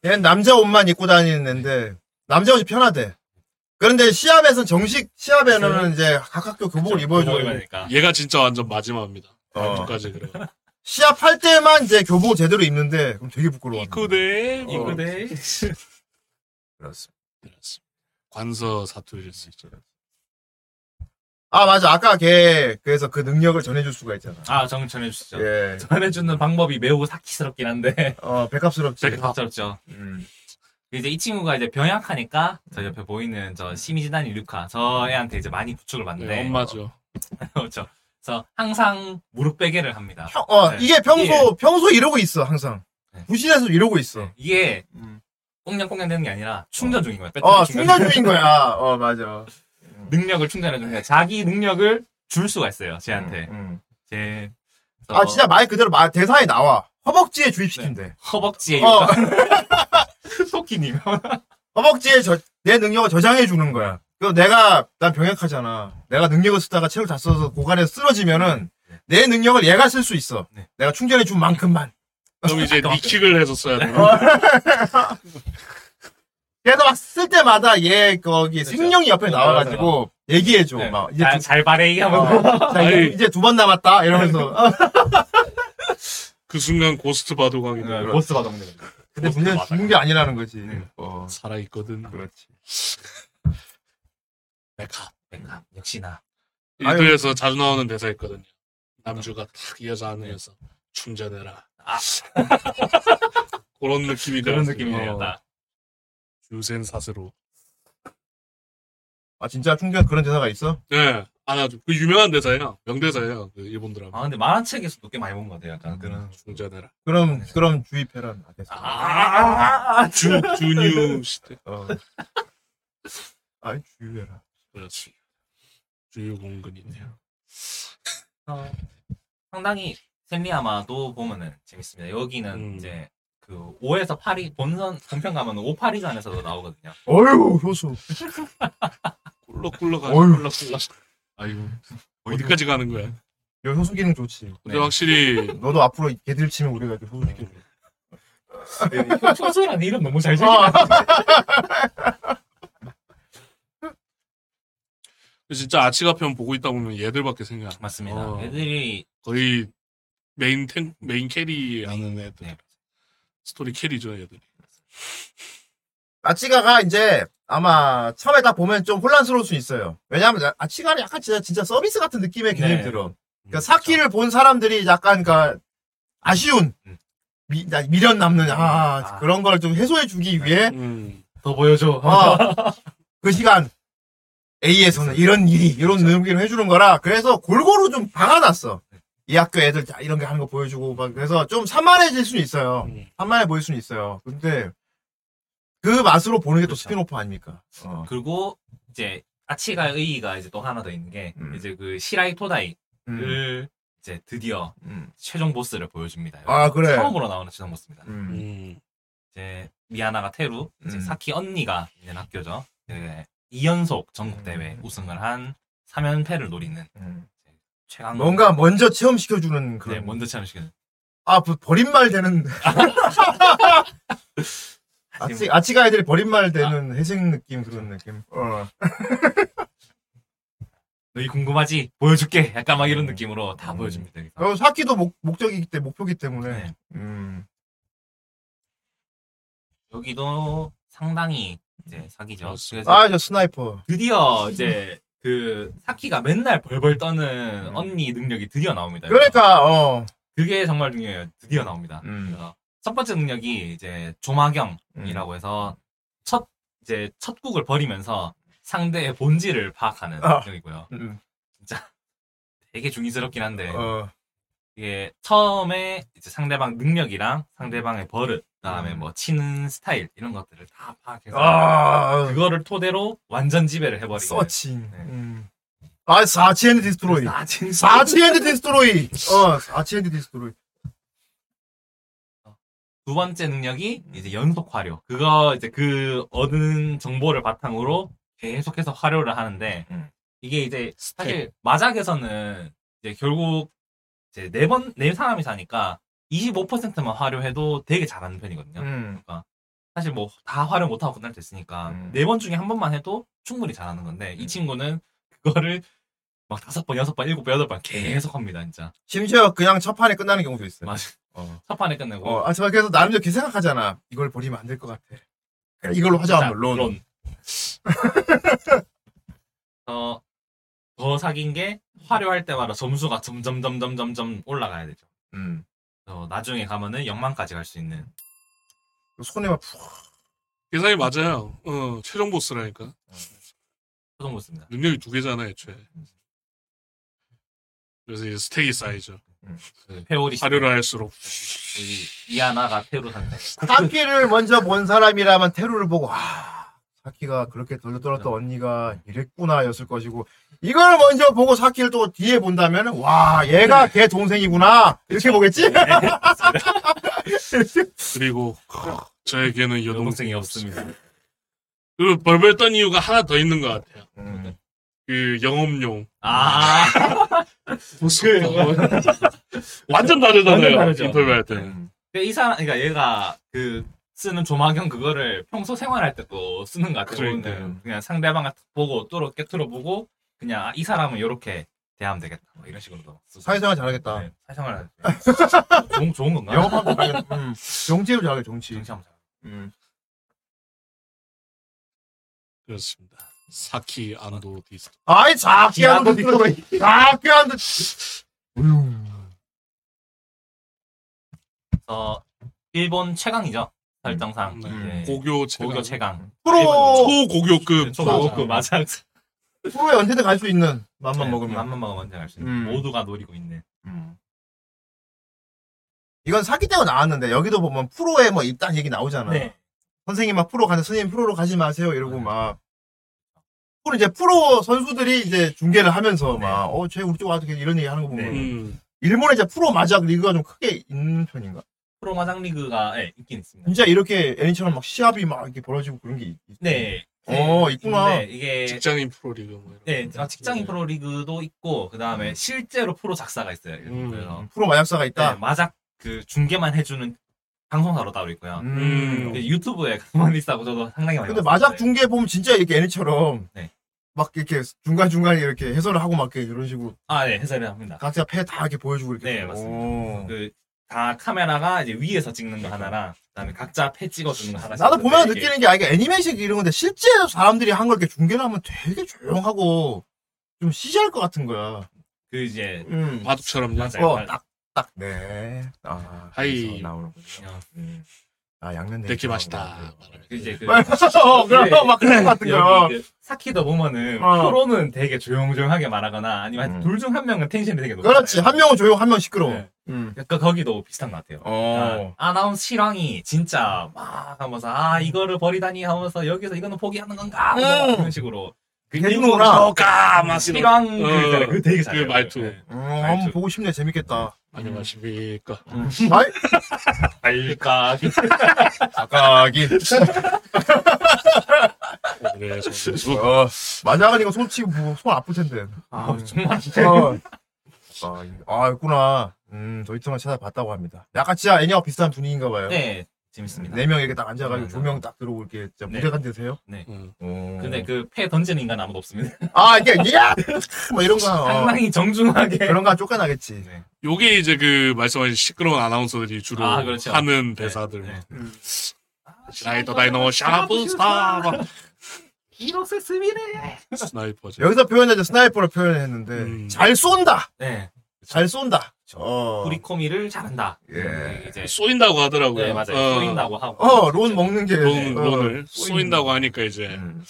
[SPEAKER 6] 얘는 남자 옷만 입고 다니는 애인데 남자 옷이 편하대. 그런데 시합에선 정식 시합에는 뭐 이제 각 학교
[SPEAKER 7] 그렇죠.
[SPEAKER 6] 교복을 입어줘요.
[SPEAKER 7] 보이니까.
[SPEAKER 5] 얘가 진짜 완전 마지막입니다
[SPEAKER 6] 어.
[SPEAKER 5] 완전까지 그래
[SPEAKER 6] 시합할 때만 이제 교복을 제대로 입는데 그럼 되게 부끄러워.
[SPEAKER 5] 이코데 이코데
[SPEAKER 6] 어.
[SPEAKER 7] 이거네.
[SPEAKER 6] 그렇습니다.
[SPEAKER 5] 관서 사투리를 쓰죠
[SPEAKER 6] 아 맞아 아까 걔 그래서 그 능력을 전해줄 수가 있잖아.
[SPEAKER 7] 아 정리 전해주시죠.
[SPEAKER 6] 예.
[SPEAKER 7] 전해주는 방법이 매우 사키스럽긴 한데
[SPEAKER 6] *laughs* 어
[SPEAKER 5] 네.
[SPEAKER 6] 백합스럽지.
[SPEAKER 7] 갑작스럽죠.
[SPEAKER 6] 음.
[SPEAKER 7] 이제 이 친구가 이제 병약하니까 저 옆에 보이는 저 시미지단이 류카 저 애한테 이제 많이 부축을
[SPEAKER 5] 네,
[SPEAKER 7] 받는데
[SPEAKER 6] 예,
[SPEAKER 5] *laughs* 엄마죠
[SPEAKER 7] *laughs* 그렇죠. 그래서 항상 무릎 베개를 합니다.
[SPEAKER 6] 평- 어
[SPEAKER 7] 네.
[SPEAKER 6] 이게 평소
[SPEAKER 7] 예.
[SPEAKER 6] 평소 이러고 있어 항상.
[SPEAKER 7] 네.
[SPEAKER 6] 부신에서 이러고 있어.
[SPEAKER 7] 이게
[SPEAKER 6] 음.
[SPEAKER 7] 꽁냥꽁냥 되는 게 아니라 충전 중인 거예요. 배터리
[SPEAKER 6] 어
[SPEAKER 7] 충전.
[SPEAKER 6] 충전 중인 거야. 어 맞아.
[SPEAKER 7] 능력을 충전해 주는 거예요. 자기 능력을 줄 수가 있어요. 쟤한테. 어.
[SPEAKER 6] 음.
[SPEAKER 7] 제.
[SPEAKER 6] 아 진짜 말 그대로 말 대사에 나와. 허벅지에 주입시킨대.
[SPEAKER 7] 네. 허벅지에
[SPEAKER 6] 어.
[SPEAKER 7] 토끼님.
[SPEAKER 6] 허벅지에 저, 내 능력을 저장해 주는 거야. 그리고 내가 난 병약하잖아. 내가 능력을 쓰다가 체력 다 써서 고간에 쓰러지면은 내 능력을 얘가 쓸 수 있어.
[SPEAKER 7] 네.
[SPEAKER 6] 내가 충전해 준 만큼만.
[SPEAKER 5] 어. 그럼 이제 니킥을 해서 써야 돼
[SPEAKER 6] 계속 막 쓸 때마다 얘 거기
[SPEAKER 7] 그렇죠.
[SPEAKER 6] 승용이
[SPEAKER 7] 네,
[SPEAKER 6] 옆에 나와가지고 얘기해줘. 막 이제
[SPEAKER 7] 잘,
[SPEAKER 6] 두-
[SPEAKER 7] 잘 바래 이
[SPEAKER 6] 어,
[SPEAKER 7] 하면서
[SPEAKER 6] 자, 이제, 두 번 남았다 이러면서
[SPEAKER 7] 네.
[SPEAKER 6] 어,
[SPEAKER 5] 그 순간 고스트 바둑왕이 네,
[SPEAKER 7] 보스 받아먹는 거지.
[SPEAKER 6] 근데 문제는 죽은 게 아니라는 거지.
[SPEAKER 5] 어. 살아있거든.
[SPEAKER 6] 그렇지.
[SPEAKER 7] 백합 백합 역시나
[SPEAKER 5] 이도에서 자주 나오는 대사 있거든요. 남주가 탁 이어서 하늘에서 충전해라. 아. *laughs* 그런 느낌이
[SPEAKER 7] 그런
[SPEAKER 5] 들었어요.
[SPEAKER 7] 느낌이네요.
[SPEAKER 5] 어,
[SPEAKER 7] 나.
[SPEAKER 5] 유센 사세로.
[SPEAKER 6] 아 진짜 충격 그런 대사가 있어?
[SPEAKER 5] 네, 아주 그 유명한 대사예요. 명대사예요. 그 일본
[SPEAKER 7] 아
[SPEAKER 5] 드라마.
[SPEAKER 7] 근데 만화책에서도 꽤 많이 본 것 같아요. 약간
[SPEAKER 5] 음.
[SPEAKER 7] 그런
[SPEAKER 5] 충전해라.
[SPEAKER 6] 그럼 그럼 주입해라. 아, 됐어.
[SPEAKER 7] 아,
[SPEAKER 5] 주 주뉴 시대.
[SPEAKER 6] 어. 아 주입해라.
[SPEAKER 5] 그렇지. 주유 공근이네요.
[SPEAKER 7] 어, 상당히 셀리아마도 보면은 재밌습니다. 여기는
[SPEAKER 5] 음.
[SPEAKER 7] 이제 그 5에서 8이 본선 본편 가면 5, 8위간에서도 나오거든요.
[SPEAKER 6] 어휴 효수.
[SPEAKER 5] 꿀럭꿀럭
[SPEAKER 6] 어휴.
[SPEAKER 5] 꿀럭꿀럭. 아이고 어디까지 네. 가는 거야?
[SPEAKER 6] 여 효수 기능 좋지. 네.
[SPEAKER 5] 근데 *laughs* 확실히
[SPEAKER 6] 너도 앞으로 걔들 치면 우리가 이렇게 효수 시켜.
[SPEAKER 7] 효소라는 이름 너무 잘 생긴
[SPEAKER 6] 아,
[SPEAKER 5] 진짜 아치가 편 보고 있다 보면 얘들밖에 생각. 안 나.
[SPEAKER 7] 맞습니다.
[SPEAKER 5] 어.
[SPEAKER 7] 애들이
[SPEAKER 5] 거의 메인 탱 메인 캐리 하는 애들.
[SPEAKER 7] 네.
[SPEAKER 5] 스토리 캐리죠 얘들.
[SPEAKER 6] 아치가가 이제 아마 처음에 딱 보면 좀 혼란스러울 수 있어요. 왜냐하면 아- 아치가는 약간 진짜, 진짜 서비스 같은 느낌의 개념이
[SPEAKER 7] 네.
[SPEAKER 6] 들어. 그러니까 사키를 본 사람들이 약간 그 아쉬운
[SPEAKER 7] 음.
[SPEAKER 6] 미, 나- 미련 남는 아,
[SPEAKER 7] 아.
[SPEAKER 6] 그런 걸 좀 해소해주기 위해
[SPEAKER 5] 음.
[SPEAKER 7] 더 보여줘.
[SPEAKER 6] 아, 그 시간 A에서는 이런 일이 이런
[SPEAKER 7] 그렇죠.
[SPEAKER 6] 느낌을 해주는 거라 그래서 골고루 좀 박아놨어. 이 학교 애들 다 이런 게 하는 거 보여주고 막 그래서 좀 산만해질 수는 있어요.
[SPEAKER 5] 음.
[SPEAKER 6] 산만해 보일 수는 있어요. 근데 그 맛으로 보는 게 또
[SPEAKER 7] 그렇죠.
[SPEAKER 6] 스피노프 아닙니까? 어.
[SPEAKER 7] *laughs* 그리고 이제 아치가 의의가 이제 또 하나 더 있는 게
[SPEAKER 6] 음.
[SPEAKER 7] 이제 그 시라이 토다이를
[SPEAKER 6] 음,
[SPEAKER 7] 이제 드디어
[SPEAKER 6] 음.
[SPEAKER 7] 최종 보스를 보여줍니다.
[SPEAKER 6] 아 그래.
[SPEAKER 7] 처음으로 나오는 최종 보스입니다.
[SPEAKER 6] 음.
[SPEAKER 5] 음.
[SPEAKER 7] 이제 미아나가 테루, 이제
[SPEAKER 6] 음.
[SPEAKER 7] 사키 언니가 있는 학교죠. 이제 2연속 전국 대회
[SPEAKER 6] 음.
[SPEAKER 7] 우승을 한 3연패를 노리는
[SPEAKER 6] 음.
[SPEAKER 7] 최강
[SPEAKER 6] 뭔가 먼저 체험시켜주는
[SPEAKER 7] 네,
[SPEAKER 6] 그런
[SPEAKER 7] 먼저 참시는
[SPEAKER 6] 아 버- 버림말
[SPEAKER 7] *laughs*
[SPEAKER 6] 되는 아치 아치가 애들이 버림말
[SPEAKER 7] 아.
[SPEAKER 6] 되는 회생 느낌 그런 느낌. 어.
[SPEAKER 7] 너희 궁금하지? 보여줄게. 약간 막 이런
[SPEAKER 6] 음.
[SPEAKER 7] 느낌으로 다
[SPEAKER 6] 음.
[SPEAKER 7] 보여줍니다. 여기서.
[SPEAKER 6] 그리고 사키도 목, 목적이기 때 목표기 때문에.
[SPEAKER 7] 네.
[SPEAKER 6] 음.
[SPEAKER 7] 여기도 상당히 이제 사기죠. 그래서
[SPEAKER 6] 음. 아, 저 스나이퍼.
[SPEAKER 7] 드디어 이제 그 사키가 맨날 벌벌 떠는
[SPEAKER 6] 음.
[SPEAKER 7] 언니 능력이 드디어 나옵니다.
[SPEAKER 6] 그러니까, 어.
[SPEAKER 7] 그게 정말 중요해요. 드디어 나옵니다.
[SPEAKER 6] 음.
[SPEAKER 7] 그래서 첫 번째 능력이 이제 조마경이라고 해서 첫 이제 첫 국을 벌이면서 상대의 본질을 파악하는
[SPEAKER 6] 아.
[SPEAKER 7] 능력이고요.
[SPEAKER 6] 음.
[SPEAKER 7] 되게 중의스럽긴 한데
[SPEAKER 6] 어.
[SPEAKER 7] 이게 처음에 이제 상대방 능력이랑 상대방의 버릇, 그다음에 뭐 치는 스타일 이런 것들을 다 파악해서
[SPEAKER 6] 아,
[SPEAKER 7] 그거를 토대로 완전 지배를 해버리는.
[SPEAKER 6] 서칭.
[SPEAKER 7] 네.
[SPEAKER 6] 음. 아, 사치 앤드 디스트로이.
[SPEAKER 7] 아, 진짜.
[SPEAKER 6] 사치 앤드
[SPEAKER 7] *laughs*
[SPEAKER 6] 디스트로이. 어, 사치 앤드 디스트로이.
[SPEAKER 7] 두 번째 능력이 이제 연속 화려. 그거 이제 그 얻은 정보를 바탕으로 계속해서 화려를 하는데
[SPEAKER 6] 음. 네.
[SPEAKER 7] 이게 이제 사실 마작에서는 이제 결국 이제 네 번 네 사람이 사니까 25%만 화려해도 되게 잘하는 편이거든요.
[SPEAKER 6] 음.
[SPEAKER 7] 사실 뭐 다 화려 못하고 끝날 때 있으니까
[SPEAKER 6] 음.
[SPEAKER 7] 네 번 중에 한 번만 해도 충분히 잘하는 건데 이 친구는 그거를 막 다섯 번, 여섯 번, 일곱 번, 여덟 번 계속 합니다, 진짜.
[SPEAKER 6] 심지어 그냥 첫 판에 끝나는 경우도 있어요.
[SPEAKER 7] 맞아.
[SPEAKER 6] 어.
[SPEAKER 7] 첫 판에 끝내고.
[SPEAKER 6] 어, 아, 제가 그래서 나름대로 이렇게 생각하잖아. 이걸 버리면 안 될 것 같아. 그래, 이걸로 하자,
[SPEAKER 7] 자,
[SPEAKER 6] 물론.
[SPEAKER 7] 론. *laughs* 어, 더 사귄 게 화려할 때마다 점수가 점점 점점 점점 올라가야 되죠.
[SPEAKER 6] 음.
[SPEAKER 7] 어, 나중에 가면은 0만까지 갈 수 있는.
[SPEAKER 6] 손에 막 푹.
[SPEAKER 5] 계산이 맞아요. 어, 최종 보스라니까.
[SPEAKER 7] 소송 보스입니다.
[SPEAKER 5] 능력이 두 개잖아, 애초에. 그래서 이제 스택이 쌓이죠.
[SPEAKER 7] 그 회오리 시대.
[SPEAKER 5] 발효를 할수록.
[SPEAKER 7] 이- 이하나가 테루 상대.
[SPEAKER 6] 사키를 먼저 본 사람이라면 테루를 보고 아 사키가 그렇게 돌려떨었던 언니가 이랬구나였을 것이고 이걸 먼저 보고 사키를 또 뒤에 본다면 와 얘가 걔 동생이구나 이렇게 보겠지?
[SPEAKER 5] 그리고, 저에게는 여동생이
[SPEAKER 7] 네. 여동생이
[SPEAKER 5] 없습니다.
[SPEAKER 7] 없습니다.
[SPEAKER 5] 그 벌벌 떤 이유가 하나 더 있는 것 같아요.
[SPEAKER 6] 음.
[SPEAKER 5] 그 영업용.
[SPEAKER 7] 아,
[SPEAKER 5] 완전 다르잖아요.
[SPEAKER 7] 네. 완전 다르죠.
[SPEAKER 5] 인터뷰할 때.
[SPEAKER 7] 근데 이 사람, 그러니까 얘가 그 쓰는 조막연 그거를 평소 생활할 때도 쓰는 것 같아요.
[SPEAKER 5] 그러니까요.
[SPEAKER 7] 오늘은 그냥 상대방을 탁 보고 또로 깨트려보고 그냥 아, 이 사람은 이렇게 대하면 되겠다. 뭐 이런 식으로도 쓰고.
[SPEAKER 6] *laughs* 사회생활 잘하겠다.
[SPEAKER 7] 네, 사회생활
[SPEAKER 6] *laughs*
[SPEAKER 7] 좋은, 좋은 건가?
[SPEAKER 6] 영업하고 잘하겠다. 음. 정치도 잘하겠다, 정치.
[SPEAKER 7] 정치 한번
[SPEAKER 6] 음.
[SPEAKER 5] 그렇습니다. 사키 안도 디스.
[SPEAKER 6] 아이, 자기한도
[SPEAKER 5] 야,
[SPEAKER 6] 니꺼. 자기한도.
[SPEAKER 7] 어, 일본 최강이죠. 설정상. 네.
[SPEAKER 5] 음, 고교 최강.
[SPEAKER 7] 고교 최강. 네,
[SPEAKER 6] 프로,
[SPEAKER 5] 뭐
[SPEAKER 6] 그
[SPEAKER 5] 초고교급.
[SPEAKER 7] 초고급 맞아.
[SPEAKER 6] 프로에 언제든 갈 수 있는 맘만
[SPEAKER 7] 네,
[SPEAKER 6] 먹으면.
[SPEAKER 7] 맘만 네, 먹으면 언제 갈수 있는.
[SPEAKER 6] 음.
[SPEAKER 7] 모두가 노리고 있는. 음.
[SPEAKER 6] 이건 사기 때문에 나왔는데, 여기도 보면 프로에 뭐 입단 얘기 나오잖아.
[SPEAKER 7] 네.
[SPEAKER 6] 선생님 막 프로 가는 스님 프로로 가지 마세요 이러고 막 그리고 이제 프로 선수들이 이제 중계를
[SPEAKER 7] 네.
[SPEAKER 6] 하면서 막어쟤 우리 쪽 와도 괜히 이런 얘기 하는 거 보면
[SPEAKER 5] 음.
[SPEAKER 6] 일본에 이제 프로 마작 리그가 좀 크게 있는 편인가?
[SPEAKER 7] 프로 마장 리그가 네, 있긴 있습니다.
[SPEAKER 6] 진짜 이렇게 애니처럼 막 시합이 막 이렇게 벌어지고 그런 게 있, 있-
[SPEAKER 7] 네.
[SPEAKER 6] 어 있구나.
[SPEAKER 7] 네, 이게
[SPEAKER 5] 직장인 프로리그 뭐 이런.
[SPEAKER 6] 음,
[SPEAKER 7] 네, 아, 직장인
[SPEAKER 5] 네.
[SPEAKER 7] 프로 리그도 있고 그다음에 실제로 프로 작사가 있어요.
[SPEAKER 5] 음.
[SPEAKER 7] 그래서
[SPEAKER 6] 프로 마작사가
[SPEAKER 7] 네,
[SPEAKER 6] 있다.
[SPEAKER 7] 마작 그 중계만 해주는 방송사로 따로 있고요.
[SPEAKER 6] 음.
[SPEAKER 7] 근데 유튜브에 *laughs* 가만히 있다고 저도 상당히 많이.
[SPEAKER 6] 근데
[SPEAKER 7] 봤어요.
[SPEAKER 6] 마작 중계 보면 진짜 이렇게 애니처럼
[SPEAKER 7] 네.
[SPEAKER 6] 막 이렇게 중간 중간에 이렇게 해설을 하고 막 이렇게 이런 식으로
[SPEAKER 7] 아, 네, 해설을 합니다.
[SPEAKER 6] 각자 패 다 이렇게 보여주고 어. 이렇게.
[SPEAKER 7] 네, 맞습니다.
[SPEAKER 6] 오.
[SPEAKER 7] 그 다 카메라가 이제 위에서 찍는 거 하나랑 그다음에 각자 패 찍어주는 거 하나.
[SPEAKER 6] 나도 보면 느끼는 게, 아, 이게 애니메이션 이런 건데, 실제로 사람들이 한 걸 이렇게 중계를 하면 되게 조용하고, 좀 시시할 것 같은 거야.
[SPEAKER 7] 그 이제
[SPEAKER 6] 음.
[SPEAKER 5] 네. 바둑처럼요.
[SPEAKER 7] 맞아요.
[SPEAKER 6] 어, 딱, 딱, 네. 아,
[SPEAKER 5] 하이.
[SPEAKER 6] 그래서 나오는군요.
[SPEAKER 7] 음.
[SPEAKER 6] 아, 양면
[SPEAKER 5] 내키 맛있다.
[SPEAKER 7] 네.
[SPEAKER 5] 네.
[SPEAKER 7] 그 이제 그 *laughs*
[SPEAKER 6] 어, 그럼 막 그런 것 같은 거.
[SPEAKER 7] 여기 이제 사키도 보면은
[SPEAKER 6] 어.
[SPEAKER 7] 프로는 되게 조용조용하게 말하거나 아니면
[SPEAKER 6] 음.
[SPEAKER 7] 둘 중 한 명은 텐션이 되게 높아요.
[SPEAKER 6] 그렇지. 한 명은 조용, 한 명은 시끄러워.
[SPEAKER 7] 네.
[SPEAKER 6] 음.
[SPEAKER 7] 그러니까 거기도 비슷한 것 같아요.
[SPEAKER 6] 어.
[SPEAKER 7] 아, 아나운서 실황이 진짜 막 하면서 아 이거를 버리다니 하면서 여기서 이거는 포기하는 건가 하면서 막
[SPEAKER 6] 음.
[SPEAKER 7] 이런 식으로 그
[SPEAKER 6] 해주는구나.
[SPEAKER 7] 일본
[SPEAKER 5] 어가
[SPEAKER 7] 그
[SPEAKER 5] 마시노.
[SPEAKER 7] 실황
[SPEAKER 5] 어.
[SPEAKER 7] 그, 그 되게 잘해요.
[SPEAKER 5] 그 말투.
[SPEAKER 7] 네. 음.
[SPEAKER 6] 음, 한번 보고 싶네. 재밌겠다.
[SPEAKER 5] 안녕하십니까.
[SPEAKER 7] *laughs*
[SPEAKER 6] 아이,
[SPEAKER 7] 알까
[SPEAKER 6] 아까기.
[SPEAKER 7] 네,
[SPEAKER 5] *laughs* 그래서
[SPEAKER 7] 뭐.
[SPEAKER 6] 어, 마작은 이거 솔직히 뭐, 손 아플 텐데.
[SPEAKER 7] 아, 정말
[SPEAKER 6] 어. 아, 이- 아, 있구나. 음, 도이터만 찾아봤다고 합니다. 약간 진짜 애니와 비슷한 분위기인가 봐요.
[SPEAKER 7] *laughs* 네 재밌습니다.
[SPEAKER 6] 네 명 이렇게 딱 앉아가지고
[SPEAKER 7] 네,
[SPEAKER 6] 두 명 딱 들어오고 이렇게 진짜
[SPEAKER 7] 네.
[SPEAKER 6] 무대간 되세요? 어.
[SPEAKER 5] 음.
[SPEAKER 7] 근데 그 패 던지는 인간 아무도 없습니다.
[SPEAKER 6] 아 이게 야! 뭐 이런 거 어.
[SPEAKER 7] 상당히 정중하게
[SPEAKER 6] 그런 거 쫓겨나겠지.
[SPEAKER 7] 네.
[SPEAKER 5] 요게 이제 그 말씀하신 시끄러운 아나운서들이 주로
[SPEAKER 7] 아, 그렇죠.
[SPEAKER 5] 하는 대사들.
[SPEAKER 7] 네.
[SPEAKER 5] 라이더 다이노 샤브
[SPEAKER 7] 아,
[SPEAKER 5] 스타 막
[SPEAKER 7] 이로스 스미네.
[SPEAKER 5] 스나이퍼즈.
[SPEAKER 6] 여기서 표현하자 스나이퍼로 표현했는데
[SPEAKER 5] 음.
[SPEAKER 6] 잘 쏜다,
[SPEAKER 7] 네.
[SPEAKER 6] 잘 쏜다. 어,
[SPEAKER 7] 우리코미를 잘한다.
[SPEAKER 6] 예.
[SPEAKER 7] 이제
[SPEAKER 5] 네. 쏘인다고 하더라고요.
[SPEAKER 7] 네, 맞아요.
[SPEAKER 5] 어, 네.
[SPEAKER 7] 쏘인다고 네. 하고.
[SPEAKER 6] 어, 론 먹는 게
[SPEAKER 5] 론,
[SPEAKER 6] 어,
[SPEAKER 5] 론을
[SPEAKER 6] 쏘인-
[SPEAKER 5] 쏘인다고 하니까 이제
[SPEAKER 7] 네.
[SPEAKER 6] 음.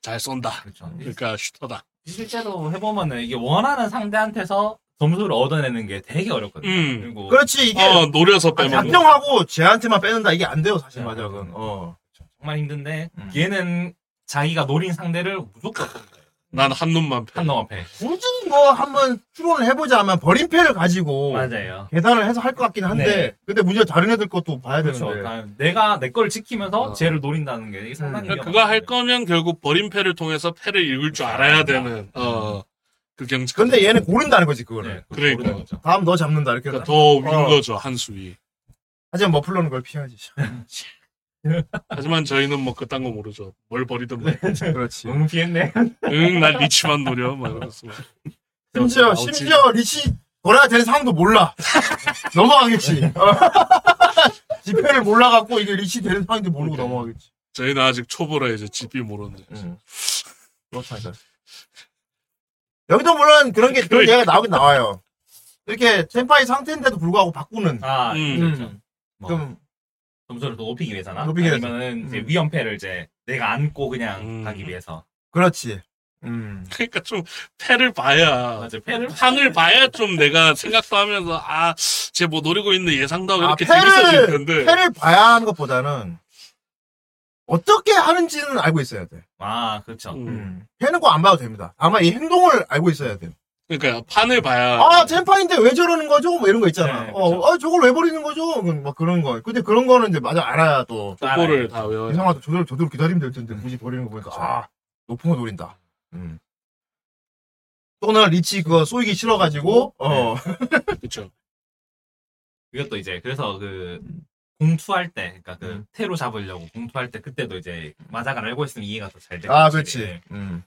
[SPEAKER 5] 잘 쏜다.
[SPEAKER 7] 그렇죠.
[SPEAKER 5] 그러니까 슈터다.
[SPEAKER 7] 실제로 해보면은 이게 원하는 상대한테서 점수를 얻어내는 게 되게 어렵거든요.
[SPEAKER 5] 음.
[SPEAKER 7] 그리고
[SPEAKER 6] 그렇지 이게
[SPEAKER 5] 어 노려서
[SPEAKER 6] 아,
[SPEAKER 5] 빼먹는. 거.
[SPEAKER 6] 잠정하고 쟤한테만 빼는다 이게 안 돼요 사실
[SPEAKER 7] 네.
[SPEAKER 6] 마작은. 어.
[SPEAKER 7] 정말 힘든데
[SPEAKER 6] 음.
[SPEAKER 7] 얘는 자기가 노린 상대를 무조건
[SPEAKER 5] 난 한눈만 패.
[SPEAKER 7] 한놈 앞에.
[SPEAKER 6] 굳이 뭐 한번 추론을 해보자 하면 버림패를 가지고
[SPEAKER 7] 맞아요.
[SPEAKER 6] 계산을 해서 할 것 같긴 한데
[SPEAKER 7] 네.
[SPEAKER 6] 근데 문제가 다른 애들 것도 봐야
[SPEAKER 7] 그렇죠.
[SPEAKER 6] 되는데.
[SPEAKER 7] 그러니까 내가 내 걸 지키면서
[SPEAKER 6] 어.
[SPEAKER 7] 쟤를 노린다는 게 이게 상당히
[SPEAKER 5] 그러니까
[SPEAKER 7] 위험한
[SPEAKER 5] 그거 할
[SPEAKER 7] 거예요.
[SPEAKER 5] 거면 결국 버림패를 통해서 패를 읽을 줄 알아야
[SPEAKER 7] 그렇죠.
[SPEAKER 5] 되는 어그 경치.
[SPEAKER 6] 근데 얘는 고른다는 거지 그거를.
[SPEAKER 7] 네, 그거
[SPEAKER 5] 그러니까.
[SPEAKER 7] 모르는 거죠.
[SPEAKER 6] 다음 너 잡는다 이렇게.
[SPEAKER 5] 그러니까 더 위인
[SPEAKER 6] 어.
[SPEAKER 5] 거죠 한 수위.
[SPEAKER 6] 하지만 머플러는 걸 피하지.
[SPEAKER 5] 하지만 저희는 뭐 그딴 거 모르죠. 뭘 버리든 뭐.
[SPEAKER 6] 그렇지.
[SPEAKER 7] 너무 피했네.
[SPEAKER 5] 응난 리치만 노려 막 이러면서.
[SPEAKER 6] *laughs* 심지어
[SPEAKER 5] 나오지.
[SPEAKER 6] 심지어 리치 돌아야 되는 상황도 몰라. *laughs* 넘어가겠지. 어. *laughs* 지폐를 몰라갖고 이게 리치 되는 상황도 모르고
[SPEAKER 5] 그러니까요.
[SPEAKER 6] 넘어가겠지.
[SPEAKER 5] 저희는 아직 초보라 이제 집이 모르는데.
[SPEAKER 6] 그렇다니까. *laughs* 여기도 물론 그런 게 그런 얘기가 나오긴 나와요. 이렇게 템파이 상태인데도 불구하고 바꾸는.
[SPEAKER 7] 아,
[SPEAKER 5] 음.
[SPEAKER 7] 그렇죠. 뭐.
[SPEAKER 6] 좀
[SPEAKER 7] 점수를 더 높이기 위해서나
[SPEAKER 6] 높이기 위해서.
[SPEAKER 7] 아니면은 이제
[SPEAKER 6] 음.
[SPEAKER 7] 위험패를 이제 내가 안고 그냥
[SPEAKER 5] 음.
[SPEAKER 7] 가기 위해서
[SPEAKER 6] 그렇지. 음.
[SPEAKER 5] 그러니까 좀 패를 봐야
[SPEAKER 7] 맞아 패를
[SPEAKER 5] 항을 봐야 좀 내가 생각도 하면서 아 쟤 뭐 노리고 있는데 예상도 하고
[SPEAKER 6] 아,
[SPEAKER 5] 이렇게 재밌어질
[SPEAKER 6] 패를
[SPEAKER 5] 텐데.
[SPEAKER 6] 패를 봐야 하는 것보다는 어떻게 하는지는 알고 있어야 돼.
[SPEAKER 7] 아 그렇죠
[SPEAKER 5] 음.
[SPEAKER 6] 음. 패는 꼭 안 봐도 됩니다. 아마 이 행동을 알고 있어야 돼요.
[SPEAKER 5] 그러니까 판을 봐야.
[SPEAKER 6] 아, 템파인데 왜 저러는 거죠? 뭐 이런 거 있잖아.
[SPEAKER 7] 네, 그렇죠.
[SPEAKER 6] 어, 아, 저걸 왜 버리는 거죠? 그막 그런 거. 근데 그런 거는 이제 맞아 알아야 또.
[SPEAKER 5] 그거를 다 외워.
[SPEAKER 6] 이상하다. 저대로, 저대로 기다리면 될 텐데, 굳이 버리는 거 보니까, 아, 높은 거 노린다. 음. 또는 리치 그거 쏘이기 싫어가지고, 어.
[SPEAKER 5] 그렇죠.
[SPEAKER 7] 그것도 이제 그래서 그 공투할 때, 그러니까 그 테로 잡으려고 공투할 때 그때도 이제 마작을 알고 있으면 이해가 더 잘 돼.
[SPEAKER 6] 아, 그렇지. 음.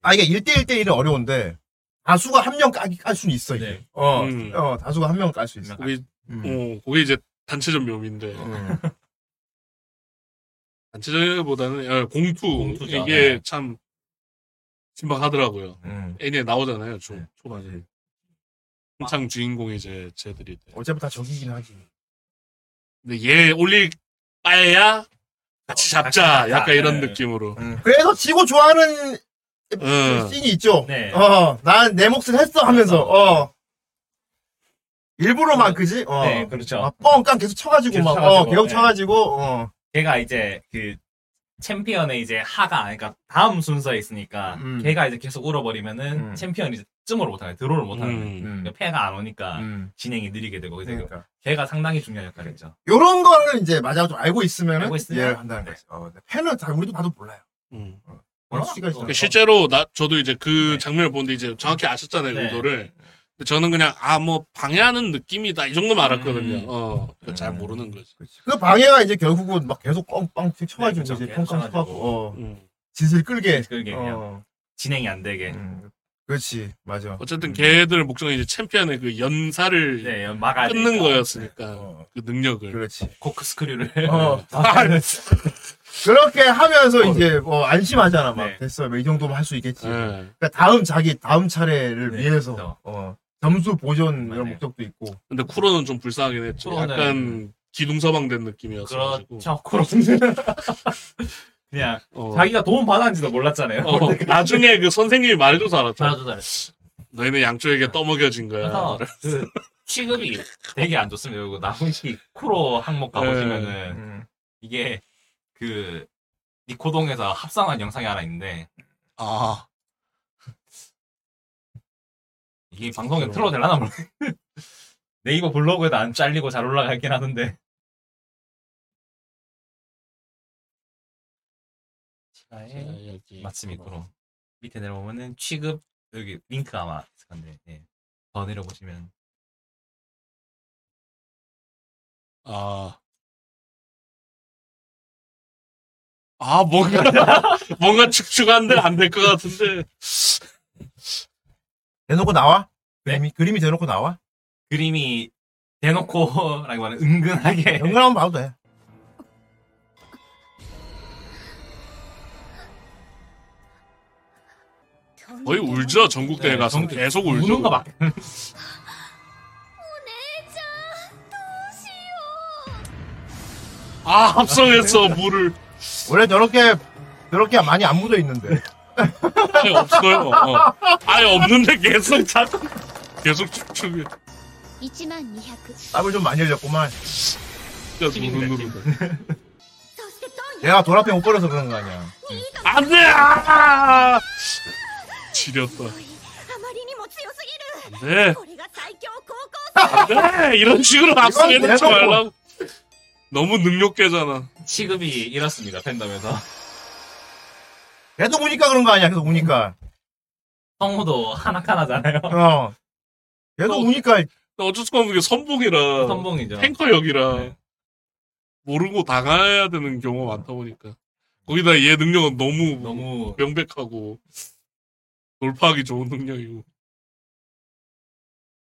[SPEAKER 6] 아, 이게 1대1대1은 어려운데, 다수가 한 명 까기, 깔 수는 있어, 이게. 어,
[SPEAKER 5] 음.
[SPEAKER 6] 어, 다수가 한 명 깔 수 있어.
[SPEAKER 5] 그게,
[SPEAKER 6] 음.
[SPEAKER 5] 어, 그게 이제 단체전 묘미인데. *laughs* 단체전보다는 아, 공투.
[SPEAKER 7] 공투죠.
[SPEAKER 5] 이게
[SPEAKER 7] 네.
[SPEAKER 5] 참 신박하더라고요.
[SPEAKER 6] 음.
[SPEAKER 5] 애니에 나오잖아요. 초,
[SPEAKER 6] 초반에.
[SPEAKER 5] 한창 주인공이 이제 쟤들이. 돼.
[SPEAKER 6] 어차피 다 적이긴 하지.
[SPEAKER 5] 근데 얘 올릴 바에야 같이 잡자.
[SPEAKER 6] 같이
[SPEAKER 5] 약간
[SPEAKER 6] 잡자.
[SPEAKER 5] 이런
[SPEAKER 6] 네.
[SPEAKER 5] 느낌으로.
[SPEAKER 6] 그래서 지고 좋아하는
[SPEAKER 5] 음.
[SPEAKER 6] 씬이 있죠.
[SPEAKER 7] 네.
[SPEAKER 6] 어, 난 내 몫을 했어 하면서, 어. 일부러 막, 그지? 어.
[SPEAKER 7] 네, 그렇죠.
[SPEAKER 6] 막 뻥깡 계속 쳐가지고
[SPEAKER 7] 계속
[SPEAKER 6] 막, 어,
[SPEAKER 7] 쳐가지고,
[SPEAKER 6] 계속
[SPEAKER 7] 네.
[SPEAKER 6] 쳐가지고, 어.
[SPEAKER 7] 걔가 이제 그 챔피언의 이제 하가 그러니까 다음 순서에 있으니까
[SPEAKER 6] 음.
[SPEAKER 7] 걔가 이제 계속 울어버리면은
[SPEAKER 6] 음.
[SPEAKER 7] 챔피언이 이제 쯤을 못하네 드로우를 못하는
[SPEAKER 5] 음.
[SPEAKER 7] 거예요. 그러니까 패가 안 오니까
[SPEAKER 6] 음.
[SPEAKER 7] 진행이 느리게 되고 그래서
[SPEAKER 6] 그러니까.
[SPEAKER 7] 걔가 상당히 중요한 역할을 했죠.
[SPEAKER 6] 요런 거를 이제 마지막 좀 알고 있으면은
[SPEAKER 7] 알고 있으면
[SPEAKER 6] 이해를 한다는 거지. 어, 근데 팬은 다 우리도 나도 몰라요. 뭐
[SPEAKER 5] 음.
[SPEAKER 6] 얼마 시간 지나
[SPEAKER 5] 그 실제로 나 저도 이제 그 장면을 보는데 이제 정확히 아셨잖아요
[SPEAKER 7] 네.
[SPEAKER 5] 의도를. 근데 저는 그냥 아 뭐 방해하는 느낌이다 이 정도만 알았거든요. 어, 그러니까 음. 잘 모르는 거지.
[SPEAKER 6] 그 방해가 이제 결국은 막 계속 뻥빵 튀 쳐가지고
[SPEAKER 7] 네, 그렇죠.
[SPEAKER 6] 이제 펑펑
[SPEAKER 7] 계속 쳐가지고. 네,
[SPEAKER 6] 쳐가지고 어,
[SPEAKER 5] 음.
[SPEAKER 6] 짓을 끌게.
[SPEAKER 7] 끌게
[SPEAKER 6] 어,
[SPEAKER 7] 그냥. 진행이 안 되게
[SPEAKER 6] 음, 그렇지 맞아. 음.
[SPEAKER 5] 어쨌든 걔들 목적은 이제 챔피언의 그 연사를
[SPEAKER 7] 네, 막아야
[SPEAKER 5] 끊는
[SPEAKER 7] 되니까.
[SPEAKER 5] 거였으니까
[SPEAKER 6] 어.
[SPEAKER 5] 그 능력을.
[SPEAKER 6] 그렇지.
[SPEAKER 5] *laughs*
[SPEAKER 7] 코크스크류를
[SPEAKER 6] 어. *laughs* 그렇게 하면서 이제 뭐 안심하잖아 막
[SPEAKER 7] 네.
[SPEAKER 6] 됐어 뭐이 정도면 할 수 있겠지.
[SPEAKER 5] 예.
[SPEAKER 6] 그러니까 다음 자기 다음 차례를
[SPEAKER 7] 네,
[SPEAKER 6] 위해서
[SPEAKER 7] 그렇죠.
[SPEAKER 6] 어, 점수 보존
[SPEAKER 7] 맞아요.
[SPEAKER 6] 이런 목적도 있고.
[SPEAKER 5] 근데 쿠로는 좀 불쌍하긴 했죠.
[SPEAKER 7] 쿠로는- 네.
[SPEAKER 5] 약간 기둥서방된 느낌이었어.
[SPEAKER 7] 그렇죠 코로는 *laughs* 그냥
[SPEAKER 5] 어.
[SPEAKER 7] 자기가 도움 받았는지도 *laughs* 몰랐잖아요.
[SPEAKER 5] 어, 나중에 그 선생님이 말해줘서 알았잖아.
[SPEAKER 7] 저도 잘했어.
[SPEAKER 5] 너희는
[SPEAKER 7] 아.
[SPEAKER 5] 양쪽에게 떠먹여진 거야.
[SPEAKER 7] 그래서 그 취급이 되게 안 좋습니다.
[SPEAKER 5] *laughs*
[SPEAKER 7] 그리고 나훈씨 쿠로 항목 가보시면은
[SPEAKER 6] 음.
[SPEAKER 7] 이게 그 니코동에서 합성한 영상이 하나 있는데
[SPEAKER 5] 아, 아,
[SPEAKER 7] 이게 방송에 틀어도 되려나 모르겠네 *laughs* 네이버 블로그에도 안 잘리고 잘 올라가긴 하는데
[SPEAKER 5] 여기.
[SPEAKER 7] 네. 맞습니다
[SPEAKER 5] 어.
[SPEAKER 7] 그럼 밑에 내려보면은 취급 여기 링크 아마 있을 건데 예. 더 내려보시면
[SPEAKER 5] 아. 아, 뭔가, *laughs* 뭔가 축축한데 안 될 것 같은데.
[SPEAKER 6] 대놓고 나와?
[SPEAKER 7] 네?
[SPEAKER 6] 그림이 그림이 대놓고 나와?
[SPEAKER 7] 그림이 대놓고라기보다는
[SPEAKER 5] 아,
[SPEAKER 7] 은근하게
[SPEAKER 6] 연결하면 봐도 돼.
[SPEAKER 5] 거의 울죠, 전국대회
[SPEAKER 7] 네,
[SPEAKER 5] 가서.
[SPEAKER 7] 전국-
[SPEAKER 5] 계속 울죠.
[SPEAKER 7] 우는 거막
[SPEAKER 5] 아, 합성했어, 물을.
[SPEAKER 6] 원래 저렇게 저렇게 많이 안 묻어 있는데.
[SPEAKER 5] 아예 없어요. 어. 아예 없는데 계속 자꾸, 계속 축축해.
[SPEAKER 1] 1万2 0 0
[SPEAKER 6] 땀을 좀 많이 흘렸구만.
[SPEAKER 5] 진짜 누르는
[SPEAKER 1] そして今夜
[SPEAKER 6] 얘가 돌아패 못 버려서 그런 거 아니야.
[SPEAKER 5] 안 돼! 아! 지렸다.
[SPEAKER 1] あまりにも強すぎる
[SPEAKER 5] 안 돼.
[SPEAKER 1] これが最強高校生
[SPEAKER 5] 안 돼! 이런 식으로 합성해놓지
[SPEAKER 6] 대놓고.
[SPEAKER 5] 말라고. 너무 능력계잖아.
[SPEAKER 7] 취급이 이렇습니다 팬덤에서
[SPEAKER 6] 계속 우니까 그런 거 아니야. 계속 우니까.
[SPEAKER 7] 성우도 하나카나잖아요
[SPEAKER 6] 어. 계속
[SPEAKER 5] 어.
[SPEAKER 6] 우니까
[SPEAKER 5] 어쩔 수가 없는 게 선봉이라.
[SPEAKER 7] 선봉이죠
[SPEAKER 5] 탱커 역이라
[SPEAKER 7] 네.
[SPEAKER 5] 모르고 당해야 되는 경우가 많다 보니까 거기다 얘 능력은 너무,
[SPEAKER 7] 너무
[SPEAKER 5] 명백하고 돌파하기 좋은 능력이고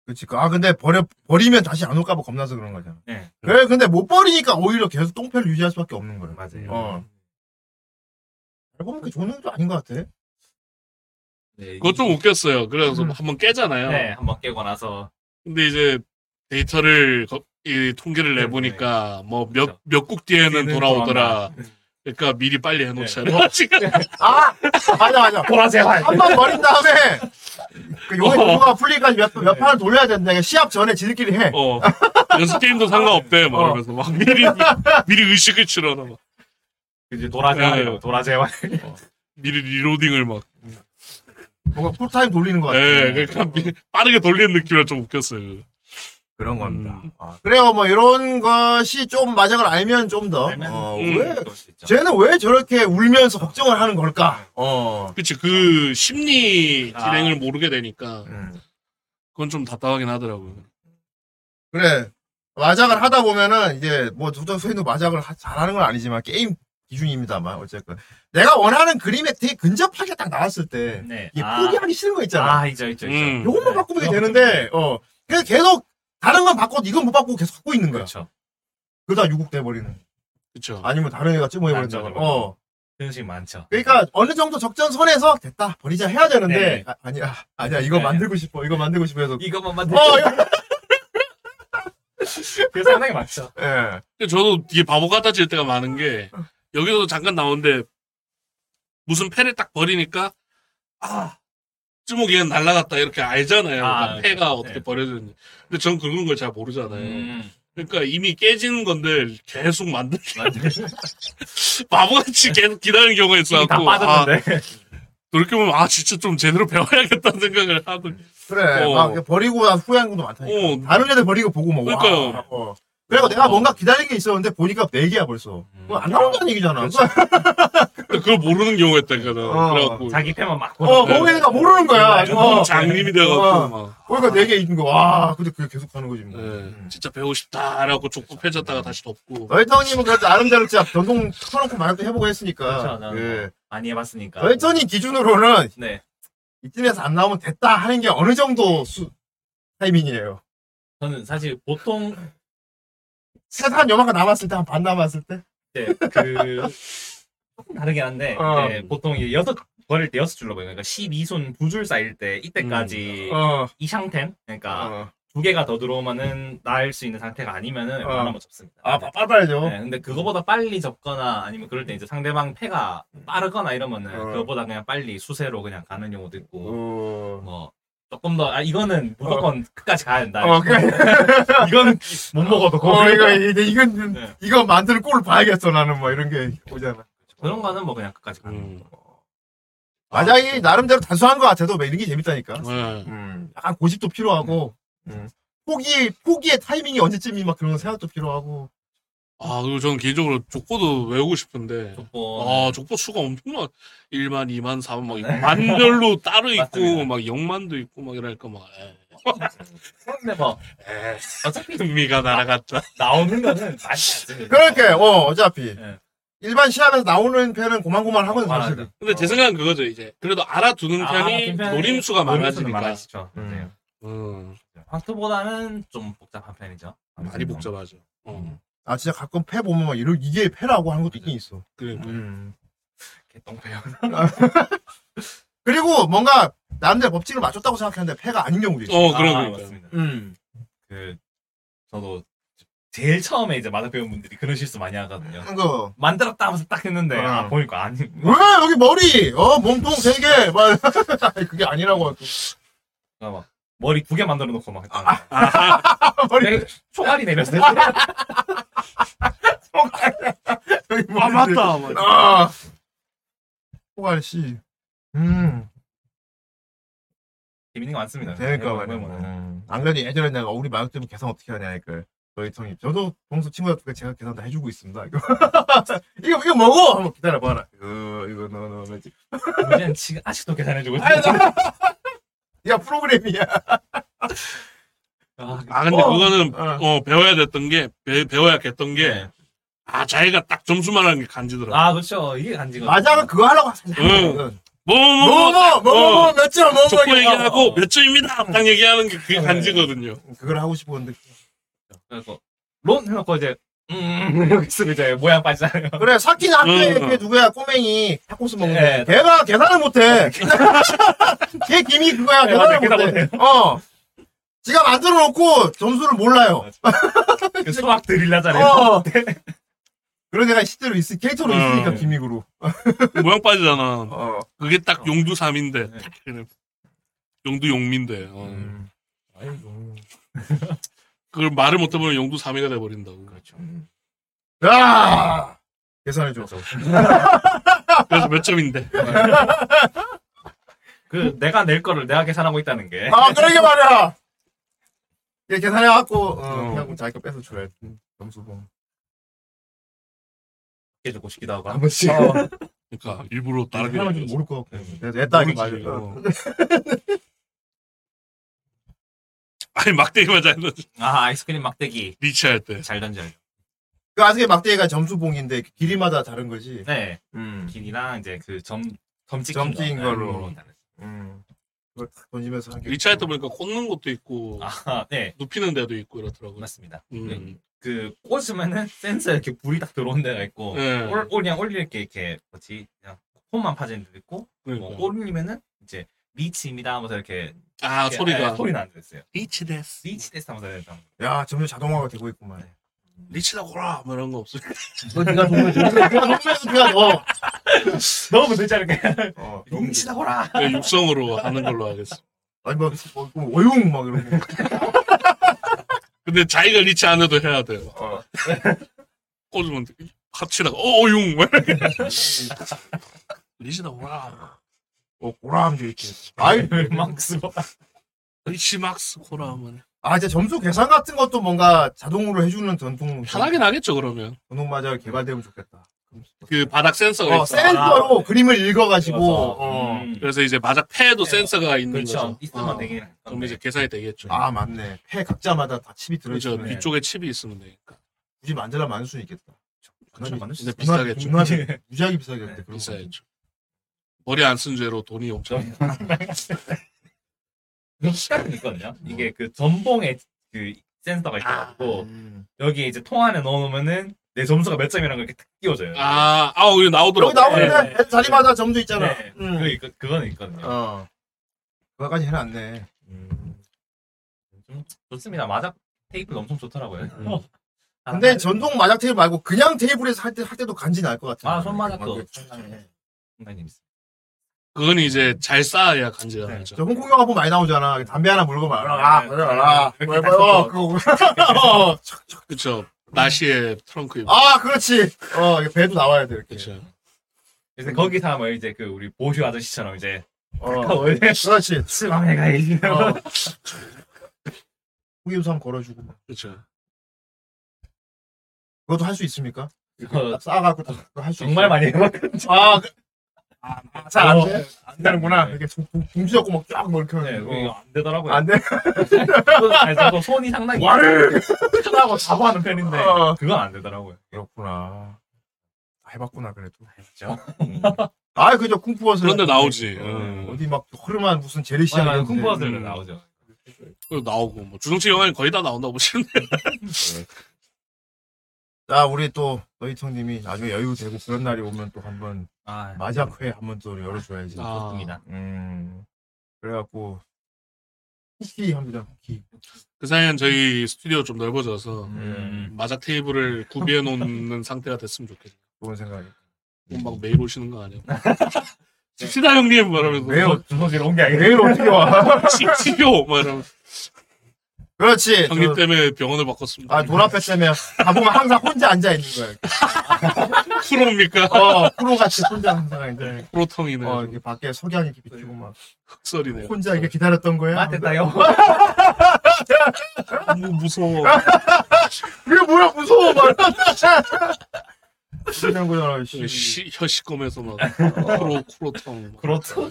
[SPEAKER 6] 그치. 아, 근데 버려, 버리면 다시 안 올까봐 겁나서 그런 거잖아.
[SPEAKER 7] 네.
[SPEAKER 6] 그래, 근데 못 버리니까 오히려 계속 똥패를 유지할 수 밖에 없는 거야.
[SPEAKER 7] 맞아요.
[SPEAKER 6] 어. 잘 보면 그 좋은 능도 아닌 것 같아.
[SPEAKER 7] 네,
[SPEAKER 5] 그것 좀 웃겼어요 그래서 한번 깨잖아요
[SPEAKER 7] 네, 한번 깨고 나서
[SPEAKER 5] 근데 이제 데이터를 거- 이 통계를 내보니까 뭐 몇 몇
[SPEAKER 7] 그렇죠.
[SPEAKER 5] 국 뒤에는
[SPEAKER 7] 뒤에는
[SPEAKER 5] 돌아오더라 그러니까 미리 빨리 해놓자
[SPEAKER 7] 네.
[SPEAKER 5] *laughs* 지금
[SPEAKER 6] 아! 맞아, 맞아.
[SPEAKER 7] 보라 제발
[SPEAKER 6] 한 번 버린 다음에, 그 요새
[SPEAKER 5] 어.
[SPEAKER 6] 누가 풀리기까지 몇, 몇 판을 돌려야 된다. 그러니까 시합 전에 지들끼리 해.
[SPEAKER 5] 어 연습 게임도 상관없대 막 이러면서 막 미리 미리 의식을 치러라 막
[SPEAKER 7] 이제 도라 제발
[SPEAKER 5] 네.
[SPEAKER 7] 도라 제발
[SPEAKER 5] 미리 리로딩을 막
[SPEAKER 6] 뭔가 풀타임 돌리는 것 같아.
[SPEAKER 5] 예, 그러니까 미- 빠르게 돌리는 느낌이라 좀 웃겼어요.
[SPEAKER 6] 그런 겁니다.
[SPEAKER 5] 음.
[SPEAKER 6] 아, 그래요, 뭐, 이런 것이 좀 마작을 알면 좀 더.
[SPEAKER 7] 알면
[SPEAKER 6] 어,
[SPEAKER 5] 음.
[SPEAKER 6] 왜,
[SPEAKER 7] 그럴 수 있죠.
[SPEAKER 6] 쟤는 왜 저렇게 울면서 걱정을 하는 걸까? 어.
[SPEAKER 5] 그치, 그 심리
[SPEAKER 7] 아.
[SPEAKER 5] 진행을 모르게 되니까
[SPEAKER 6] 음.
[SPEAKER 5] 그건 좀 답답하긴 하더라고요.
[SPEAKER 6] 그래. 마작을 하다 보면은 이제 뭐 조정 소인도 마작을 하- 잘하는 건 아니지만 게임 기준입니다만 어쨌건 내가 원하는 그림에 되게 근접하게 딱 나왔을 때
[SPEAKER 7] 네.
[SPEAKER 6] 이게
[SPEAKER 7] 아.
[SPEAKER 6] 포기하기 싫은 거 있잖아.
[SPEAKER 7] 아, 있죠, 있죠, 있죠.
[SPEAKER 5] 음.
[SPEAKER 6] 요것만 바꾸면
[SPEAKER 7] 네.
[SPEAKER 6] 되는데 어 그래서 계속 다른 건 바꿔도 이건 못 바꾸고 계속 갖고 있는 거야.
[SPEAKER 7] 그렇죠.
[SPEAKER 6] 그러다 유국돼 버리는.
[SPEAKER 5] 그쵸.
[SPEAKER 6] 아니면 다른 애가 찜어버린다거나.
[SPEAKER 7] 안정으로.
[SPEAKER 6] 어.
[SPEAKER 7] 그런 식이 많죠.
[SPEAKER 6] 그러니까 어느 정도 적전 선에서 됐다 버리자 해야
[SPEAKER 7] 네.
[SPEAKER 6] 되는데 아, 니야 아니야 이거
[SPEAKER 7] 네.
[SPEAKER 6] 만들고 싶어 이거 만들고 싶어 해서
[SPEAKER 7] 이것만
[SPEAKER 6] 어
[SPEAKER 7] 만들
[SPEAKER 6] 이거
[SPEAKER 7] 그래서 상당히 많죠.
[SPEAKER 6] *laughs* 예.
[SPEAKER 5] 근데 저도 이게 바보 같아질 때가 많은 게 여기서도 잠깐 나오는데 무슨 패를 딱 버리니까 아 쯔목이가 날라갔다 이렇게 알잖아요.
[SPEAKER 7] 아,
[SPEAKER 5] 딱 패가
[SPEAKER 7] 그렇죠.
[SPEAKER 5] 어떻게
[SPEAKER 7] 네.
[SPEAKER 5] 버려졌는지. 근데 전 그런 걸 잘 모르잖아요.
[SPEAKER 7] 음.
[SPEAKER 5] 그러니까 이미 깨지는 건데 계속 만들 *laughs* 바보같이 계속 기다리는 경우가
[SPEAKER 7] 이미 다
[SPEAKER 5] 있어갖고 아,
[SPEAKER 7] 빠졌는데.
[SPEAKER 5] 돌이켜보면 아 진짜 좀 제대로 배워야겠다는 생각을 하던
[SPEAKER 6] 그래
[SPEAKER 5] 어.
[SPEAKER 6] 막 버리고 나 후회하는 것도 많다니까
[SPEAKER 5] 어.
[SPEAKER 6] 다른 애들 버리고 보고 막 와.
[SPEAKER 5] 그러니까요.
[SPEAKER 6] 어. 그래고 내가 뭔가 기다린 게 있었는데 보니까 네 개야 벌써
[SPEAKER 7] 음.
[SPEAKER 6] 그거 안 나온다는 얘기잖아
[SPEAKER 5] 근데 그걸 모르는 경우가 있다니까는
[SPEAKER 6] 어,
[SPEAKER 5] 그래갖고
[SPEAKER 7] 자기 패만 막.
[SPEAKER 6] 어 거기가 모르는 거야
[SPEAKER 5] 조금
[SPEAKER 6] 어.
[SPEAKER 5] 장님이 돼갖고 막
[SPEAKER 6] 그러니까 네 개 있는 거와 근데 그게 계속 가는 거지 뭐
[SPEAKER 5] 네,
[SPEAKER 6] 음.
[SPEAKER 5] 진짜 배우고 싶다라고 족구 패졌다가 다시 덮고
[SPEAKER 6] 너희터님은 그래도 나름대로 진짜 변동 쳐놓고 말도 해보고 했으니까
[SPEAKER 7] 그렇죠, 나는
[SPEAKER 6] 예.
[SPEAKER 7] 많이 해봤으니까.
[SPEAKER 6] 너희터님 기준으로는
[SPEAKER 7] 네.
[SPEAKER 6] 이쯤에서 안 나오면 됐다 하는 게 어느 정도 수, 타이밍이에요.
[SPEAKER 7] 저는 사실 보통
[SPEAKER 6] 세상 요만큼 남았을 때, 한 반 남았을 때?
[SPEAKER 7] 이제 그 조금 다르긴 한데
[SPEAKER 6] 어.
[SPEAKER 7] 이제 보통 이제 여섯 버릴 때 여섯 줄로 보여요. 그러니까 12손 두 줄 쌓일 때 이때까지
[SPEAKER 6] 어,
[SPEAKER 7] 이 상태 그러니까
[SPEAKER 6] 어.
[SPEAKER 7] 두 개가 더 들어오면은 나을 수 있는 상태가 아니면은
[SPEAKER 6] 어.
[SPEAKER 7] 웬만하면 접습니다.
[SPEAKER 6] 아, 빠- 빨라야죠.
[SPEAKER 7] 네, 근데 그거보다 빨리 접거나 아니면 그럴 때 이제 상대방 패가 빠르거나 이러면은
[SPEAKER 6] 어.
[SPEAKER 7] 그거보다 그냥 빨리 수세로 그냥 가는 경우도 있고
[SPEAKER 6] 어,
[SPEAKER 7] 뭐 조금 더 아, 이거는 무조건 끝까지 가야 된다.
[SPEAKER 6] 어, 그래.
[SPEAKER 7] 아, *laughs* 이건 못 먹어도
[SPEAKER 6] 어,
[SPEAKER 7] 거의
[SPEAKER 6] 이거, 이거, 이건,
[SPEAKER 7] 네.
[SPEAKER 6] 이거 만드는 꼴을 봐야겠어, 나는 뭐, 이런 게 오잖아.
[SPEAKER 7] 그런 거는 뭐 그냥 끝까지 가는 거.
[SPEAKER 5] 음.
[SPEAKER 6] 맞아, 이 나름대로 단순한 것 같아도 막 이런 게 재밌다니까.
[SPEAKER 5] 네.
[SPEAKER 6] 음, 약간 고집도 필요하고, 음. 포기, 포기의 타이밍이 언제쯤이 막 그런 생각도 필요하고.
[SPEAKER 5] 아 그리고 저는 개인적으로 족보도 외우고 싶은데
[SPEAKER 7] 족보
[SPEAKER 5] 아 족보 수가 엄청나 1만 2만 4만 막 있고 만별로 따로 있고
[SPEAKER 7] 맞습니다.
[SPEAKER 5] 막 0만도 있고 막 이랄까 막 예. 에,
[SPEAKER 7] 근데 뭐
[SPEAKER 5] 에,
[SPEAKER 7] 어차피
[SPEAKER 5] 금리가 날아갔다
[SPEAKER 7] 나오는 거는 많이 안씁니다
[SPEAKER 6] 그렇게, 어, 어차피.
[SPEAKER 7] 네.
[SPEAKER 6] 일반 시합에서 나오는 패는 고만고만 하거든,
[SPEAKER 7] 고만하죠.
[SPEAKER 6] 사실은.
[SPEAKER 5] 근데 제 생각은 그거죠 이제 그래도 알아두는 편이 음, 노림수가 많아지니까
[SPEAKER 7] 많아지죠. 네.
[SPEAKER 5] 음,
[SPEAKER 7] 황토보다는 좀 복잡한 편이죠. 뭐.
[SPEAKER 5] 많이 복잡하죠 어,
[SPEAKER 6] 아 진짜 가끔 패 보면 막 이런 이게 패라고 하는 것도 있긴 있어.
[SPEAKER 5] 그러니까
[SPEAKER 7] 음. 개똥패요.
[SPEAKER 6] 그리고 뭔가 남들 법칙을 맞췄다고 생각했는데 패가 아닌 경우도 있어.
[SPEAKER 5] 어 그런
[SPEAKER 7] 아,
[SPEAKER 5] 거니까
[SPEAKER 7] 맞습니다.
[SPEAKER 6] 음.
[SPEAKER 7] 그 저도 제일 처음에 이제 마다 배운 분들이 그런 실수 많이 하거든요.
[SPEAKER 6] 그거
[SPEAKER 7] 만들었다 하면서 딱 했는데
[SPEAKER 6] 어.
[SPEAKER 7] 아 보니까 아니.
[SPEAKER 6] 왜 여기 머리 어 몸통 세개 막 그게 *laughs* 아니라고 하고.
[SPEAKER 7] 아, 막 머리 두 개 만들어 놓고 막
[SPEAKER 6] 아.
[SPEAKER 7] 했던 거.
[SPEAKER 6] 머리
[SPEAKER 7] 내가 총알이 내렸어요.
[SPEAKER 6] 아. 여기
[SPEAKER 5] 아
[SPEAKER 6] 머리
[SPEAKER 5] 맞다 막.
[SPEAKER 6] 아 호갈 씨. 음.
[SPEAKER 7] *laughs* 재밌는 거 많습니다.
[SPEAKER 6] 그러니까
[SPEAKER 7] 뭐,
[SPEAKER 6] 말이야.
[SPEAKER 7] 뭐, 뭐.
[SPEAKER 6] 음. 안 그래도 예전에 내가 우리 마역 때문에 계산 어떻게 하냐 이걸 너희 형님 저도 봉수 친구들한테 제가 계산 다 해주고 있습니다. 이거 *laughs* 이거 이거 먹어 한번 기다려 봐라. 이거 이거 넣어 넣어 지
[SPEAKER 7] 문제는 지금 아직도 계산해주고 있어요.
[SPEAKER 6] 아니, 나- *laughs* 야 프로그램이야.
[SPEAKER 7] 아,
[SPEAKER 5] 아 근데
[SPEAKER 6] 어.
[SPEAKER 5] 그거는
[SPEAKER 6] 어.
[SPEAKER 5] 어, 배워야 됐던 게 배, 배워야 했던 게
[SPEAKER 7] 네.
[SPEAKER 5] 아 자기가 딱 점수만 하는 게 간지더라
[SPEAKER 7] 아 그렇죠. 이게 간지가.
[SPEAKER 6] 맞아, 그거 하려고 하잖아.
[SPEAKER 5] 응.
[SPEAKER 6] 뭐뭐
[SPEAKER 5] 뭐뭐뭐
[SPEAKER 6] 뭐 뭐 몇 점, 뭐
[SPEAKER 5] 족보
[SPEAKER 6] 뭐
[SPEAKER 5] 얘기하고 몇 점입니다 딱 얘기하는 게 그게
[SPEAKER 6] 네.
[SPEAKER 5] 간지거든요
[SPEAKER 6] 그걸 하고 싶었는데
[SPEAKER 7] 그래서 론 해놓고 이제 음 이렇게 쓰면 이제 모양
[SPEAKER 6] *laughs*
[SPEAKER 7] 빠지잖아요.
[SPEAKER 6] 그래 사키는 학교에
[SPEAKER 5] 응.
[SPEAKER 6] 그 누구야 꼬맹이 타코스
[SPEAKER 7] 예.
[SPEAKER 6] 먹는데 걔가 계산을 못해. *laughs* 걔 김이 그거야
[SPEAKER 7] 예, 맞아,
[SPEAKER 6] 네. 계산을
[SPEAKER 7] 계산
[SPEAKER 6] 못해. 어. 지가 만들어 놓고 점수를 몰라요.
[SPEAKER 7] 그 수학 드릴라잖아요.
[SPEAKER 6] 어. *laughs* 그런 애가 실제로 있, 캐릭터로
[SPEAKER 5] 응.
[SPEAKER 6] 있으니까 기믹으로.
[SPEAKER 5] 모양 빠지잖아
[SPEAKER 6] 어.
[SPEAKER 5] 그게 딱 용두삼인데
[SPEAKER 7] 네.
[SPEAKER 5] 딱 그냥 용두 용민데 어.
[SPEAKER 6] 음.
[SPEAKER 5] 그걸 말을 못해보면 용두삼이가 돼버린다고 그렇죠.
[SPEAKER 6] 야 계산해줘.
[SPEAKER 5] 그래서 몇 점인데
[SPEAKER 7] 그 내가 낼 거를 내가 계산하고 있다는 게.
[SPEAKER 6] 아 그러게 말이야. 얘 계산해갖고
[SPEAKER 5] 어.
[SPEAKER 6] 어, 그냥 자기가 뺏어 줘야 돼. 점수 봉.
[SPEAKER 7] 해주고 싶기도 하고.
[SPEAKER 6] 한 번씩.
[SPEAKER 5] 그러니까 일부러 다르게
[SPEAKER 6] 네,
[SPEAKER 5] 어.
[SPEAKER 6] 사람은 어. 좀 네. 모를 어. 것 같고. 내가 딱
[SPEAKER 5] 모르지.
[SPEAKER 6] 말이야.
[SPEAKER 5] 어. 아니 막대기만 잘 던지.
[SPEAKER 7] 아 아이스크림 막대기
[SPEAKER 5] 리치 할 때.
[SPEAKER 7] 잘 던져요.
[SPEAKER 6] 그 아직의 막대기가 점수봉인데 그 길이마다 다른 거지.
[SPEAKER 7] 네.
[SPEAKER 6] 음.
[SPEAKER 7] 길이랑 이제 그점 점찍힌
[SPEAKER 6] 점찍인
[SPEAKER 7] 거.
[SPEAKER 6] 걸로.
[SPEAKER 7] 네, 다르죠.
[SPEAKER 6] 음. 그걸 딱 던지면서 한 게.
[SPEAKER 5] 리치 할 때 보니까 꽂는 것도 있고
[SPEAKER 7] 아, 네.
[SPEAKER 5] 눕히는 데도 있고 이렇더라고요.
[SPEAKER 7] 맞습니다.
[SPEAKER 5] 음.
[SPEAKER 7] 그 꽂으면은 센서에 이렇게 불이 딱 들어온 데가 있고
[SPEAKER 5] 네.
[SPEAKER 7] 올, 올 그냥 올릴 게 이렇게 뭐지 그냥 폰만 파진 데도 있고
[SPEAKER 5] 그러니까.
[SPEAKER 7] 뭐 올리면은 이제 리치입니다 하면서 이렇게
[SPEAKER 5] 아
[SPEAKER 7] 이렇게-
[SPEAKER 5] 소리가
[SPEAKER 7] 네, 소리는 안 들었어요.
[SPEAKER 5] 리치 데스.
[SPEAKER 7] 리치 테스트 하면서 이렇게 하는 거예요.
[SPEAKER 6] 야, 점점 자동화가 되고 있구만.
[SPEAKER 5] 리치라고 라! 뭐 이런 거 없어요.
[SPEAKER 6] 너 네가 정말 네가 너무 네가 너.
[SPEAKER 7] *laughs* 너무 되지 않을까요?
[SPEAKER 6] 어.
[SPEAKER 5] *laughs*
[SPEAKER 7] 용치다거라.
[SPEAKER 5] 그냥 육성으로 하는 걸로 하겠어.
[SPEAKER 6] 아니 뭐, 뭐, 뭐 오용 막 이런 거.
[SPEAKER 5] 근데 자기가 리치 안 해도 해야 돼요.
[SPEAKER 6] 어.
[SPEAKER 5] *laughs* 꽂으면 합치다가 어용 뭐 *laughs* 리치라고 라.
[SPEAKER 6] 어, 고라함도 이렇게.
[SPEAKER 7] *laughs*
[SPEAKER 6] 아이,
[SPEAKER 7] 네, 막스.
[SPEAKER 5] 리치 막스 코라 뭐 하면
[SPEAKER 6] 아, 이제 점수 계산 같은 것도 뭔가 자동으로 해주는 전통
[SPEAKER 5] 편하게 나겠죠 그러면.
[SPEAKER 6] 전통 마저 개발되면 좋겠다.
[SPEAKER 5] 그 바닥 센서가
[SPEAKER 6] 어,
[SPEAKER 5] 있어. 아.
[SPEAKER 6] 센서로 그림을 읽어가지고
[SPEAKER 7] 그래서,
[SPEAKER 6] 어.
[SPEAKER 7] 음,
[SPEAKER 5] 그래서 이제 마작 패에도 센서가 네. 있는
[SPEAKER 7] 그렇죠.
[SPEAKER 5] 거죠.
[SPEAKER 7] 있으면
[SPEAKER 6] 어.
[SPEAKER 7] 되긴. 할
[SPEAKER 5] 그럼
[SPEAKER 7] 건데.
[SPEAKER 5] 이제 계산이 되겠죠.
[SPEAKER 6] 아 맞네 폐 각자마다 다 칩이
[SPEAKER 5] 그렇죠.
[SPEAKER 6] 들어있네
[SPEAKER 5] 뒤쪽에 칩이 있으면 되니까.
[SPEAKER 6] 굳이 만들라 많을 수는 있겠다
[SPEAKER 7] 그렇죠. 많을 수
[SPEAKER 5] 근데
[SPEAKER 6] 누나-
[SPEAKER 5] 비싸겠죠.
[SPEAKER 6] 누나-
[SPEAKER 5] *laughs*
[SPEAKER 6] 무지하게 비싸겠다
[SPEAKER 7] 네,
[SPEAKER 6] 그런 거.
[SPEAKER 5] 비싸겠죠. 머리 안 쓴 죄로 돈이 엄청.
[SPEAKER 7] 이런 시각이 있거든요. 이게 그 전봉에 그 센서가
[SPEAKER 5] 어.
[SPEAKER 7] 있고
[SPEAKER 6] 음.
[SPEAKER 7] 여기 이제 통 안에 넣어놓으면은 내 점수가 몇 점이라는 걸 이렇게 탁 띄워줘요.
[SPEAKER 5] 아, 아, 여기 나오더라고.
[SPEAKER 6] 여기 나오는데
[SPEAKER 7] 네.
[SPEAKER 6] 자리마다 점도 있잖아 음.
[SPEAKER 7] 네. 그 이거 그거는 있거든요.
[SPEAKER 6] 어 그거까지 해놨네
[SPEAKER 7] 좀 좋습니다. 마작 테이블 엄청 좋더라고요. 아, 네.
[SPEAKER 6] 근데 전동 마작 테이블 말고 그냥 테이블에서 할, 때, 할 때도 간지 날 것 같아
[SPEAKER 7] 아, 손마작도. 상당히 있습니다.
[SPEAKER 5] 그건 이제 잘 쌓아야 간지나죠.
[SPEAKER 6] 저 홍콩 영화 보면 많이 나오잖아 담배 하나 물고 막 아, 그래 알아
[SPEAKER 7] 네.
[SPEAKER 6] 뭐야 뭐야 그거 어.
[SPEAKER 5] 그렇죠. 나시의 트렁크 입고.
[SPEAKER 6] 아 그렇지 어 이게 배도 나와야 돼 이렇게
[SPEAKER 5] 그렇죠.
[SPEAKER 7] 그래서 거기서 하면 이제 그 우리 보슈 아저씨처럼 이제
[SPEAKER 6] 어
[SPEAKER 7] 어, 이제
[SPEAKER 6] 그렇지
[SPEAKER 7] 수감에 가야지.
[SPEAKER 6] 어. 후기도 한번 걸어주고 막.
[SPEAKER 5] 그렇죠.
[SPEAKER 6] 그것도 할 수 있습니까? 이렇게
[SPEAKER 7] 어.
[SPEAKER 6] 딱 쌓아갖고 다할수
[SPEAKER 7] 정말 많이 해봤거든요.
[SPEAKER 6] 아, 그- 아, 잘안
[SPEAKER 7] 어.
[SPEAKER 6] 돼? 안 되는구나. 네. 이렇게 종- 종- 봉지 잡고 막 쫙 뭐 이렇게
[SPEAKER 7] 네,
[SPEAKER 6] 하는
[SPEAKER 7] 그거
[SPEAKER 6] 거.
[SPEAKER 7] 안 되더라고요.
[SPEAKER 6] 안 돼?
[SPEAKER 7] 그래서 손이 상당히
[SPEAKER 6] 와르르!
[SPEAKER 7] 크다고 자고 하는 편인데
[SPEAKER 6] 어.
[SPEAKER 7] 그건 안 되더라고요.
[SPEAKER 6] 그렇구나. 다 해봤구나, 그래도.
[SPEAKER 7] 그렇죠.
[SPEAKER 6] 아, 그저 쿵푸어슬.
[SPEAKER 5] 그런데 나오지. 음.
[SPEAKER 6] 어,
[SPEAKER 5] 응.
[SPEAKER 6] 어디 막 허름한 무슨 제리시아.
[SPEAKER 7] 맞아요.
[SPEAKER 6] 이런 데.
[SPEAKER 7] 쿵푸어슬은
[SPEAKER 6] 음.
[SPEAKER 7] 나오죠.
[SPEAKER 5] 그리고 나오고 뭐 주성치 영화는 거의 다 나온다고 보시면 돼요.
[SPEAKER 6] 자, 우리 또, 너희통님이 나중에 여유 되고 그런 날이 오면 또 한번
[SPEAKER 7] 아,
[SPEAKER 6] 마작회 한번 또 열어줘야지.
[SPEAKER 7] 좋습니다.
[SPEAKER 6] 음. 그래갖고, 쿠키 합니다, 쿠키.
[SPEAKER 5] *laughs* 그 사이엔 저희 스튜디오 좀 넓어져서
[SPEAKER 7] 음.
[SPEAKER 5] 마작 테이블을 구비해 놓는 *laughs* 상태가 됐으면 좋겠네요.
[SPEAKER 6] 좋은 생각이.
[SPEAKER 5] 그럼 막 매일 오시는 거
[SPEAKER 6] *laughs*
[SPEAKER 5] 아니에요? 집시다 형님 말하면서 뭐
[SPEAKER 6] 매우
[SPEAKER 7] 주소지로 온 게 아니라
[SPEAKER 6] 내일 어떻게 와?
[SPEAKER 5] 집시요
[SPEAKER 6] *laughs*
[SPEAKER 5] 말하면서
[SPEAKER 6] 그렇지.
[SPEAKER 5] 형님
[SPEAKER 6] 네, 저-
[SPEAKER 5] 때문에 병원을 바꿨습니다.
[SPEAKER 6] 아, 돈 앞에 때문에 가보면 항상 혼자 앉아있는 거야.
[SPEAKER 5] 프로입니까? *laughs*
[SPEAKER 6] 어, 프로같이 혼자 항상 이제.
[SPEAKER 5] 프로통이네.
[SPEAKER 6] 어, 이렇게 밖에 석양 이렇게 비추고 막.
[SPEAKER 5] 흑설이네요.
[SPEAKER 6] 혼자 이렇게 기다렸던
[SPEAKER 7] *laughs*
[SPEAKER 6] 거야?
[SPEAKER 7] 맞겠다요.
[SPEAKER 5] 어, 너무 무서워.
[SPEAKER 6] 아, 이게 뭐야, 무서워, 말. 그냥 거잖아,
[SPEAKER 5] 그
[SPEAKER 6] 씨.
[SPEAKER 5] 시, 혀시검에서 막
[SPEAKER 6] 어.
[SPEAKER 5] 프로 프로통
[SPEAKER 7] 그렇죠.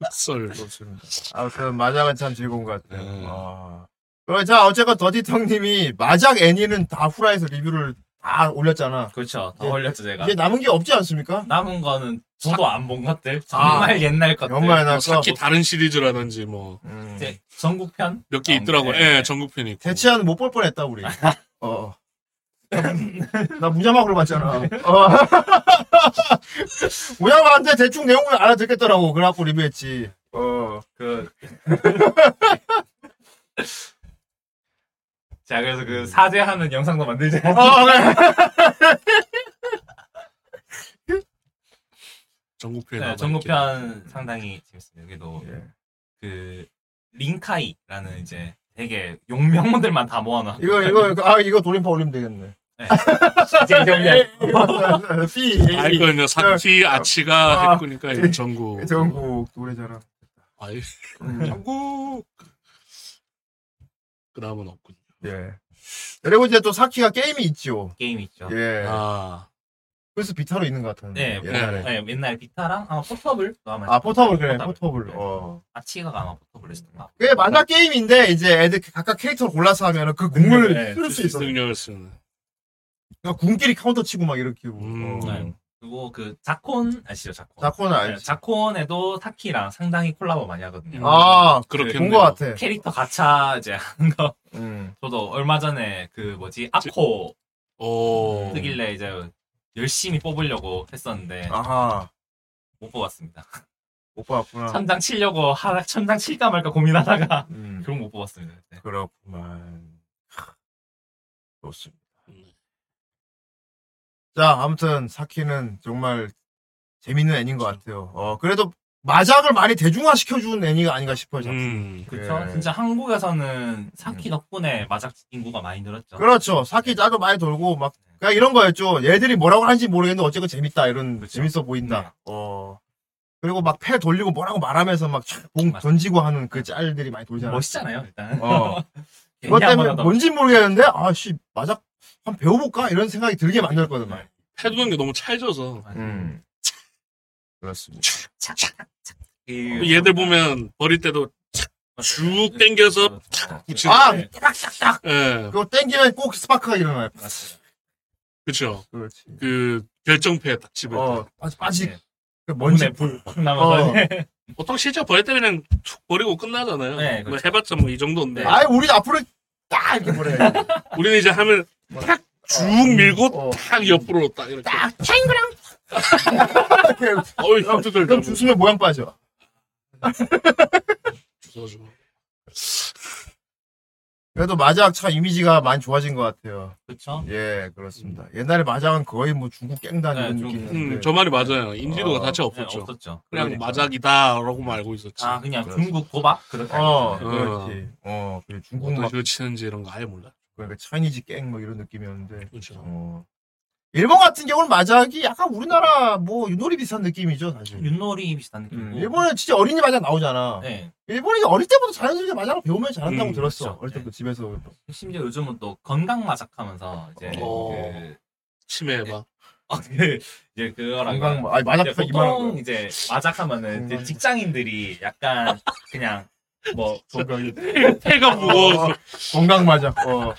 [SPEAKER 5] 흑설.
[SPEAKER 6] 그렇습니다. 아무튼, 마작은 참 즐거운 것 같아요.
[SPEAKER 5] 네.
[SPEAKER 6] 아. 그래, 자, 어쨌건 더디텅님이 마작 애니는 다 후라이에서 리뷰를 다 올렸잖아.
[SPEAKER 7] 그렇죠. 더 올렸죠 제가.
[SPEAKER 6] 이제 남은 게 없지 않습니까?
[SPEAKER 7] 남은 거는 저도 안 본 것들 아, 정말 옛날 것들.
[SPEAKER 6] 연말 나서
[SPEAKER 5] 특히 다른 시리즈라든지 뭐 몇 개
[SPEAKER 6] 음.
[SPEAKER 7] 이제 전국편
[SPEAKER 5] 있더라고요.
[SPEAKER 7] 아,
[SPEAKER 5] 예,
[SPEAKER 7] 네.
[SPEAKER 5] 전국편이 있고.
[SPEAKER 6] 대치하는 못 볼 뻔했다 우리. 어. 나 무자막으로 봤잖아. 어. 무자막한테 대충 내용을 알아듣겠더라고. 그래갖고 리뷰했지. 어.
[SPEAKER 7] 그. *laughs* 자, 그래서 그 사죄하는 영상도 만들자. *laughs*
[SPEAKER 6] 어, 그래.
[SPEAKER 5] 전국편이
[SPEAKER 7] 네,
[SPEAKER 5] 남아있긴
[SPEAKER 7] 전국편 상당히 재밌습니다. 여기도
[SPEAKER 6] 예.
[SPEAKER 7] 그 링카이라는 이제 되게 용명들만 다 모아놔.
[SPEAKER 6] 이거 이거 이거, 아 이거 돌림파 올리면 되겠네. 예,
[SPEAKER 7] 이제 경량. *laughs*
[SPEAKER 6] 피.
[SPEAKER 5] 아, 이거는요. 사키 아치가
[SPEAKER 6] 아. 네.
[SPEAKER 5] 했으니까 이거 전국.
[SPEAKER 6] 전국 노래자랑.
[SPEAKER 5] 아이,
[SPEAKER 6] 음.
[SPEAKER 5] 전국. 그 다음은 없군요.
[SPEAKER 6] 예. 그리고 이제 또 사키가 게임이 있지요.
[SPEAKER 7] 아. 게임 있죠.
[SPEAKER 6] 예.
[SPEAKER 5] 아,
[SPEAKER 6] 그래서 비타로 있는 것 같은데.
[SPEAKER 7] 네,
[SPEAKER 6] 옛날에.
[SPEAKER 7] 네, 옛날 비타랑 아마 포터블 아마
[SPEAKER 6] 예. 아, 포터블, 그래,
[SPEAKER 7] 포터블. 네. 아.
[SPEAKER 6] 포터블. 어.
[SPEAKER 7] 아치가가 아마 포터블 했었나?
[SPEAKER 6] 그게 만화 게임인데, 이제 애들 각각 캐릭터를 골라서 하면은 그 공을
[SPEAKER 5] 네,
[SPEAKER 6] 쓸 수 있어.
[SPEAKER 5] 능력을 쓰는.
[SPEAKER 6] 그러니까 군끼리 카운터 치고 막 이렇게. 하고.
[SPEAKER 5] 음.
[SPEAKER 6] 어.
[SPEAKER 7] 네. 그리고 그 자콘 아시죠 자콘?
[SPEAKER 6] 자코는
[SPEAKER 7] 네,
[SPEAKER 6] 알지.
[SPEAKER 7] 자콘에도 타키랑 상당히 콜라보 많이 하거든요.
[SPEAKER 6] 아,
[SPEAKER 5] 그렇게
[SPEAKER 6] 본 것 같아.
[SPEAKER 7] 캐릭터 가차 이제 하는 거.
[SPEAKER 6] 음.
[SPEAKER 7] 저도 얼마 전에 그 뭐지 아코
[SPEAKER 5] 오.
[SPEAKER 7] 뜨길래 이제 열심히 뽑으려고 했었는데
[SPEAKER 6] 아하.
[SPEAKER 7] 못 뽑았습니다.
[SPEAKER 6] 못 봤구나.
[SPEAKER 7] 천장 치려고 하 천장 칠까 말까 고민하다가 *laughs*
[SPEAKER 6] 음.
[SPEAKER 7] 결국 못 뽑았습니다. 네.
[SPEAKER 6] 그렇구만. 하, 좋습니다.
[SPEAKER 7] 음.
[SPEAKER 6] 자, 아무튼 사키는 정말 재밌는 애니인 것 같아요. 어, 그래도 마작을 많이 대중화 시켜준 애니가 아닌가 싶어요. 자.
[SPEAKER 5] 음.
[SPEAKER 7] 그렇죠.
[SPEAKER 6] 예.
[SPEAKER 7] 진짜 한국에서는 사키 덕분에 마작 인구가 많이 늘었죠.
[SPEAKER 6] 그렇죠.
[SPEAKER 7] 네.
[SPEAKER 6] 사키 짜도 많이 돌고 막 그냥 이런 거였죠. 얘들이 뭐라고 하는지 모르겠는데 어쨌건 재밌다 이런
[SPEAKER 7] 그렇죠.
[SPEAKER 6] 재밌어 보인다. 어. 그리고 막 패 돌리고 뭐라고 말하면서 막공
[SPEAKER 7] 맞아.
[SPEAKER 6] 던지고 하는 그 짤들이 많이 돌잖아.
[SPEAKER 7] 멋있잖아요 일단.
[SPEAKER 6] 어.
[SPEAKER 7] *laughs* 괜히
[SPEAKER 6] 그것
[SPEAKER 7] 한번
[SPEAKER 6] 때문에
[SPEAKER 7] 하다
[SPEAKER 6] 뭔지 모르겠는데 아씨 마작 한번 배워볼까 이런 생각이 들게 만들거든 말.
[SPEAKER 5] 해두는 게 너무 찰져서.
[SPEAKER 7] 보니까.
[SPEAKER 6] 음. 그렇습니다. 음.
[SPEAKER 7] 그-
[SPEAKER 5] 어, 얘들 보면 버릴 때도 쭉 당겨서
[SPEAKER 7] 어.
[SPEAKER 5] 붙이고.
[SPEAKER 6] 아,
[SPEAKER 7] 뭐 네.
[SPEAKER 6] 딱딱딱.
[SPEAKER 5] 예.
[SPEAKER 6] 그거 땡기면 꼭 스파크가 일어나요.
[SPEAKER 5] 그쵸.
[SPEAKER 6] 그렇지.
[SPEAKER 5] 그 결정패 딱 집을.
[SPEAKER 6] 어,
[SPEAKER 5] 어.
[SPEAKER 6] 빠지, 빠지.
[SPEAKER 7] 네.
[SPEAKER 6] 그 먼지.
[SPEAKER 7] 눈에 불팍 네. 나면서
[SPEAKER 6] 어.
[SPEAKER 5] 보통 실제 버릴 때는 툭 버리고 끝나잖아요.
[SPEAKER 7] 네,
[SPEAKER 5] 뭐
[SPEAKER 7] 그렇죠.
[SPEAKER 5] 해봤자 뭐 이 정도인데.
[SPEAKER 7] 네.
[SPEAKER 6] 아이, 우리 앞으로 딱 이렇게 보내.
[SPEAKER 5] 우리는 이제 하면 탁쭉 밀고
[SPEAKER 6] 어.
[SPEAKER 5] 탁 옆으로 딱 이렇게.
[SPEAKER 6] 딱, 탱그랑. 이렇게.
[SPEAKER 5] 어이, 형들들.
[SPEAKER 6] 그럼 주스면 모양 빠져.
[SPEAKER 5] 주워줘.
[SPEAKER 6] 그래도 마작 참 이미지가 많이 좋아진 것 같아요.
[SPEAKER 7] 그렇죠.
[SPEAKER 6] 예, 그렇습니다. 옛날에 마작은 거의 뭐 중국 깽단
[SPEAKER 7] 네,
[SPEAKER 6] 이런
[SPEAKER 7] 좀-
[SPEAKER 6] 느낌.
[SPEAKER 5] 음, 저 말이 맞아요. 인지도가
[SPEAKER 6] 어,
[SPEAKER 5] 자체
[SPEAKER 7] 네,
[SPEAKER 5] 없었죠.
[SPEAKER 7] 없었죠.
[SPEAKER 5] 그냥
[SPEAKER 6] 그러니까.
[SPEAKER 5] 마작이다라고만 알고 있었지.
[SPEAKER 7] 아 그냥
[SPEAKER 6] 그렇죠.
[SPEAKER 7] 중국 고박 그렇게.
[SPEAKER 6] 어,
[SPEAKER 7] 알고 있어요.
[SPEAKER 6] 그렇지. 어, 그 중국
[SPEAKER 5] 어떤
[SPEAKER 6] 막,
[SPEAKER 5] 식으로 치는지 이런 거 아예 몰라.
[SPEAKER 6] 그러니까 차이니즈 깽 뭐 이런 느낌이었는데.
[SPEAKER 5] 그렇죠.
[SPEAKER 6] 어. 일본 같은 경우는 마작이 약간 우리나라 뭐 윷놀이 비슷한 느낌이죠, 사실.
[SPEAKER 7] 윷놀이 비슷한
[SPEAKER 6] 음,
[SPEAKER 7] 느낌이고.
[SPEAKER 6] 일본은 진짜 어린이 마작 나오잖아.
[SPEAKER 7] 네.
[SPEAKER 6] 일본이 어릴 때부터 자연스럽게 마작을 배우면 잘한다고
[SPEAKER 5] 음,
[SPEAKER 6] 들었어.
[SPEAKER 7] 그렇죠.
[SPEAKER 6] 어릴 때부터 집에서.
[SPEAKER 7] 심지어 요즘은 또 건강 마작하면서 이제
[SPEAKER 5] 어.
[SPEAKER 7] 그,
[SPEAKER 5] 치매 막
[SPEAKER 7] 어, 그 이제 그거랑
[SPEAKER 6] 건강 마- 아니, 마작
[SPEAKER 7] 이제
[SPEAKER 6] 이만한
[SPEAKER 7] 보통
[SPEAKER 6] 거야.
[SPEAKER 7] 이제 마작하면은 이제
[SPEAKER 6] 건강.
[SPEAKER 7] 직장인들이 약간 그냥 뭐
[SPEAKER 5] 폐가 무거워.
[SPEAKER 6] 어, 건강 마작. 어.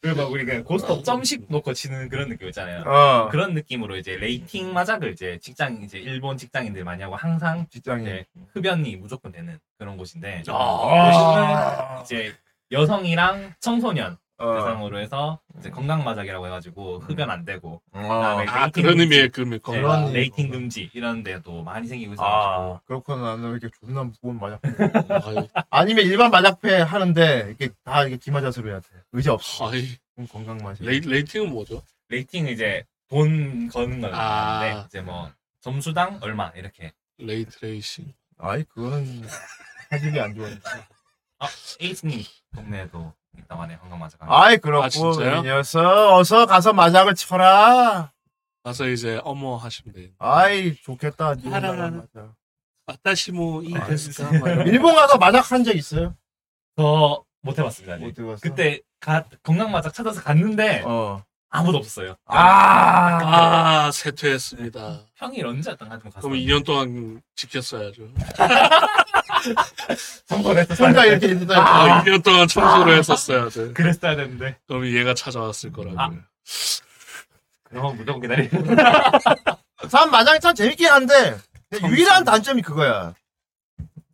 [SPEAKER 7] 그막 우리 그 고스톱 점식 놓고 치는 그런 느낌 있잖아요.
[SPEAKER 6] 어.
[SPEAKER 7] 그런 느낌으로 이제 레이팅 마작을 이제 직장 이제 일본 직장인들 많이 하고 항상
[SPEAKER 6] 직장인.
[SPEAKER 7] 이제 흡연이 무조건 되는 그런 곳인데
[SPEAKER 5] 어. 그
[SPEAKER 6] 아.
[SPEAKER 7] 보시면 이제 여성이랑 청소년
[SPEAKER 6] 어.
[SPEAKER 7] 대상으로 해서 이제 건강 마작이라고 해가지고 흡연 안 되고
[SPEAKER 6] 어.
[SPEAKER 5] 아 그런 의미의 그 메커.
[SPEAKER 7] 네,
[SPEAKER 6] 그런
[SPEAKER 7] 막 레이팅
[SPEAKER 6] 의미구나.
[SPEAKER 7] 금지 이런 데도 많이 생기고 있어가지고
[SPEAKER 6] 아, 그렇구나. 나는 왜 이렇게 존나 무거운 마작.
[SPEAKER 5] 아이,
[SPEAKER 6] 아니면 일반 마작패 하는데, 이렇게 다 이렇게 기마자수로 해야 돼. 의자 없이.
[SPEAKER 5] 아이,
[SPEAKER 6] 그럼 건강 마작.
[SPEAKER 5] 레이, 레이팅은 뭐죠?
[SPEAKER 7] 레이팅 이제 돈 거는 거였는데
[SPEAKER 5] 아.
[SPEAKER 7] 이제 뭐 점수당 얼마 이렇게
[SPEAKER 5] 레이트 레이싱.
[SPEAKER 6] 아이, 그거는 사진이 안 좋아.
[SPEAKER 7] 에이스님 동네에도 있다고 하네요 건강 마작
[SPEAKER 6] 아이,
[SPEAKER 5] 아,
[SPEAKER 6] 그렇고.
[SPEAKER 5] 진짜요?
[SPEAKER 6] 이 녀석, 어서 가서 마작을 쳐라.
[SPEAKER 5] 가서 이제 어머 하시면 돼요.
[SPEAKER 6] 아이, 좋겠다. 일본
[SPEAKER 5] 하라.
[SPEAKER 6] 가서 마작.
[SPEAKER 5] 아타시모 네. 이
[SPEAKER 7] 아,
[SPEAKER 5] 데스까?
[SPEAKER 7] 진짜.
[SPEAKER 5] 막 이런 거.
[SPEAKER 6] 일본 가서 마작 한 적 있어요?
[SPEAKER 7] 저 못해봤습니다 아직.
[SPEAKER 6] 못 들어갔어.
[SPEAKER 7] 그때 가, 건강 마작 찾아서 갔는데
[SPEAKER 6] 어.
[SPEAKER 7] 아무도 없어요
[SPEAKER 6] 아.
[SPEAKER 5] 아 세퇴했습니다.
[SPEAKER 7] 평일 언제였던 가지고 갔어요
[SPEAKER 5] 그럼 2년 동안 지켰어야죠.
[SPEAKER 6] 혼자 이렇게 있다.
[SPEAKER 5] 아, 2년 동안 청소를 했었어야죠.
[SPEAKER 7] 그랬어야 되는데
[SPEAKER 5] 그럼 얘가 찾아왔을 거라고. 요
[SPEAKER 7] 그럼 무조건 기다리고
[SPEAKER 6] 참 마장이 참 재밌긴 한데 근데 유일한 단점이 그거야.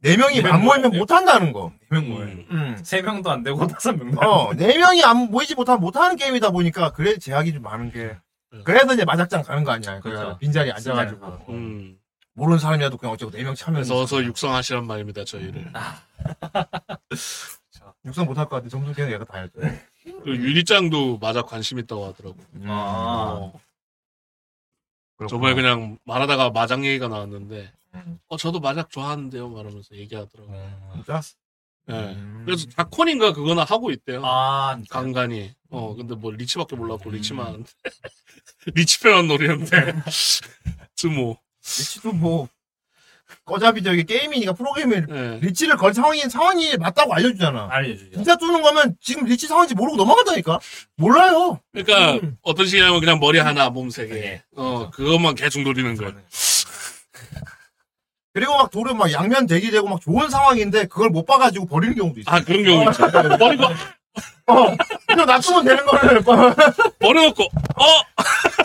[SPEAKER 6] 네 명이
[SPEAKER 7] 네
[SPEAKER 6] 안
[SPEAKER 7] 명
[SPEAKER 6] 모이면
[SPEAKER 7] 모아야
[SPEAKER 6] 못 한다는 거.
[SPEAKER 7] 네명 모여요
[SPEAKER 6] 음.
[SPEAKER 7] 세 명도 안 되고 다섯 명도 안
[SPEAKER 6] 어, 네 명이 안 모이지 못하면 못 하는 게임이다 보니까 그래 제약이 좀 많은 게. 그래서 이제 마작장 가는 거 아니야. 그냥
[SPEAKER 7] 그렇죠.
[SPEAKER 6] 빈자리에
[SPEAKER 7] 진짜
[SPEAKER 6] 앉아가지고
[SPEAKER 7] 많고.
[SPEAKER 5] 음.
[SPEAKER 6] 모르는 사람이라도 그냥 어쩌고 네명
[SPEAKER 5] 그래서
[SPEAKER 6] 차면서
[SPEAKER 5] 어서 육성하시란 말입니다, 저희를.
[SPEAKER 6] 육성 못할 것 같아. 점수 걔는 얘가 다 해줘.
[SPEAKER 5] 그 유리짱도 마작 관심 있다고 하더라고.
[SPEAKER 7] 아.
[SPEAKER 5] 어. 저번에 그냥 말하다가 마작 얘기가 나왔는데, 어, 저도 마작 좋아하는데요. 말하면서 얘기하더라고요.
[SPEAKER 7] 음.
[SPEAKER 6] 진짜?
[SPEAKER 5] 예.
[SPEAKER 6] 음.
[SPEAKER 5] 그래서 자콘인가 그거나 하고 있대요.
[SPEAKER 7] 아 진짜.
[SPEAKER 5] 간간히. 어,
[SPEAKER 7] 음.
[SPEAKER 5] 근데 뭐 리치밖에 몰랐고, 리치만 *laughs* 하는데.
[SPEAKER 7] *laughs*
[SPEAKER 5] 리치 편한 놀이였는데. 쯔모.
[SPEAKER 6] 리치도 뭐 거잡이 저기 게임이니까 프로그램이
[SPEAKER 5] 예.
[SPEAKER 7] 음.
[SPEAKER 6] 리치를 걸 상황이 상황이 맞다고 알려주잖아.
[SPEAKER 7] 알려주죠.
[SPEAKER 6] 진짜 쏘는 거면 지금 리치 상황인지 모르고 넘어간다니까. 몰라요.
[SPEAKER 5] 그러니까 어떤 식이냐면 그냥
[SPEAKER 7] 음.
[SPEAKER 5] 머리 하나, 몸 세
[SPEAKER 7] 네. 예.
[SPEAKER 5] 개. 어, 그것만 계속 노리는 거야.
[SPEAKER 7] 그렇죠.
[SPEAKER 6] 그리고 막 돌은 막 양면 대기되고 막 좋은 상황인데 그걸 못 봐가지고 버리는 경우도 있어.
[SPEAKER 5] 아, 그런 경우 있지.
[SPEAKER 7] 네.
[SPEAKER 5] 버리고,
[SPEAKER 7] 아,
[SPEAKER 6] 어, 그냥 놔두면
[SPEAKER 7] *laughs*
[SPEAKER 6] 되는 거를
[SPEAKER 5] 버려놓고, 어!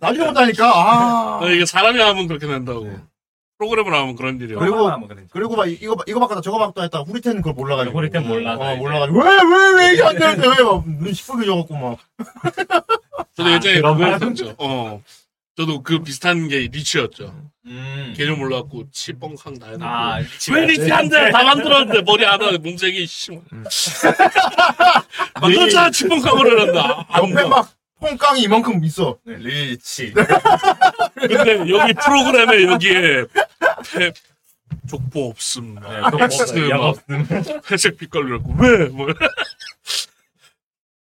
[SPEAKER 6] 나중에 못하니까 아.
[SPEAKER 5] 어, 이게 사람이 하면 그렇게 된다고. 프로그램을 하면 그런
[SPEAKER 7] 그렇죠.
[SPEAKER 5] 일이야.
[SPEAKER 6] 그리고
[SPEAKER 7] 하면 네. 뭐 그러지.
[SPEAKER 6] 그리고 막 이거 막- 이거 바꿨다 저거 바꿨다 했다 가 후리텐 그걸 몰라가지고
[SPEAKER 7] 후리텐 몰라서
[SPEAKER 6] 어,
[SPEAKER 7] 이제.
[SPEAKER 6] 몰라가지고 왜 왜 왜 이게 안 되는데 왜막눈 시퍼게 져갖고 막
[SPEAKER 5] 저도 예전에
[SPEAKER 7] 아, 그런
[SPEAKER 5] 그거
[SPEAKER 7] 말은
[SPEAKER 5] 했었죠. 어. 저도 그 비슷한 게 리치였죠.
[SPEAKER 7] 음.
[SPEAKER 5] 개념 몰라갖고 치뻥캉 다 해놓고.
[SPEAKER 7] 아,
[SPEAKER 5] 왜 리치 안 돼? 다 만들었는데 머리 하나, 몸색이, 씨. 만들었잖아, 치뻥캉을 한다.
[SPEAKER 7] 아,
[SPEAKER 5] 아, 안
[SPEAKER 6] 옆에
[SPEAKER 5] 돼.
[SPEAKER 6] 막 폰깡이 이만큼 있어
[SPEAKER 7] 네. 리치.
[SPEAKER 5] 근데 여기 프로그램에 여기에 탭, 족보 없음.
[SPEAKER 7] 네,
[SPEAKER 5] 텍스트
[SPEAKER 7] 양
[SPEAKER 5] 막
[SPEAKER 7] 없음.
[SPEAKER 5] 회색 빛깔로 해갖고 왜? 뭐.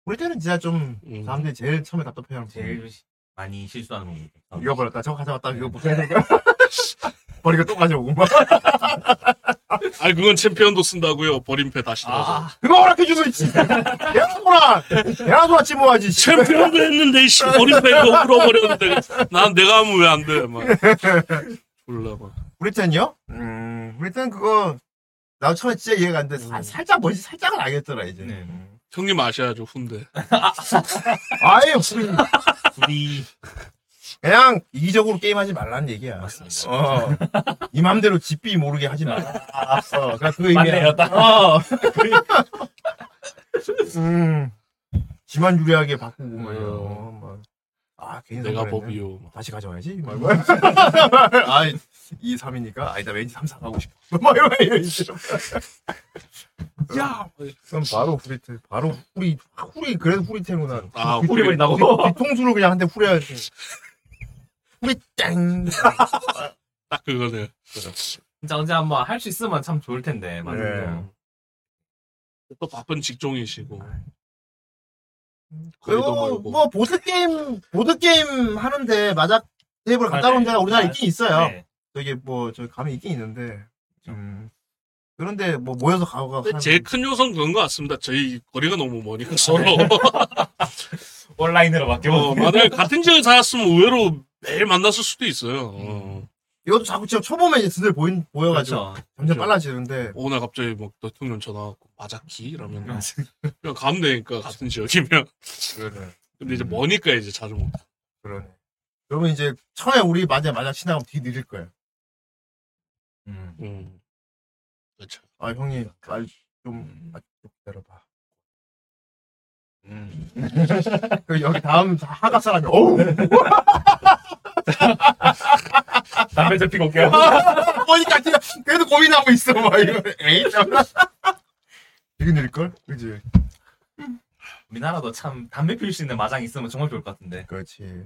[SPEAKER 6] 후리텐은 진짜 좀
[SPEAKER 5] 음.
[SPEAKER 6] 사람들이 제일 처음에 답답해하는 부분.
[SPEAKER 7] 제일 많이 실수하는 부분.
[SPEAKER 6] 이거 버렸다 저거 가져갔다 이거 못 해야 *laughs* 버리고 또 가져오고 막
[SPEAKER 5] 아니 그건 챔피언도 쓴다고요. 버림패 다시 나서.
[SPEAKER 6] 그거 허락해주고 있지 대나소라 대나소라 찜어야지 *laughs*
[SPEAKER 5] 챔피언도 했는데 이씨 버림패 이거 물어버렸는데 난 내가 하면 왜 안 돼? 막. 몰라 막.
[SPEAKER 6] 후리텐이요? 음 후리텐 그거 나도 처음에 진짜 이해가 안 돼서 아, 살짝 뭔지 살짝은 알겠더라 이제
[SPEAKER 7] 네.
[SPEAKER 5] 형님 아셔야죠 훈데.
[SPEAKER 6] 아예 후리
[SPEAKER 7] 둘이
[SPEAKER 6] 그냥 이기적으로 게임하지 말라는 얘기야. 어. 이 맘대로 집비 모르게 하지 마. 어, 그냥 그
[SPEAKER 7] 맞네요,
[SPEAKER 6] 의미야.
[SPEAKER 7] 딱.
[SPEAKER 6] 어. 음. 지만 유리하게 바꾸고 뭐 이런 거. 막. 아, 괜히
[SPEAKER 5] 내가
[SPEAKER 6] 선물했네.
[SPEAKER 5] 법이요. 막.
[SPEAKER 6] 다시 가져와야지. 막 이거. 뭐? *laughs* 아, 이 3이니까 아니다. 왠지 3 4 가고 싶어. *laughs* 막뭐 이런 이런 식으로. 야, 그럼 바로 후리테, 바로 후리, 후리 그래도 후리테구나.
[SPEAKER 5] 아
[SPEAKER 7] 뿌리
[SPEAKER 5] 우리
[SPEAKER 7] 버린다고.
[SPEAKER 6] 뒤통수로 그냥 한 대 후려야지. 후리 땡.
[SPEAKER 5] 딱 그거네.
[SPEAKER 7] 진짜 언제 한번 할 수 있으면 참 좋을 텐데. 맞아요.
[SPEAKER 5] 또 바쁜 직종이시고. 거리도
[SPEAKER 6] 그리고
[SPEAKER 5] 멀고.
[SPEAKER 6] 뭐 보드 게임 보드 게임 하는데 마작 테이블 갖다
[SPEAKER 7] 아,
[SPEAKER 6] 놓은
[SPEAKER 7] 네.
[SPEAKER 6] 데가 우리나라
[SPEAKER 7] 아,
[SPEAKER 6] 있긴 있어요.
[SPEAKER 7] 네.
[SPEAKER 6] 저기 뭐저 감이 있긴 있는데. 음. 그런데 뭐 모여서 가고
[SPEAKER 5] 근데
[SPEAKER 6] 가.
[SPEAKER 5] 제일 큰 요소는 그런 것 같습니다. 저희 거리가 너무 머니까 서로.
[SPEAKER 7] 온라인으로
[SPEAKER 5] *laughs*
[SPEAKER 7] 바뀌어.
[SPEAKER 5] 어, 만약에 같은 지역에 살았으면 의외로 매일 만났을 수도 있어요. 어.
[SPEAKER 6] 이것도 자꾸 지금 초보면 이제 슬슬 보인 보여가지고
[SPEAKER 7] 그렇죠.
[SPEAKER 6] 점점
[SPEAKER 5] 그렇죠.
[SPEAKER 6] 빨라지는데.
[SPEAKER 5] 오늘 갑자기 뭐 대통령 전화 왔고 마자키 이러면 그냥 가면 되니까 같은 지역이면
[SPEAKER 6] 그러네.
[SPEAKER 5] 근데 이제 머니까 이제 자주 못
[SPEAKER 6] 그러네. 그러면 이제 처음에 우리 마작 마작 친하면 뒤 느릴 거예요.
[SPEAKER 7] 음.
[SPEAKER 5] 음. 그렇죠
[SPEAKER 6] 아 형님 말좀 기다려봐.
[SPEAKER 7] 음.
[SPEAKER 6] 그 여기 다음 하가 사람이 어우
[SPEAKER 7] 담배 좀 피고 올게요.
[SPEAKER 6] *laughs* 보니까 진짜 그래도 고민하고 있어 막 이거 에이 되게 느릴걸? 그지?
[SPEAKER 7] 우리나라도 참 담배 피울 수 있는 마장이 있으면 정말 좋을 것 같은데.
[SPEAKER 6] 그렇지.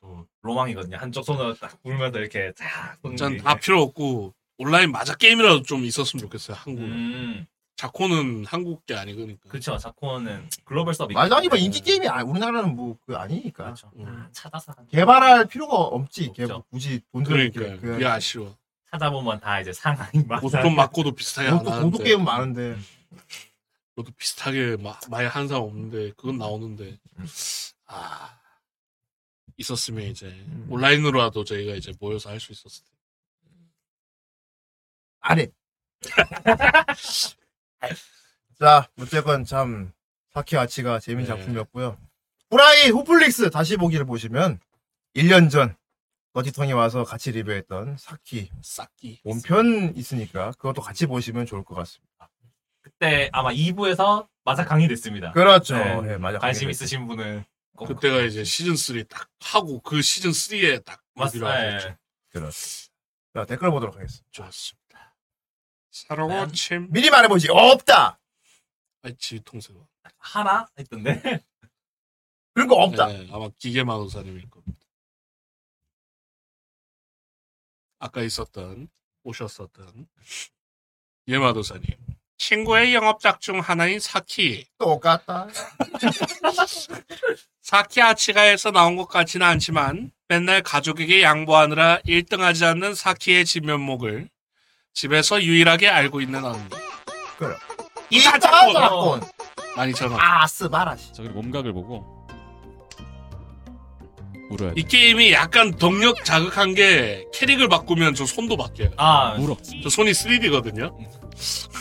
[SPEAKER 7] 또 로망이거든요. 한쪽 손으로 딱 불면서 이렇게 쫙 쏘는 게.
[SPEAKER 5] 전다 필요 없고 온라인 마자 게임이라도 좀 있었으면 좋겠어요 한국 은
[SPEAKER 7] 음.
[SPEAKER 5] 자코는 그러니까. 한국 게 아니니까
[SPEAKER 7] 그렇죠. 자코는 글로벌 서비스.
[SPEAKER 6] 말도 아니 뭐 인기 게임이 아 우리나라는 뭐 그 아니니까
[SPEAKER 7] 네. 그렇죠.
[SPEAKER 5] 음.
[SPEAKER 7] 찾아서 하는
[SPEAKER 6] 개발할 필요가 없지. 개,
[SPEAKER 7] 없죠.
[SPEAKER 6] 굳이 돈 들여
[SPEAKER 5] 그러니까 요
[SPEAKER 6] 그-
[SPEAKER 5] 그게 아쉬워
[SPEAKER 7] 찾아보면 다 이제 상황이 맞아.
[SPEAKER 5] 고스톱 맞고도 비슷하게 안
[SPEAKER 6] 그것도 공도
[SPEAKER 5] 하는데
[SPEAKER 6] 게임 은 많은데
[SPEAKER 5] 저도 비슷하게 마, 마이 한상 없는데
[SPEAKER 6] 음.
[SPEAKER 5] 그건 나오는데 아 있었으면 이제
[SPEAKER 6] 음.
[SPEAKER 5] 온라인으로라도 저희가 이제 모여서 할 수 있었을 텐데
[SPEAKER 6] 안 해. *laughs* 자 어쨌건 참 사키 아치가 재미
[SPEAKER 5] 네.
[SPEAKER 6] 작품이었고요. 후라이 후플릭스 다시 보기를 보시면 1년 전 거지통이 와서 같이 리뷰했던 사키
[SPEAKER 5] 싹기
[SPEAKER 6] 본편 있으니까 그것도 같이 보시면 좋을 것 같습니다.
[SPEAKER 7] 그때 아마 2부에서 마작 강의됐습니다.
[SPEAKER 6] 그렇죠.
[SPEAKER 7] 네.
[SPEAKER 6] 예, 맞아.
[SPEAKER 7] 관심 있으신 분은 꼭
[SPEAKER 6] 어,
[SPEAKER 5] 그때가 이제 시즌 3 딱 하고 그 시즌 3에 딱
[SPEAKER 7] 맞습니다.
[SPEAKER 5] 리뷰를 하셨죠.
[SPEAKER 7] 예.
[SPEAKER 6] 자, 댓글 보도록 하겠습니다.
[SPEAKER 5] 좋았습니다. 사랑과 침
[SPEAKER 6] 미리 말해보지. 없다.
[SPEAKER 5] 아이치 통세와
[SPEAKER 7] 하나 했던데.
[SPEAKER 5] *laughs*
[SPEAKER 6] 그런 거 없다.
[SPEAKER 5] 네, 아마 기계 마도사님일 겁니다. 아까 있었던 오셨었던 기계 마도사님 친구의 영업작 중 하나인 사키
[SPEAKER 6] 똑같다.
[SPEAKER 5] 사키 아치가에서 나온 것 같지는 않지만 맨날 가족에게 양보하느라 1등하지 않는 사키의 진면목을 집에서 유일하게 알고 있는 언니.
[SPEAKER 6] 그래.
[SPEAKER 5] 이따
[SPEAKER 6] 사건.
[SPEAKER 5] 12,000원.
[SPEAKER 6] 아스 마라시.
[SPEAKER 9] 저기 몸각을 보고 물어야 돼.
[SPEAKER 5] 이 게임이 약간 동력 자극한 게 캐릭을 바꾸면 저 손도 바뀌어요.
[SPEAKER 7] 아,
[SPEAKER 9] 물어.
[SPEAKER 5] 저 손이 3D거든요.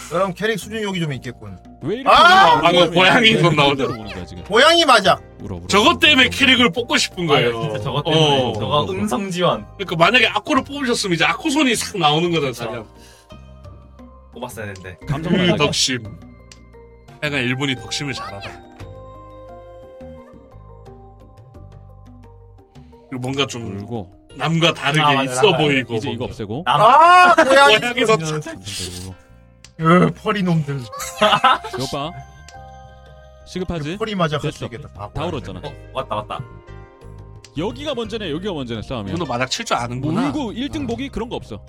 [SPEAKER 6] 그럼 캐릭 수준욕이 좀 있겠군.
[SPEAKER 9] 왜 이렇게
[SPEAKER 6] 아!
[SPEAKER 9] 나오는 거야?
[SPEAKER 5] 방금 고양이
[SPEAKER 9] 왜
[SPEAKER 5] 손
[SPEAKER 9] 이렇게
[SPEAKER 5] 나오잖아.
[SPEAKER 9] 보는 거야, 지금?
[SPEAKER 6] 고양이 맞아.
[SPEAKER 9] 물어, 물어.
[SPEAKER 5] 저것 때문에 캐릭을 뽑고 싶은 거예요.
[SPEAKER 7] 아, 진짜 저것 때문에
[SPEAKER 5] 어.
[SPEAKER 7] 저거 음성 지원
[SPEAKER 5] 그러니까 만약에 아코를 뽑으셨으면 이제 아코 손이 싹 나오는 거잖아, 자기한테.
[SPEAKER 7] 뽑았어야 되는데
[SPEAKER 9] 감정
[SPEAKER 5] 그
[SPEAKER 9] 나가.
[SPEAKER 5] 덕심. 약간 일본이 덕심을 잘하다. 그리고 뭔가 좀
[SPEAKER 9] 물고
[SPEAKER 5] 음. 남과 다르게
[SPEAKER 7] 아, 맞아,
[SPEAKER 5] 있어
[SPEAKER 7] 맞아.
[SPEAKER 5] 보이고. 뭐
[SPEAKER 9] 이제 이거
[SPEAKER 5] 뭔가.
[SPEAKER 9] 없애고
[SPEAKER 7] 나만
[SPEAKER 6] 아 고양이.
[SPEAKER 5] 고양이에서
[SPEAKER 9] 감정 되고.
[SPEAKER 6] 으 퍼리 놈들.
[SPEAKER 9] 이거 봐.
[SPEAKER 5] 그
[SPEAKER 9] 시급하지?
[SPEAKER 6] 퍼리 맞아 갈 수
[SPEAKER 9] 됐어.
[SPEAKER 6] 있겠다.
[SPEAKER 9] 다
[SPEAKER 6] 고양이.
[SPEAKER 9] 울었잖아.
[SPEAKER 7] *laughs* 어, 왔다 왔다
[SPEAKER 9] 여기가 먼저네. 여기가 먼저네. 싸움이야.
[SPEAKER 5] 오늘 마닥 칠 줄 아는구나.
[SPEAKER 9] 울고 1등 보기 그런 거 없어.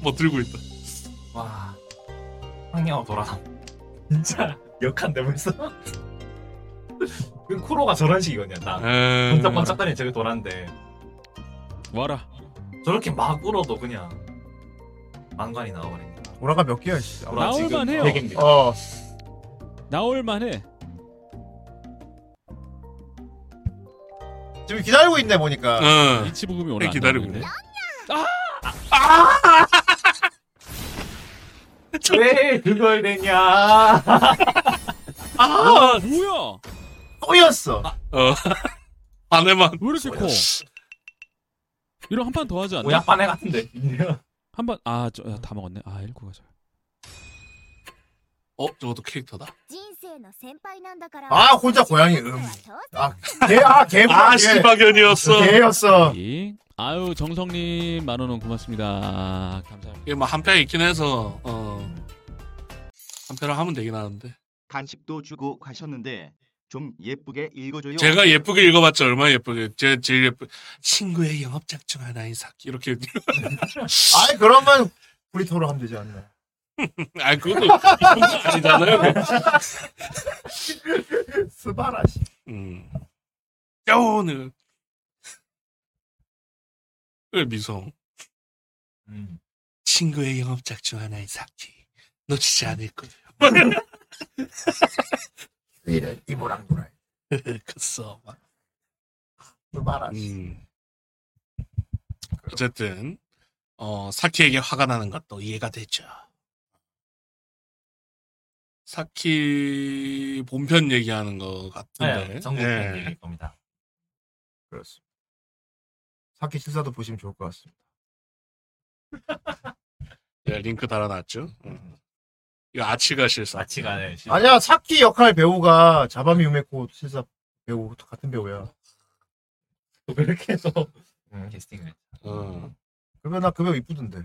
[SPEAKER 5] 뭐 들고 있다.
[SPEAKER 7] 와 황야와 돌아다 *laughs* 진짜 역한데 벌써 *laughs* 그 쿠로가 저런 식이거든요 딱
[SPEAKER 5] 음...
[SPEAKER 7] 번쩍번쩍거리는 저게 돌아인데
[SPEAKER 9] 와라.
[SPEAKER 7] 저렇게 막 울어도 그냥 만관이 나와버리네
[SPEAKER 6] 오라가 몇 개야 씨.
[SPEAKER 7] 돌아 지금
[SPEAKER 9] 나올만 해요.
[SPEAKER 7] 100 입니다.
[SPEAKER 6] 어.
[SPEAKER 9] 나올만해.
[SPEAKER 6] 지금 기다리고 있네 보니까.
[SPEAKER 5] 응.
[SPEAKER 9] 이치부금이 오늘 안
[SPEAKER 5] 네, 기다리고
[SPEAKER 9] 나오는데.
[SPEAKER 7] *laughs* 왜 그걸 내냐
[SPEAKER 5] 아,
[SPEAKER 9] 뭐야?
[SPEAKER 6] 꼬였어.
[SPEAKER 5] 어. 반에만.
[SPEAKER 9] 왜 이렇게 커? 이런 한 판 더 하지 않나?
[SPEAKER 7] 뭐 오약반에 같은데 *laughs*
[SPEAKER 9] 한 판 아저다 먹었네. 아 1구가 저.
[SPEAKER 5] 어, 저것도 캐릭터다.
[SPEAKER 1] 人生の先輩なんだから
[SPEAKER 6] 아 혼자 고양이 음.
[SPEAKER 1] 当
[SPEAKER 6] 개아 개
[SPEAKER 5] 아
[SPEAKER 6] 아 개.
[SPEAKER 5] 씨박연이었어.
[SPEAKER 6] 개였어.
[SPEAKER 9] 이. 아유 정성님 만 원은 고맙습니다. 아, 감사합니다.
[SPEAKER 5] 이게 뭐한 편 있긴 해서 어. 한 편을 하면 되긴 하는데.
[SPEAKER 11] 간식도 주고 가셨는데 좀 예쁘게 읽어줘요.
[SPEAKER 5] 제가 예쁘게 읽어봤자 얼마나 예쁘게 제 제일 예쁘 친구의 영업작 중 하나인 사키 이렇게 *laughs*
[SPEAKER 6] 아이 그러면 브리토로 하면 되지 않나.
[SPEAKER 5] 아 그것도 이쁜 거 아니잖아요.
[SPEAKER 6] 스바라시.
[SPEAKER 5] 음. 오늘 왜 미성
[SPEAKER 7] 음.
[SPEAKER 5] 친구의 영업작 중 하나인 사키 놓치지 않을 거예요.
[SPEAKER 6] 이래 이모랑 놀아.
[SPEAKER 5] 그써
[SPEAKER 6] 스바라시.
[SPEAKER 5] 음. 어쨌든 어, 사키에게 화가 나는 것도 이해가 되죠. 사키 본편 얘기하는 것 같은데.
[SPEAKER 7] 네, 정국님
[SPEAKER 5] 예.
[SPEAKER 7] 얘기일 겁니다
[SPEAKER 6] 그렇습니다. 사키 실사도 보시면 좋을 것 같습니다.
[SPEAKER 5] 예, 링크 달아놨죠. 음. 이거 아치가 실사.
[SPEAKER 7] 마치가 네,
[SPEAKER 6] 아니야 사키 역할 배우가 자바미 유메코 실사 배우 같은 배우야.
[SPEAKER 7] 또 그렇게 해서
[SPEAKER 6] 응.
[SPEAKER 7] 음, 캐스팅을 음.
[SPEAKER 5] 어.
[SPEAKER 6] 그러면 나 그 배우 이쁘던데.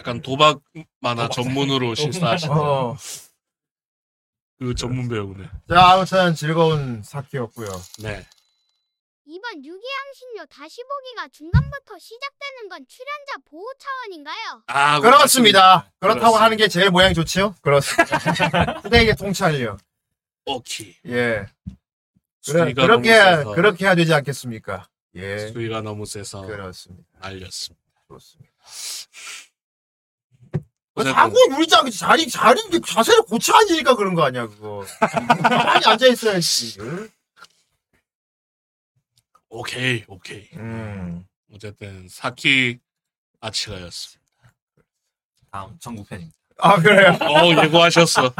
[SPEAKER 5] 약간 도박 만화
[SPEAKER 7] 도박
[SPEAKER 5] 전문으로
[SPEAKER 7] *laughs* 사기.
[SPEAKER 5] 실사하신
[SPEAKER 7] 도박
[SPEAKER 6] 어.
[SPEAKER 5] 그 전문 배우네.
[SPEAKER 6] 자 아무튼 즐거운 사키였고요.
[SPEAKER 5] 네.
[SPEAKER 1] 이번 6위양 신료 다시 보기가 중간부터 시작되는 건 출연자 보호 차원인가요?
[SPEAKER 5] 아,
[SPEAKER 6] 그렇습니다. 그렇다고
[SPEAKER 5] 그렇습니다.
[SPEAKER 6] 하는 게 제일 모양이 좋지요? 그렇습니다. *laughs* 후대에게 통찰력.
[SPEAKER 5] 오케이.
[SPEAKER 6] 예. 그래,
[SPEAKER 5] 수위가
[SPEAKER 6] 그렇게
[SPEAKER 5] 너무
[SPEAKER 6] 해야,
[SPEAKER 5] 세서-
[SPEAKER 6] 그렇게 해야 되지 않겠습니까? 예.
[SPEAKER 5] 수위가 너무 세서
[SPEAKER 6] 그렇습니다.
[SPEAKER 5] 알렸습니다.
[SPEAKER 6] 그렇습니다. 자꾸 울자 그치? 자리 자리 이렇게 자세를 고쳐 앉으니까 그런 거 아니야 그거. 가만히 앉아 있어야지.
[SPEAKER 5] 오케이, 오케이.
[SPEAKER 6] 음.
[SPEAKER 5] 어쨌든 사키 아치가였습니다.
[SPEAKER 7] 다음 전국편입니다
[SPEAKER 6] 아 그래요.
[SPEAKER 5] 어 예고하셨어.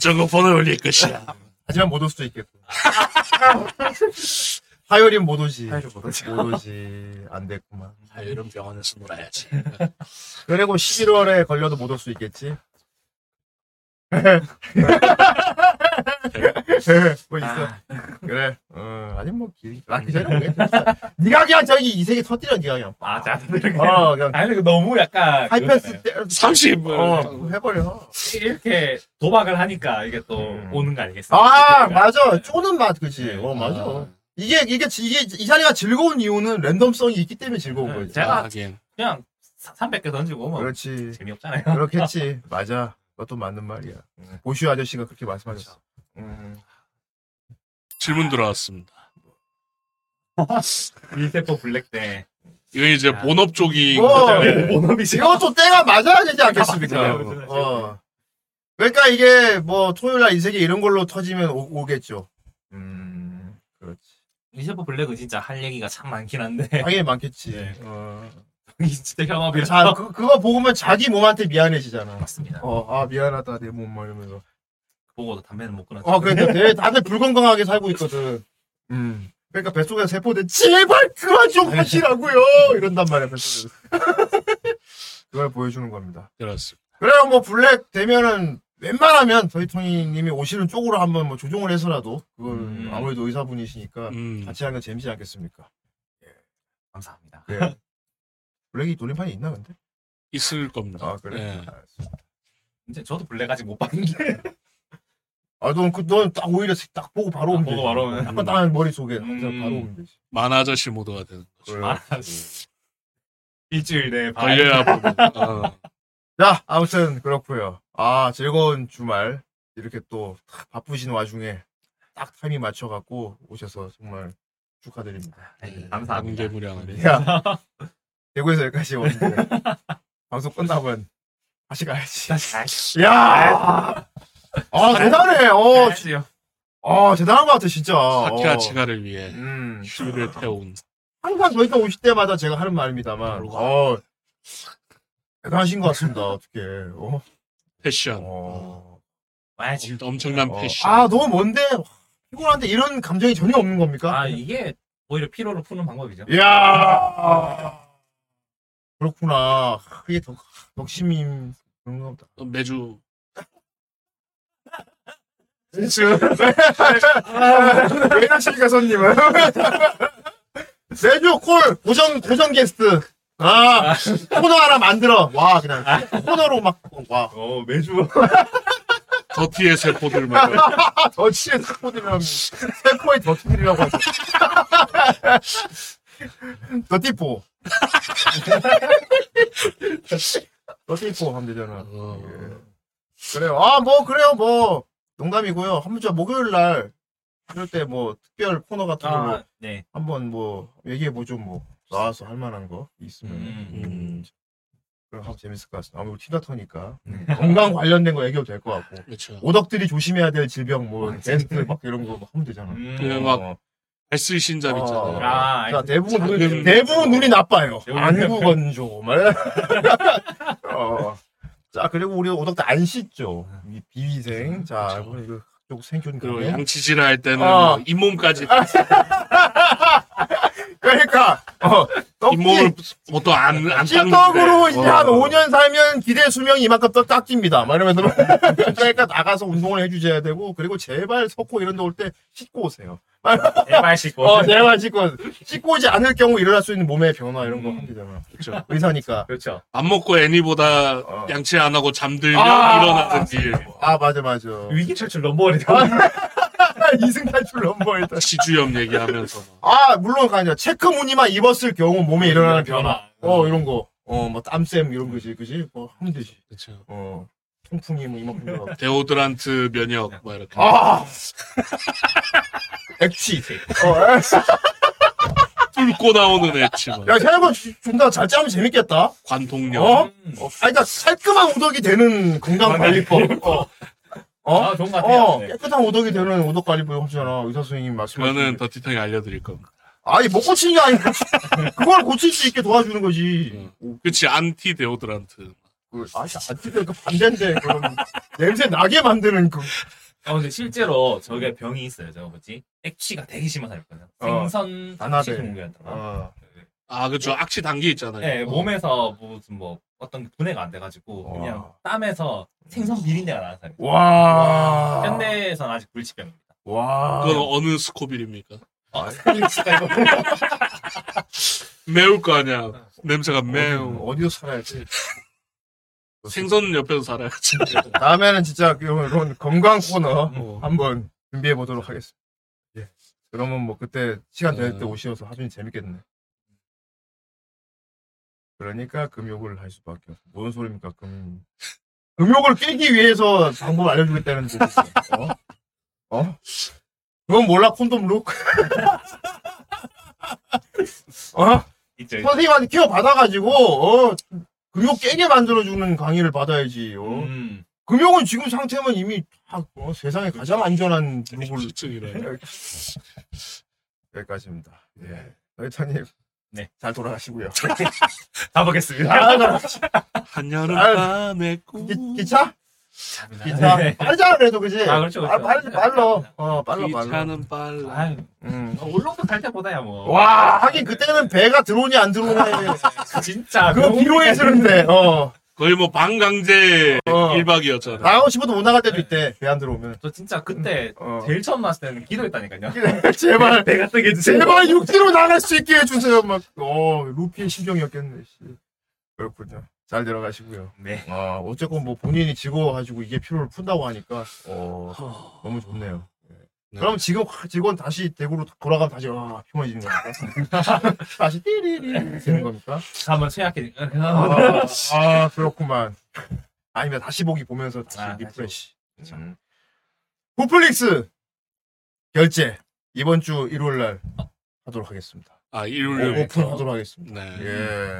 [SPEAKER 5] 전국번을 올릴 것이야.
[SPEAKER 6] 하지만 못 올 수도 있겠고. *laughs* 화요일은 못 오지.
[SPEAKER 7] 화요일은 못 오지.
[SPEAKER 6] 못 오지. 안 됐구만.
[SPEAKER 5] 이런 병원에서 놀아야지.
[SPEAKER 6] 그리고 11월에 걸려도 못 올 수 *laughs* 있겠지. 뭐 있어. 그래. 어, 아니 뭐 길. 아, 그 전에 오겠지. 니가 그냥 저기 이 세계 터뜨려 니가 그냥.
[SPEAKER 7] 아 자들이
[SPEAKER 6] 어, 그냥
[SPEAKER 7] 아니 그 너무 약간
[SPEAKER 6] 하이패스 때
[SPEAKER 5] 30.
[SPEAKER 6] 어, 해버려.
[SPEAKER 7] 이렇게 도박을 하니까 이게 또
[SPEAKER 6] 음.
[SPEAKER 7] 오는 거 아니겠어요?
[SPEAKER 6] 아,
[SPEAKER 7] 그러니까.
[SPEAKER 6] 맞아. 쪼는 맛, 그지. 어, 맞아.
[SPEAKER 5] 아,
[SPEAKER 6] 이게, 이게, 지- 이게, 이 자리가 즐거운 이유는 랜덤성이 있기 때문에 즐거운
[SPEAKER 7] 네,
[SPEAKER 6] 거지.
[SPEAKER 7] 제가-
[SPEAKER 5] 아, 하긴.
[SPEAKER 7] 그냥 300개 던지고 뭐
[SPEAKER 6] 그렇지.
[SPEAKER 7] 재미없잖아요.
[SPEAKER 6] 그렇겠지. 음. 맞아. 그것도 맞는 말이야. 보슈 아저씨가 그렇게 말씀하셨어. 음.
[SPEAKER 5] 질문 들어왔습니다.
[SPEAKER 7] 밀세포 블랙 때
[SPEAKER 5] 이건 이제 본업 쪽인
[SPEAKER 6] 어,
[SPEAKER 5] 거잖아요.
[SPEAKER 6] 이것도 때가 맞아야 되지 않겠습니까?
[SPEAKER 5] 맞아요, 맞아요.
[SPEAKER 6] 어. 그러니까 이게 뭐 토요일 날 인생이 이런 걸로 터지면 오, 겠죠 음,
[SPEAKER 7] 밀세포 블랙은 진짜 할 얘기가 참 많긴 한데 *laughs*
[SPEAKER 6] 당연히 많겠지.
[SPEAKER 5] 네.
[SPEAKER 6] 어.
[SPEAKER 7] 진짜 경험이
[SPEAKER 6] 자, 그, 그거 보면 자기 몸한테 미안해지잖아.
[SPEAKER 7] 맞습니다.
[SPEAKER 6] 어, 아, 미안하다, 내 몸, 막 이러면서.
[SPEAKER 7] 보고도 담배는 못 끊었지.
[SPEAKER 6] 어, 그러니까 되 다들 불건강하게 살고 있거든. 음. 그러니까 뱃속에서 세포들, 제발 그만 좀 하시라고요! 이런단 말이야, 뱃속에서. *laughs* 그걸 보여주는 겁니다.
[SPEAKER 5] 그렇습니다.
[SPEAKER 6] 그래요, 뭐, 블랙 되면은, 웬만하면, 더이통이님이 오시는 쪽으로 한번 뭐 조종을 해서라도, 그걸,
[SPEAKER 5] 음.
[SPEAKER 6] 아무래도 의사분이시니까, 같이 하는 건 재밌지 않겠습니까?
[SPEAKER 5] *laughs*
[SPEAKER 7] 감사합니다.
[SPEAKER 6] 예. 블랙이 돌림판이 있나, 근데?
[SPEAKER 5] 있을 겁니다.
[SPEAKER 6] 아, 그래?
[SPEAKER 5] 예.
[SPEAKER 7] 이제 저도 블랙 아직 못 봤는데. *laughs*
[SPEAKER 6] 아, 넌, 그, 넌딱 오히려 딱 보고 바로 오면 되
[SPEAKER 5] 보고 바로 음. 오면.
[SPEAKER 6] 약간 딱 머릿속에 항상 바로 오면 되지.
[SPEAKER 5] 만 아저씨 모드가 되는 거죠.
[SPEAKER 7] 일주일 내에
[SPEAKER 6] 봐야
[SPEAKER 5] 걸려야
[SPEAKER 6] 된다.
[SPEAKER 5] 보고. 어.
[SPEAKER 6] 자, 아무튼 그렇고요. 아, 즐거운 주말 이렇게 또 바쁘신 와중에 딱 타이밍 맞춰 갖고 오셔서 정말 축하드립니다.
[SPEAKER 7] 네, 감사합니다.
[SPEAKER 5] 무량무량하네.
[SPEAKER 6] 야, 대구에서 여기까지 오는데 방송 끝나면 다시 가야지.
[SPEAKER 7] 다시.
[SPEAKER 6] 야, 아 대단해. 어, 지-
[SPEAKER 7] 가야지요.
[SPEAKER 6] 아 대단한 것 같아 진짜.
[SPEAKER 5] 사키라
[SPEAKER 6] 어. 음.
[SPEAKER 5] 치가를 위해 휴를 태운.
[SPEAKER 6] 항상 저희가 오실 때마다 제가 하는 말입니다만, 어, 대단하신 것 같습니다. 어떻게? 어?
[SPEAKER 5] 패션.
[SPEAKER 7] 와야지.
[SPEAKER 5] 엄청난
[SPEAKER 6] 어.
[SPEAKER 5] 음, 패션.
[SPEAKER 6] 아 너무 먼데 피곤한데 이런 감정이 전혀 없는 겁니까?
[SPEAKER 7] 아 이게 오히려 피로를 푸는 방법이죠.
[SPEAKER 6] 이야 그렇구나 그게 덕 덕심임 그런가 보다
[SPEAKER 5] 매주
[SPEAKER 6] 왜 이러십니까 손님은 *laughs* 매주 콜 고정 고정 게스트 아 코너 하나 만들어 와 그냥 코너로 막와
[SPEAKER 7] 어, 매주
[SPEAKER 5] 더티의 세포들만.
[SPEAKER 6] *laughs* 더치의 세포들이라면 세포의 더티들이라고 하죠 더티포 더티포 하면 되잖아 예. 그래요 아 뭐 그래요 뭐 농담이고요 한번 저 목요일 날 그럴 때 뭐 특별 코너 같은 걸로
[SPEAKER 7] 아, 네.
[SPEAKER 6] 한번 뭐 얘기해 보죠 뭐 나와서 할 만한 거 있으면 음. 그럼 하면 재밌을 것 같습니다. 아무래도 티가 터니까 건강 관련된 거 얘기해도 될 것 같고
[SPEAKER 5] 그렇죠.
[SPEAKER 6] 오덕들이 조심해야 될 질병 뭐 젠트 막 이런 거막 하면 되잖아.
[SPEAKER 7] 음.
[SPEAKER 5] 그막 S
[SPEAKER 6] 어.
[SPEAKER 5] 신잡 있잖아요.
[SPEAKER 6] 음. 아, 자, 대부분
[SPEAKER 5] 작은-
[SPEAKER 6] 눈이, 대부분 눈이 나빠요.
[SPEAKER 5] 대부분
[SPEAKER 6] 안구 건조 말. *laughs* 어. 자 그리고 우리 오덕들 안 씻죠. 이 비위생 자 음, 그리고 이거 각종 생존
[SPEAKER 5] 그리고
[SPEAKER 6] 감염.
[SPEAKER 5] 양치질 할 때는
[SPEAKER 6] 네. 어.
[SPEAKER 5] 뭐 잇몸까지
[SPEAKER 6] 그러니까 어, 떡지.
[SPEAKER 5] 잇몸을 보통 안안
[SPEAKER 6] 찐떡으로 이제 한
[SPEAKER 5] 어.
[SPEAKER 6] 5년 살면 기대 수명이 이만큼 딱 깎입니다. 막
[SPEAKER 5] *laughs*
[SPEAKER 6] 이러면서 그러니까 나가서 운동을 해주셔야 되고 그리고 제발 석고 이런 데 올 때 씻고 오세요.
[SPEAKER 7] 제발 씻고.
[SPEAKER 6] 어, 제발 씻고 씻고 오지 않을 경우 일어날 수 있는 몸의 변화 이런 거 하면 되잖아.
[SPEAKER 5] 그렇죠.
[SPEAKER 6] 의사니까.
[SPEAKER 7] 그렇죠.
[SPEAKER 5] 밥 먹고 애니보다 양치 안 하고 잠들면
[SPEAKER 6] 어. 아.
[SPEAKER 5] 일어나든지
[SPEAKER 6] 아 맞아 맞아.
[SPEAKER 7] 위기 탈출
[SPEAKER 6] 아.
[SPEAKER 7] 넘버리다.
[SPEAKER 6] *laughs* 이승 탈출 넘버리다.
[SPEAKER 5] 시주염 얘기하면서 막.
[SPEAKER 6] 아 물론 그 아니야 체크 무늬만 입었을 경우 몸에 일어나는 변화. 어 이런 거. 어 뭐 땀샘 이런 거지 그지. 뭐 하면 되지.
[SPEAKER 5] 그렇죠.
[SPEAKER 6] 어 통풍이 뭐 이만큼 들어.
[SPEAKER 5] 데오드란트 면역 뭐 이렇게
[SPEAKER 7] *laughs*
[SPEAKER 6] 아! 액취. 어, 액취.
[SPEAKER 5] 뚫고 나오는 애치 막.
[SPEAKER 6] 야, 생각보다 좀더 잘 짜면 재밌겠다.
[SPEAKER 5] 관통력.
[SPEAKER 6] 어? 어? 아니, 그러니까 깔끔한 오덕이 되는 건강관리법. 어. 어?
[SPEAKER 7] 아, 좋은 것 같아요.
[SPEAKER 6] 어,
[SPEAKER 7] 네.
[SPEAKER 6] 깨끗한 오덕이 되는 오덕관리법 하잖아. 의사 선생님 말씀하시는.
[SPEAKER 5] 그거는 더티탕이 알려드릴 겁니다.
[SPEAKER 6] 아니, 못 고치는 게 아니고, *laughs* 그걸 고칠 수 있게 도와주는 거지.
[SPEAKER 5] 그치 안티 데오드란트.
[SPEAKER 6] 그, 아, 안티들 그 반대인데, 그럼. *laughs* 냄새 나게 만드는 그.
[SPEAKER 7] 아 근데 실제로 저게 병이 있어요. 저거 뭐지? 액취가 되게 심한 사람이거든요.
[SPEAKER 5] 어.
[SPEAKER 7] 생선
[SPEAKER 5] 안하대.
[SPEAKER 7] 단체 종류였다고.
[SPEAKER 5] 아 그렇죠. 악취 단기 있잖아요.
[SPEAKER 7] 네,
[SPEAKER 5] 어.
[SPEAKER 7] 몸에서 무슨 뭐 어떤 분해가 안 돼가지고 그냥 땀에서 생선 비린내가 나는 사람.
[SPEAKER 6] 아.
[SPEAKER 5] 와.
[SPEAKER 7] 현대에선 아직 불치병입니다.
[SPEAKER 6] 와.
[SPEAKER 5] 그건 어느 스코빌입니까?
[SPEAKER 7] 아,
[SPEAKER 5] 매울 거 아니야. 냄새가 매우.
[SPEAKER 6] 네. 어디서 살아야지?
[SPEAKER 5] 생선 옆에서 살아야지.
[SPEAKER 6] 다음에는 진짜 그 이런 이런 건강 코너 한번 준비해 보도록 하겠습니다. 그러면 뭐 그때 시간 될 때 오셔서 하면 재밌겠네. 그러니까 금욕을 할 수밖에 없어. 뭔 소리입니까? 금 금욕을 깨기 위해서 방법 알려주겠다는 소리. 어? 어? 그건 몰라 콘돔 룩? *laughs* 어?
[SPEAKER 8] 있죠, 있죠.
[SPEAKER 6] 선생님한테 케어 받아가지고 어, 금욕 깨게 만들어주는 강의를 받아야지. 어. 금욕은 지금 상태면 이미 다, 어, 세상에 가장 안전한 룩을 *laughs* 여기까지입니다. 예. 여차님. 네. 잘 돌아가시고요. 아,
[SPEAKER 8] 가보겠습니다.
[SPEAKER 7] 아,
[SPEAKER 5] 한여름 밤의 꿈.
[SPEAKER 6] 기차? 기차.
[SPEAKER 5] 네.
[SPEAKER 6] 빠르잖아, 그래도, 그지?
[SPEAKER 5] 아, 그렇죠, 그렇죠.
[SPEAKER 6] 빨리, 빨러. 어, 빨러, 빨러.
[SPEAKER 5] 기차는 빨라.
[SPEAKER 6] 음.
[SPEAKER 7] 울릉도 어, 갈 때보다야 뭐.
[SPEAKER 6] 와, 하긴 그때는 배가 들어오니 안
[SPEAKER 5] *laughs*
[SPEAKER 6] 들어오니.
[SPEAKER 7] 진짜.
[SPEAKER 6] 그거 비호해스럽네, 어.
[SPEAKER 5] 거의 뭐 방강제 일 1박이었잖아.
[SPEAKER 6] 나가고 싶어도 못 나갈 때도 있대, 배 안 들어오면.
[SPEAKER 7] 저 진짜 그때 제일 처음 나왔을 때는 기도했다니까요.
[SPEAKER 6] 어. *laughs* 제발.
[SPEAKER 7] 배가 뜨게 해주세요.
[SPEAKER 6] 제발 육지로 나갈 수 있게 해주세요. 막, 어, 루피의 심정이었겠네, 씨. 그렇군요. 잘 들어가시고요.
[SPEAKER 7] 네.
[SPEAKER 6] 아, 어쨌건 뭐 본인이 즐거워가지고 이게 피로를 푼다고 하니까, 어, 너무 좋네요. 예. 그럼 지금 확 직원 다시 대구로 돌아가면 다시, 아, 피곤해지는 겁니까? *laughs* 다시 띠리리 되는 겁니까?
[SPEAKER 7] 한번 어, 생각해.
[SPEAKER 6] 아, 아, 그렇구만. 아니면 다시 보기 보면서 다시 리프레시. 음. 후플릭스 결제 이번 주 일요일 날 하도록 하겠습니다.
[SPEAKER 5] 아,
[SPEAKER 6] 오-
[SPEAKER 7] 네,
[SPEAKER 5] 일요일
[SPEAKER 6] 오픈하도록 하겠습니다.
[SPEAKER 5] 네.
[SPEAKER 6] 예.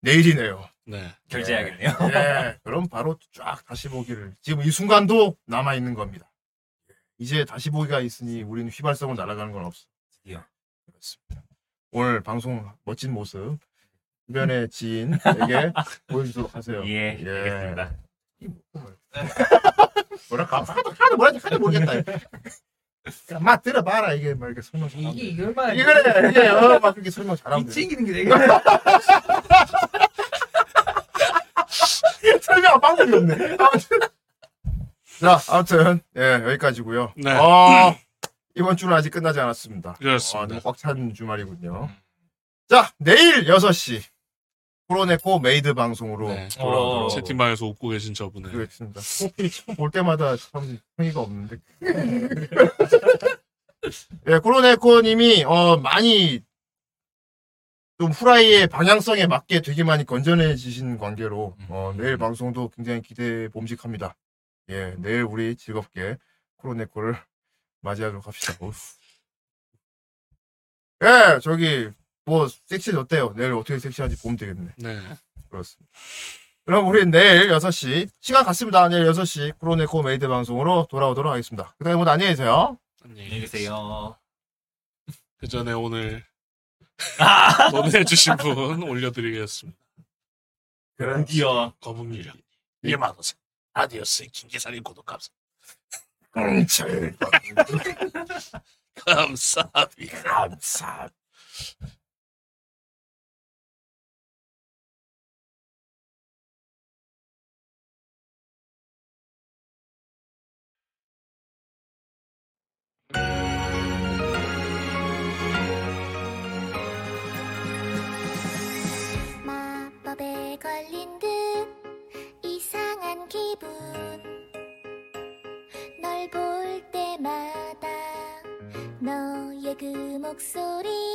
[SPEAKER 6] 내일이네요.
[SPEAKER 5] 네.
[SPEAKER 7] 결제해야겠네요.
[SPEAKER 6] 예. 그럼 바로 쫙 다시 보기를 지금 이 순간도 남아 있는 겁니다. 예. 이제 다시 보기가 있으니 우리는 휘발성을 날아가는 건 없어.
[SPEAKER 7] 드디어.
[SPEAKER 6] 그렇습니다. 오늘 방송 멋진 모습 주변의
[SPEAKER 7] *laughs*
[SPEAKER 6] 지인에게 보여주도록 하세요.
[SPEAKER 7] 예, 알겠습니다.
[SPEAKER 6] 뭐라 가 하도 하도 뭐라지 하도 모르겠다.
[SPEAKER 7] *laughs*
[SPEAKER 6] 야, 막 들어봐라 이게 막 이렇게 설명 잘하고
[SPEAKER 7] 이게 이게 얼마나
[SPEAKER 6] 이게 그래 이게 어, 막 이렇게 설명 잘하고
[SPEAKER 7] 이 챙기는 게 되게
[SPEAKER 6] 설명 빵이 없네. 아무튼 자 아무튼 예 여기까지고요.
[SPEAKER 5] 네.
[SPEAKER 6] 어, 이번 주는 아직 끝나지 않았습니다.
[SPEAKER 5] 그렇습니다.
[SPEAKER 6] 꽉 찬 주말이군요. 자 내일 6시 프로네코 메이드 방송으로 돌아오도록
[SPEAKER 5] 어, 채팅방에서 웃고 계신 저분의
[SPEAKER 6] 그렇습니다. *laughs* 코피 처음 볼 때마다 참 흥이가 없는데. 예, 코로네코님이 어 많이 좀 후라이의 방향성에 맞게 되게 많이 건전해지신 관계로 어, 내일 방송도 굉장히 기대 봄직합니다. 예, 내일 우리 즐겁게 코로네코를 맞이하도록 합시다. 어우. 예, 저기 뭐 섹시해졌대요. 내일 어떻게 섹시한지 보면 되겠네.
[SPEAKER 5] 네.
[SPEAKER 6] 그렇습니다. 그럼 우리 내일 6시 시간 같습니다. 내일 6시 코로네코 메이드 방송으로 돌아오도록 하겠습니다. 그다음에 뭐 모두 안녕히 계세요.
[SPEAKER 7] 안녕히 계세요.
[SPEAKER 5] 그 전에 오늘 보내주신 분 올려드리겠습니다.
[SPEAKER 7] 드디어
[SPEAKER 5] 검은 미련 예마도세 아디오스 김계산이 고독 감사. 감사합니다.
[SPEAKER 6] 감사.
[SPEAKER 2] 마법에 걸린 듯 이상한 기분 널 볼 때마다 너의 그 목소리
[SPEAKER 1] 네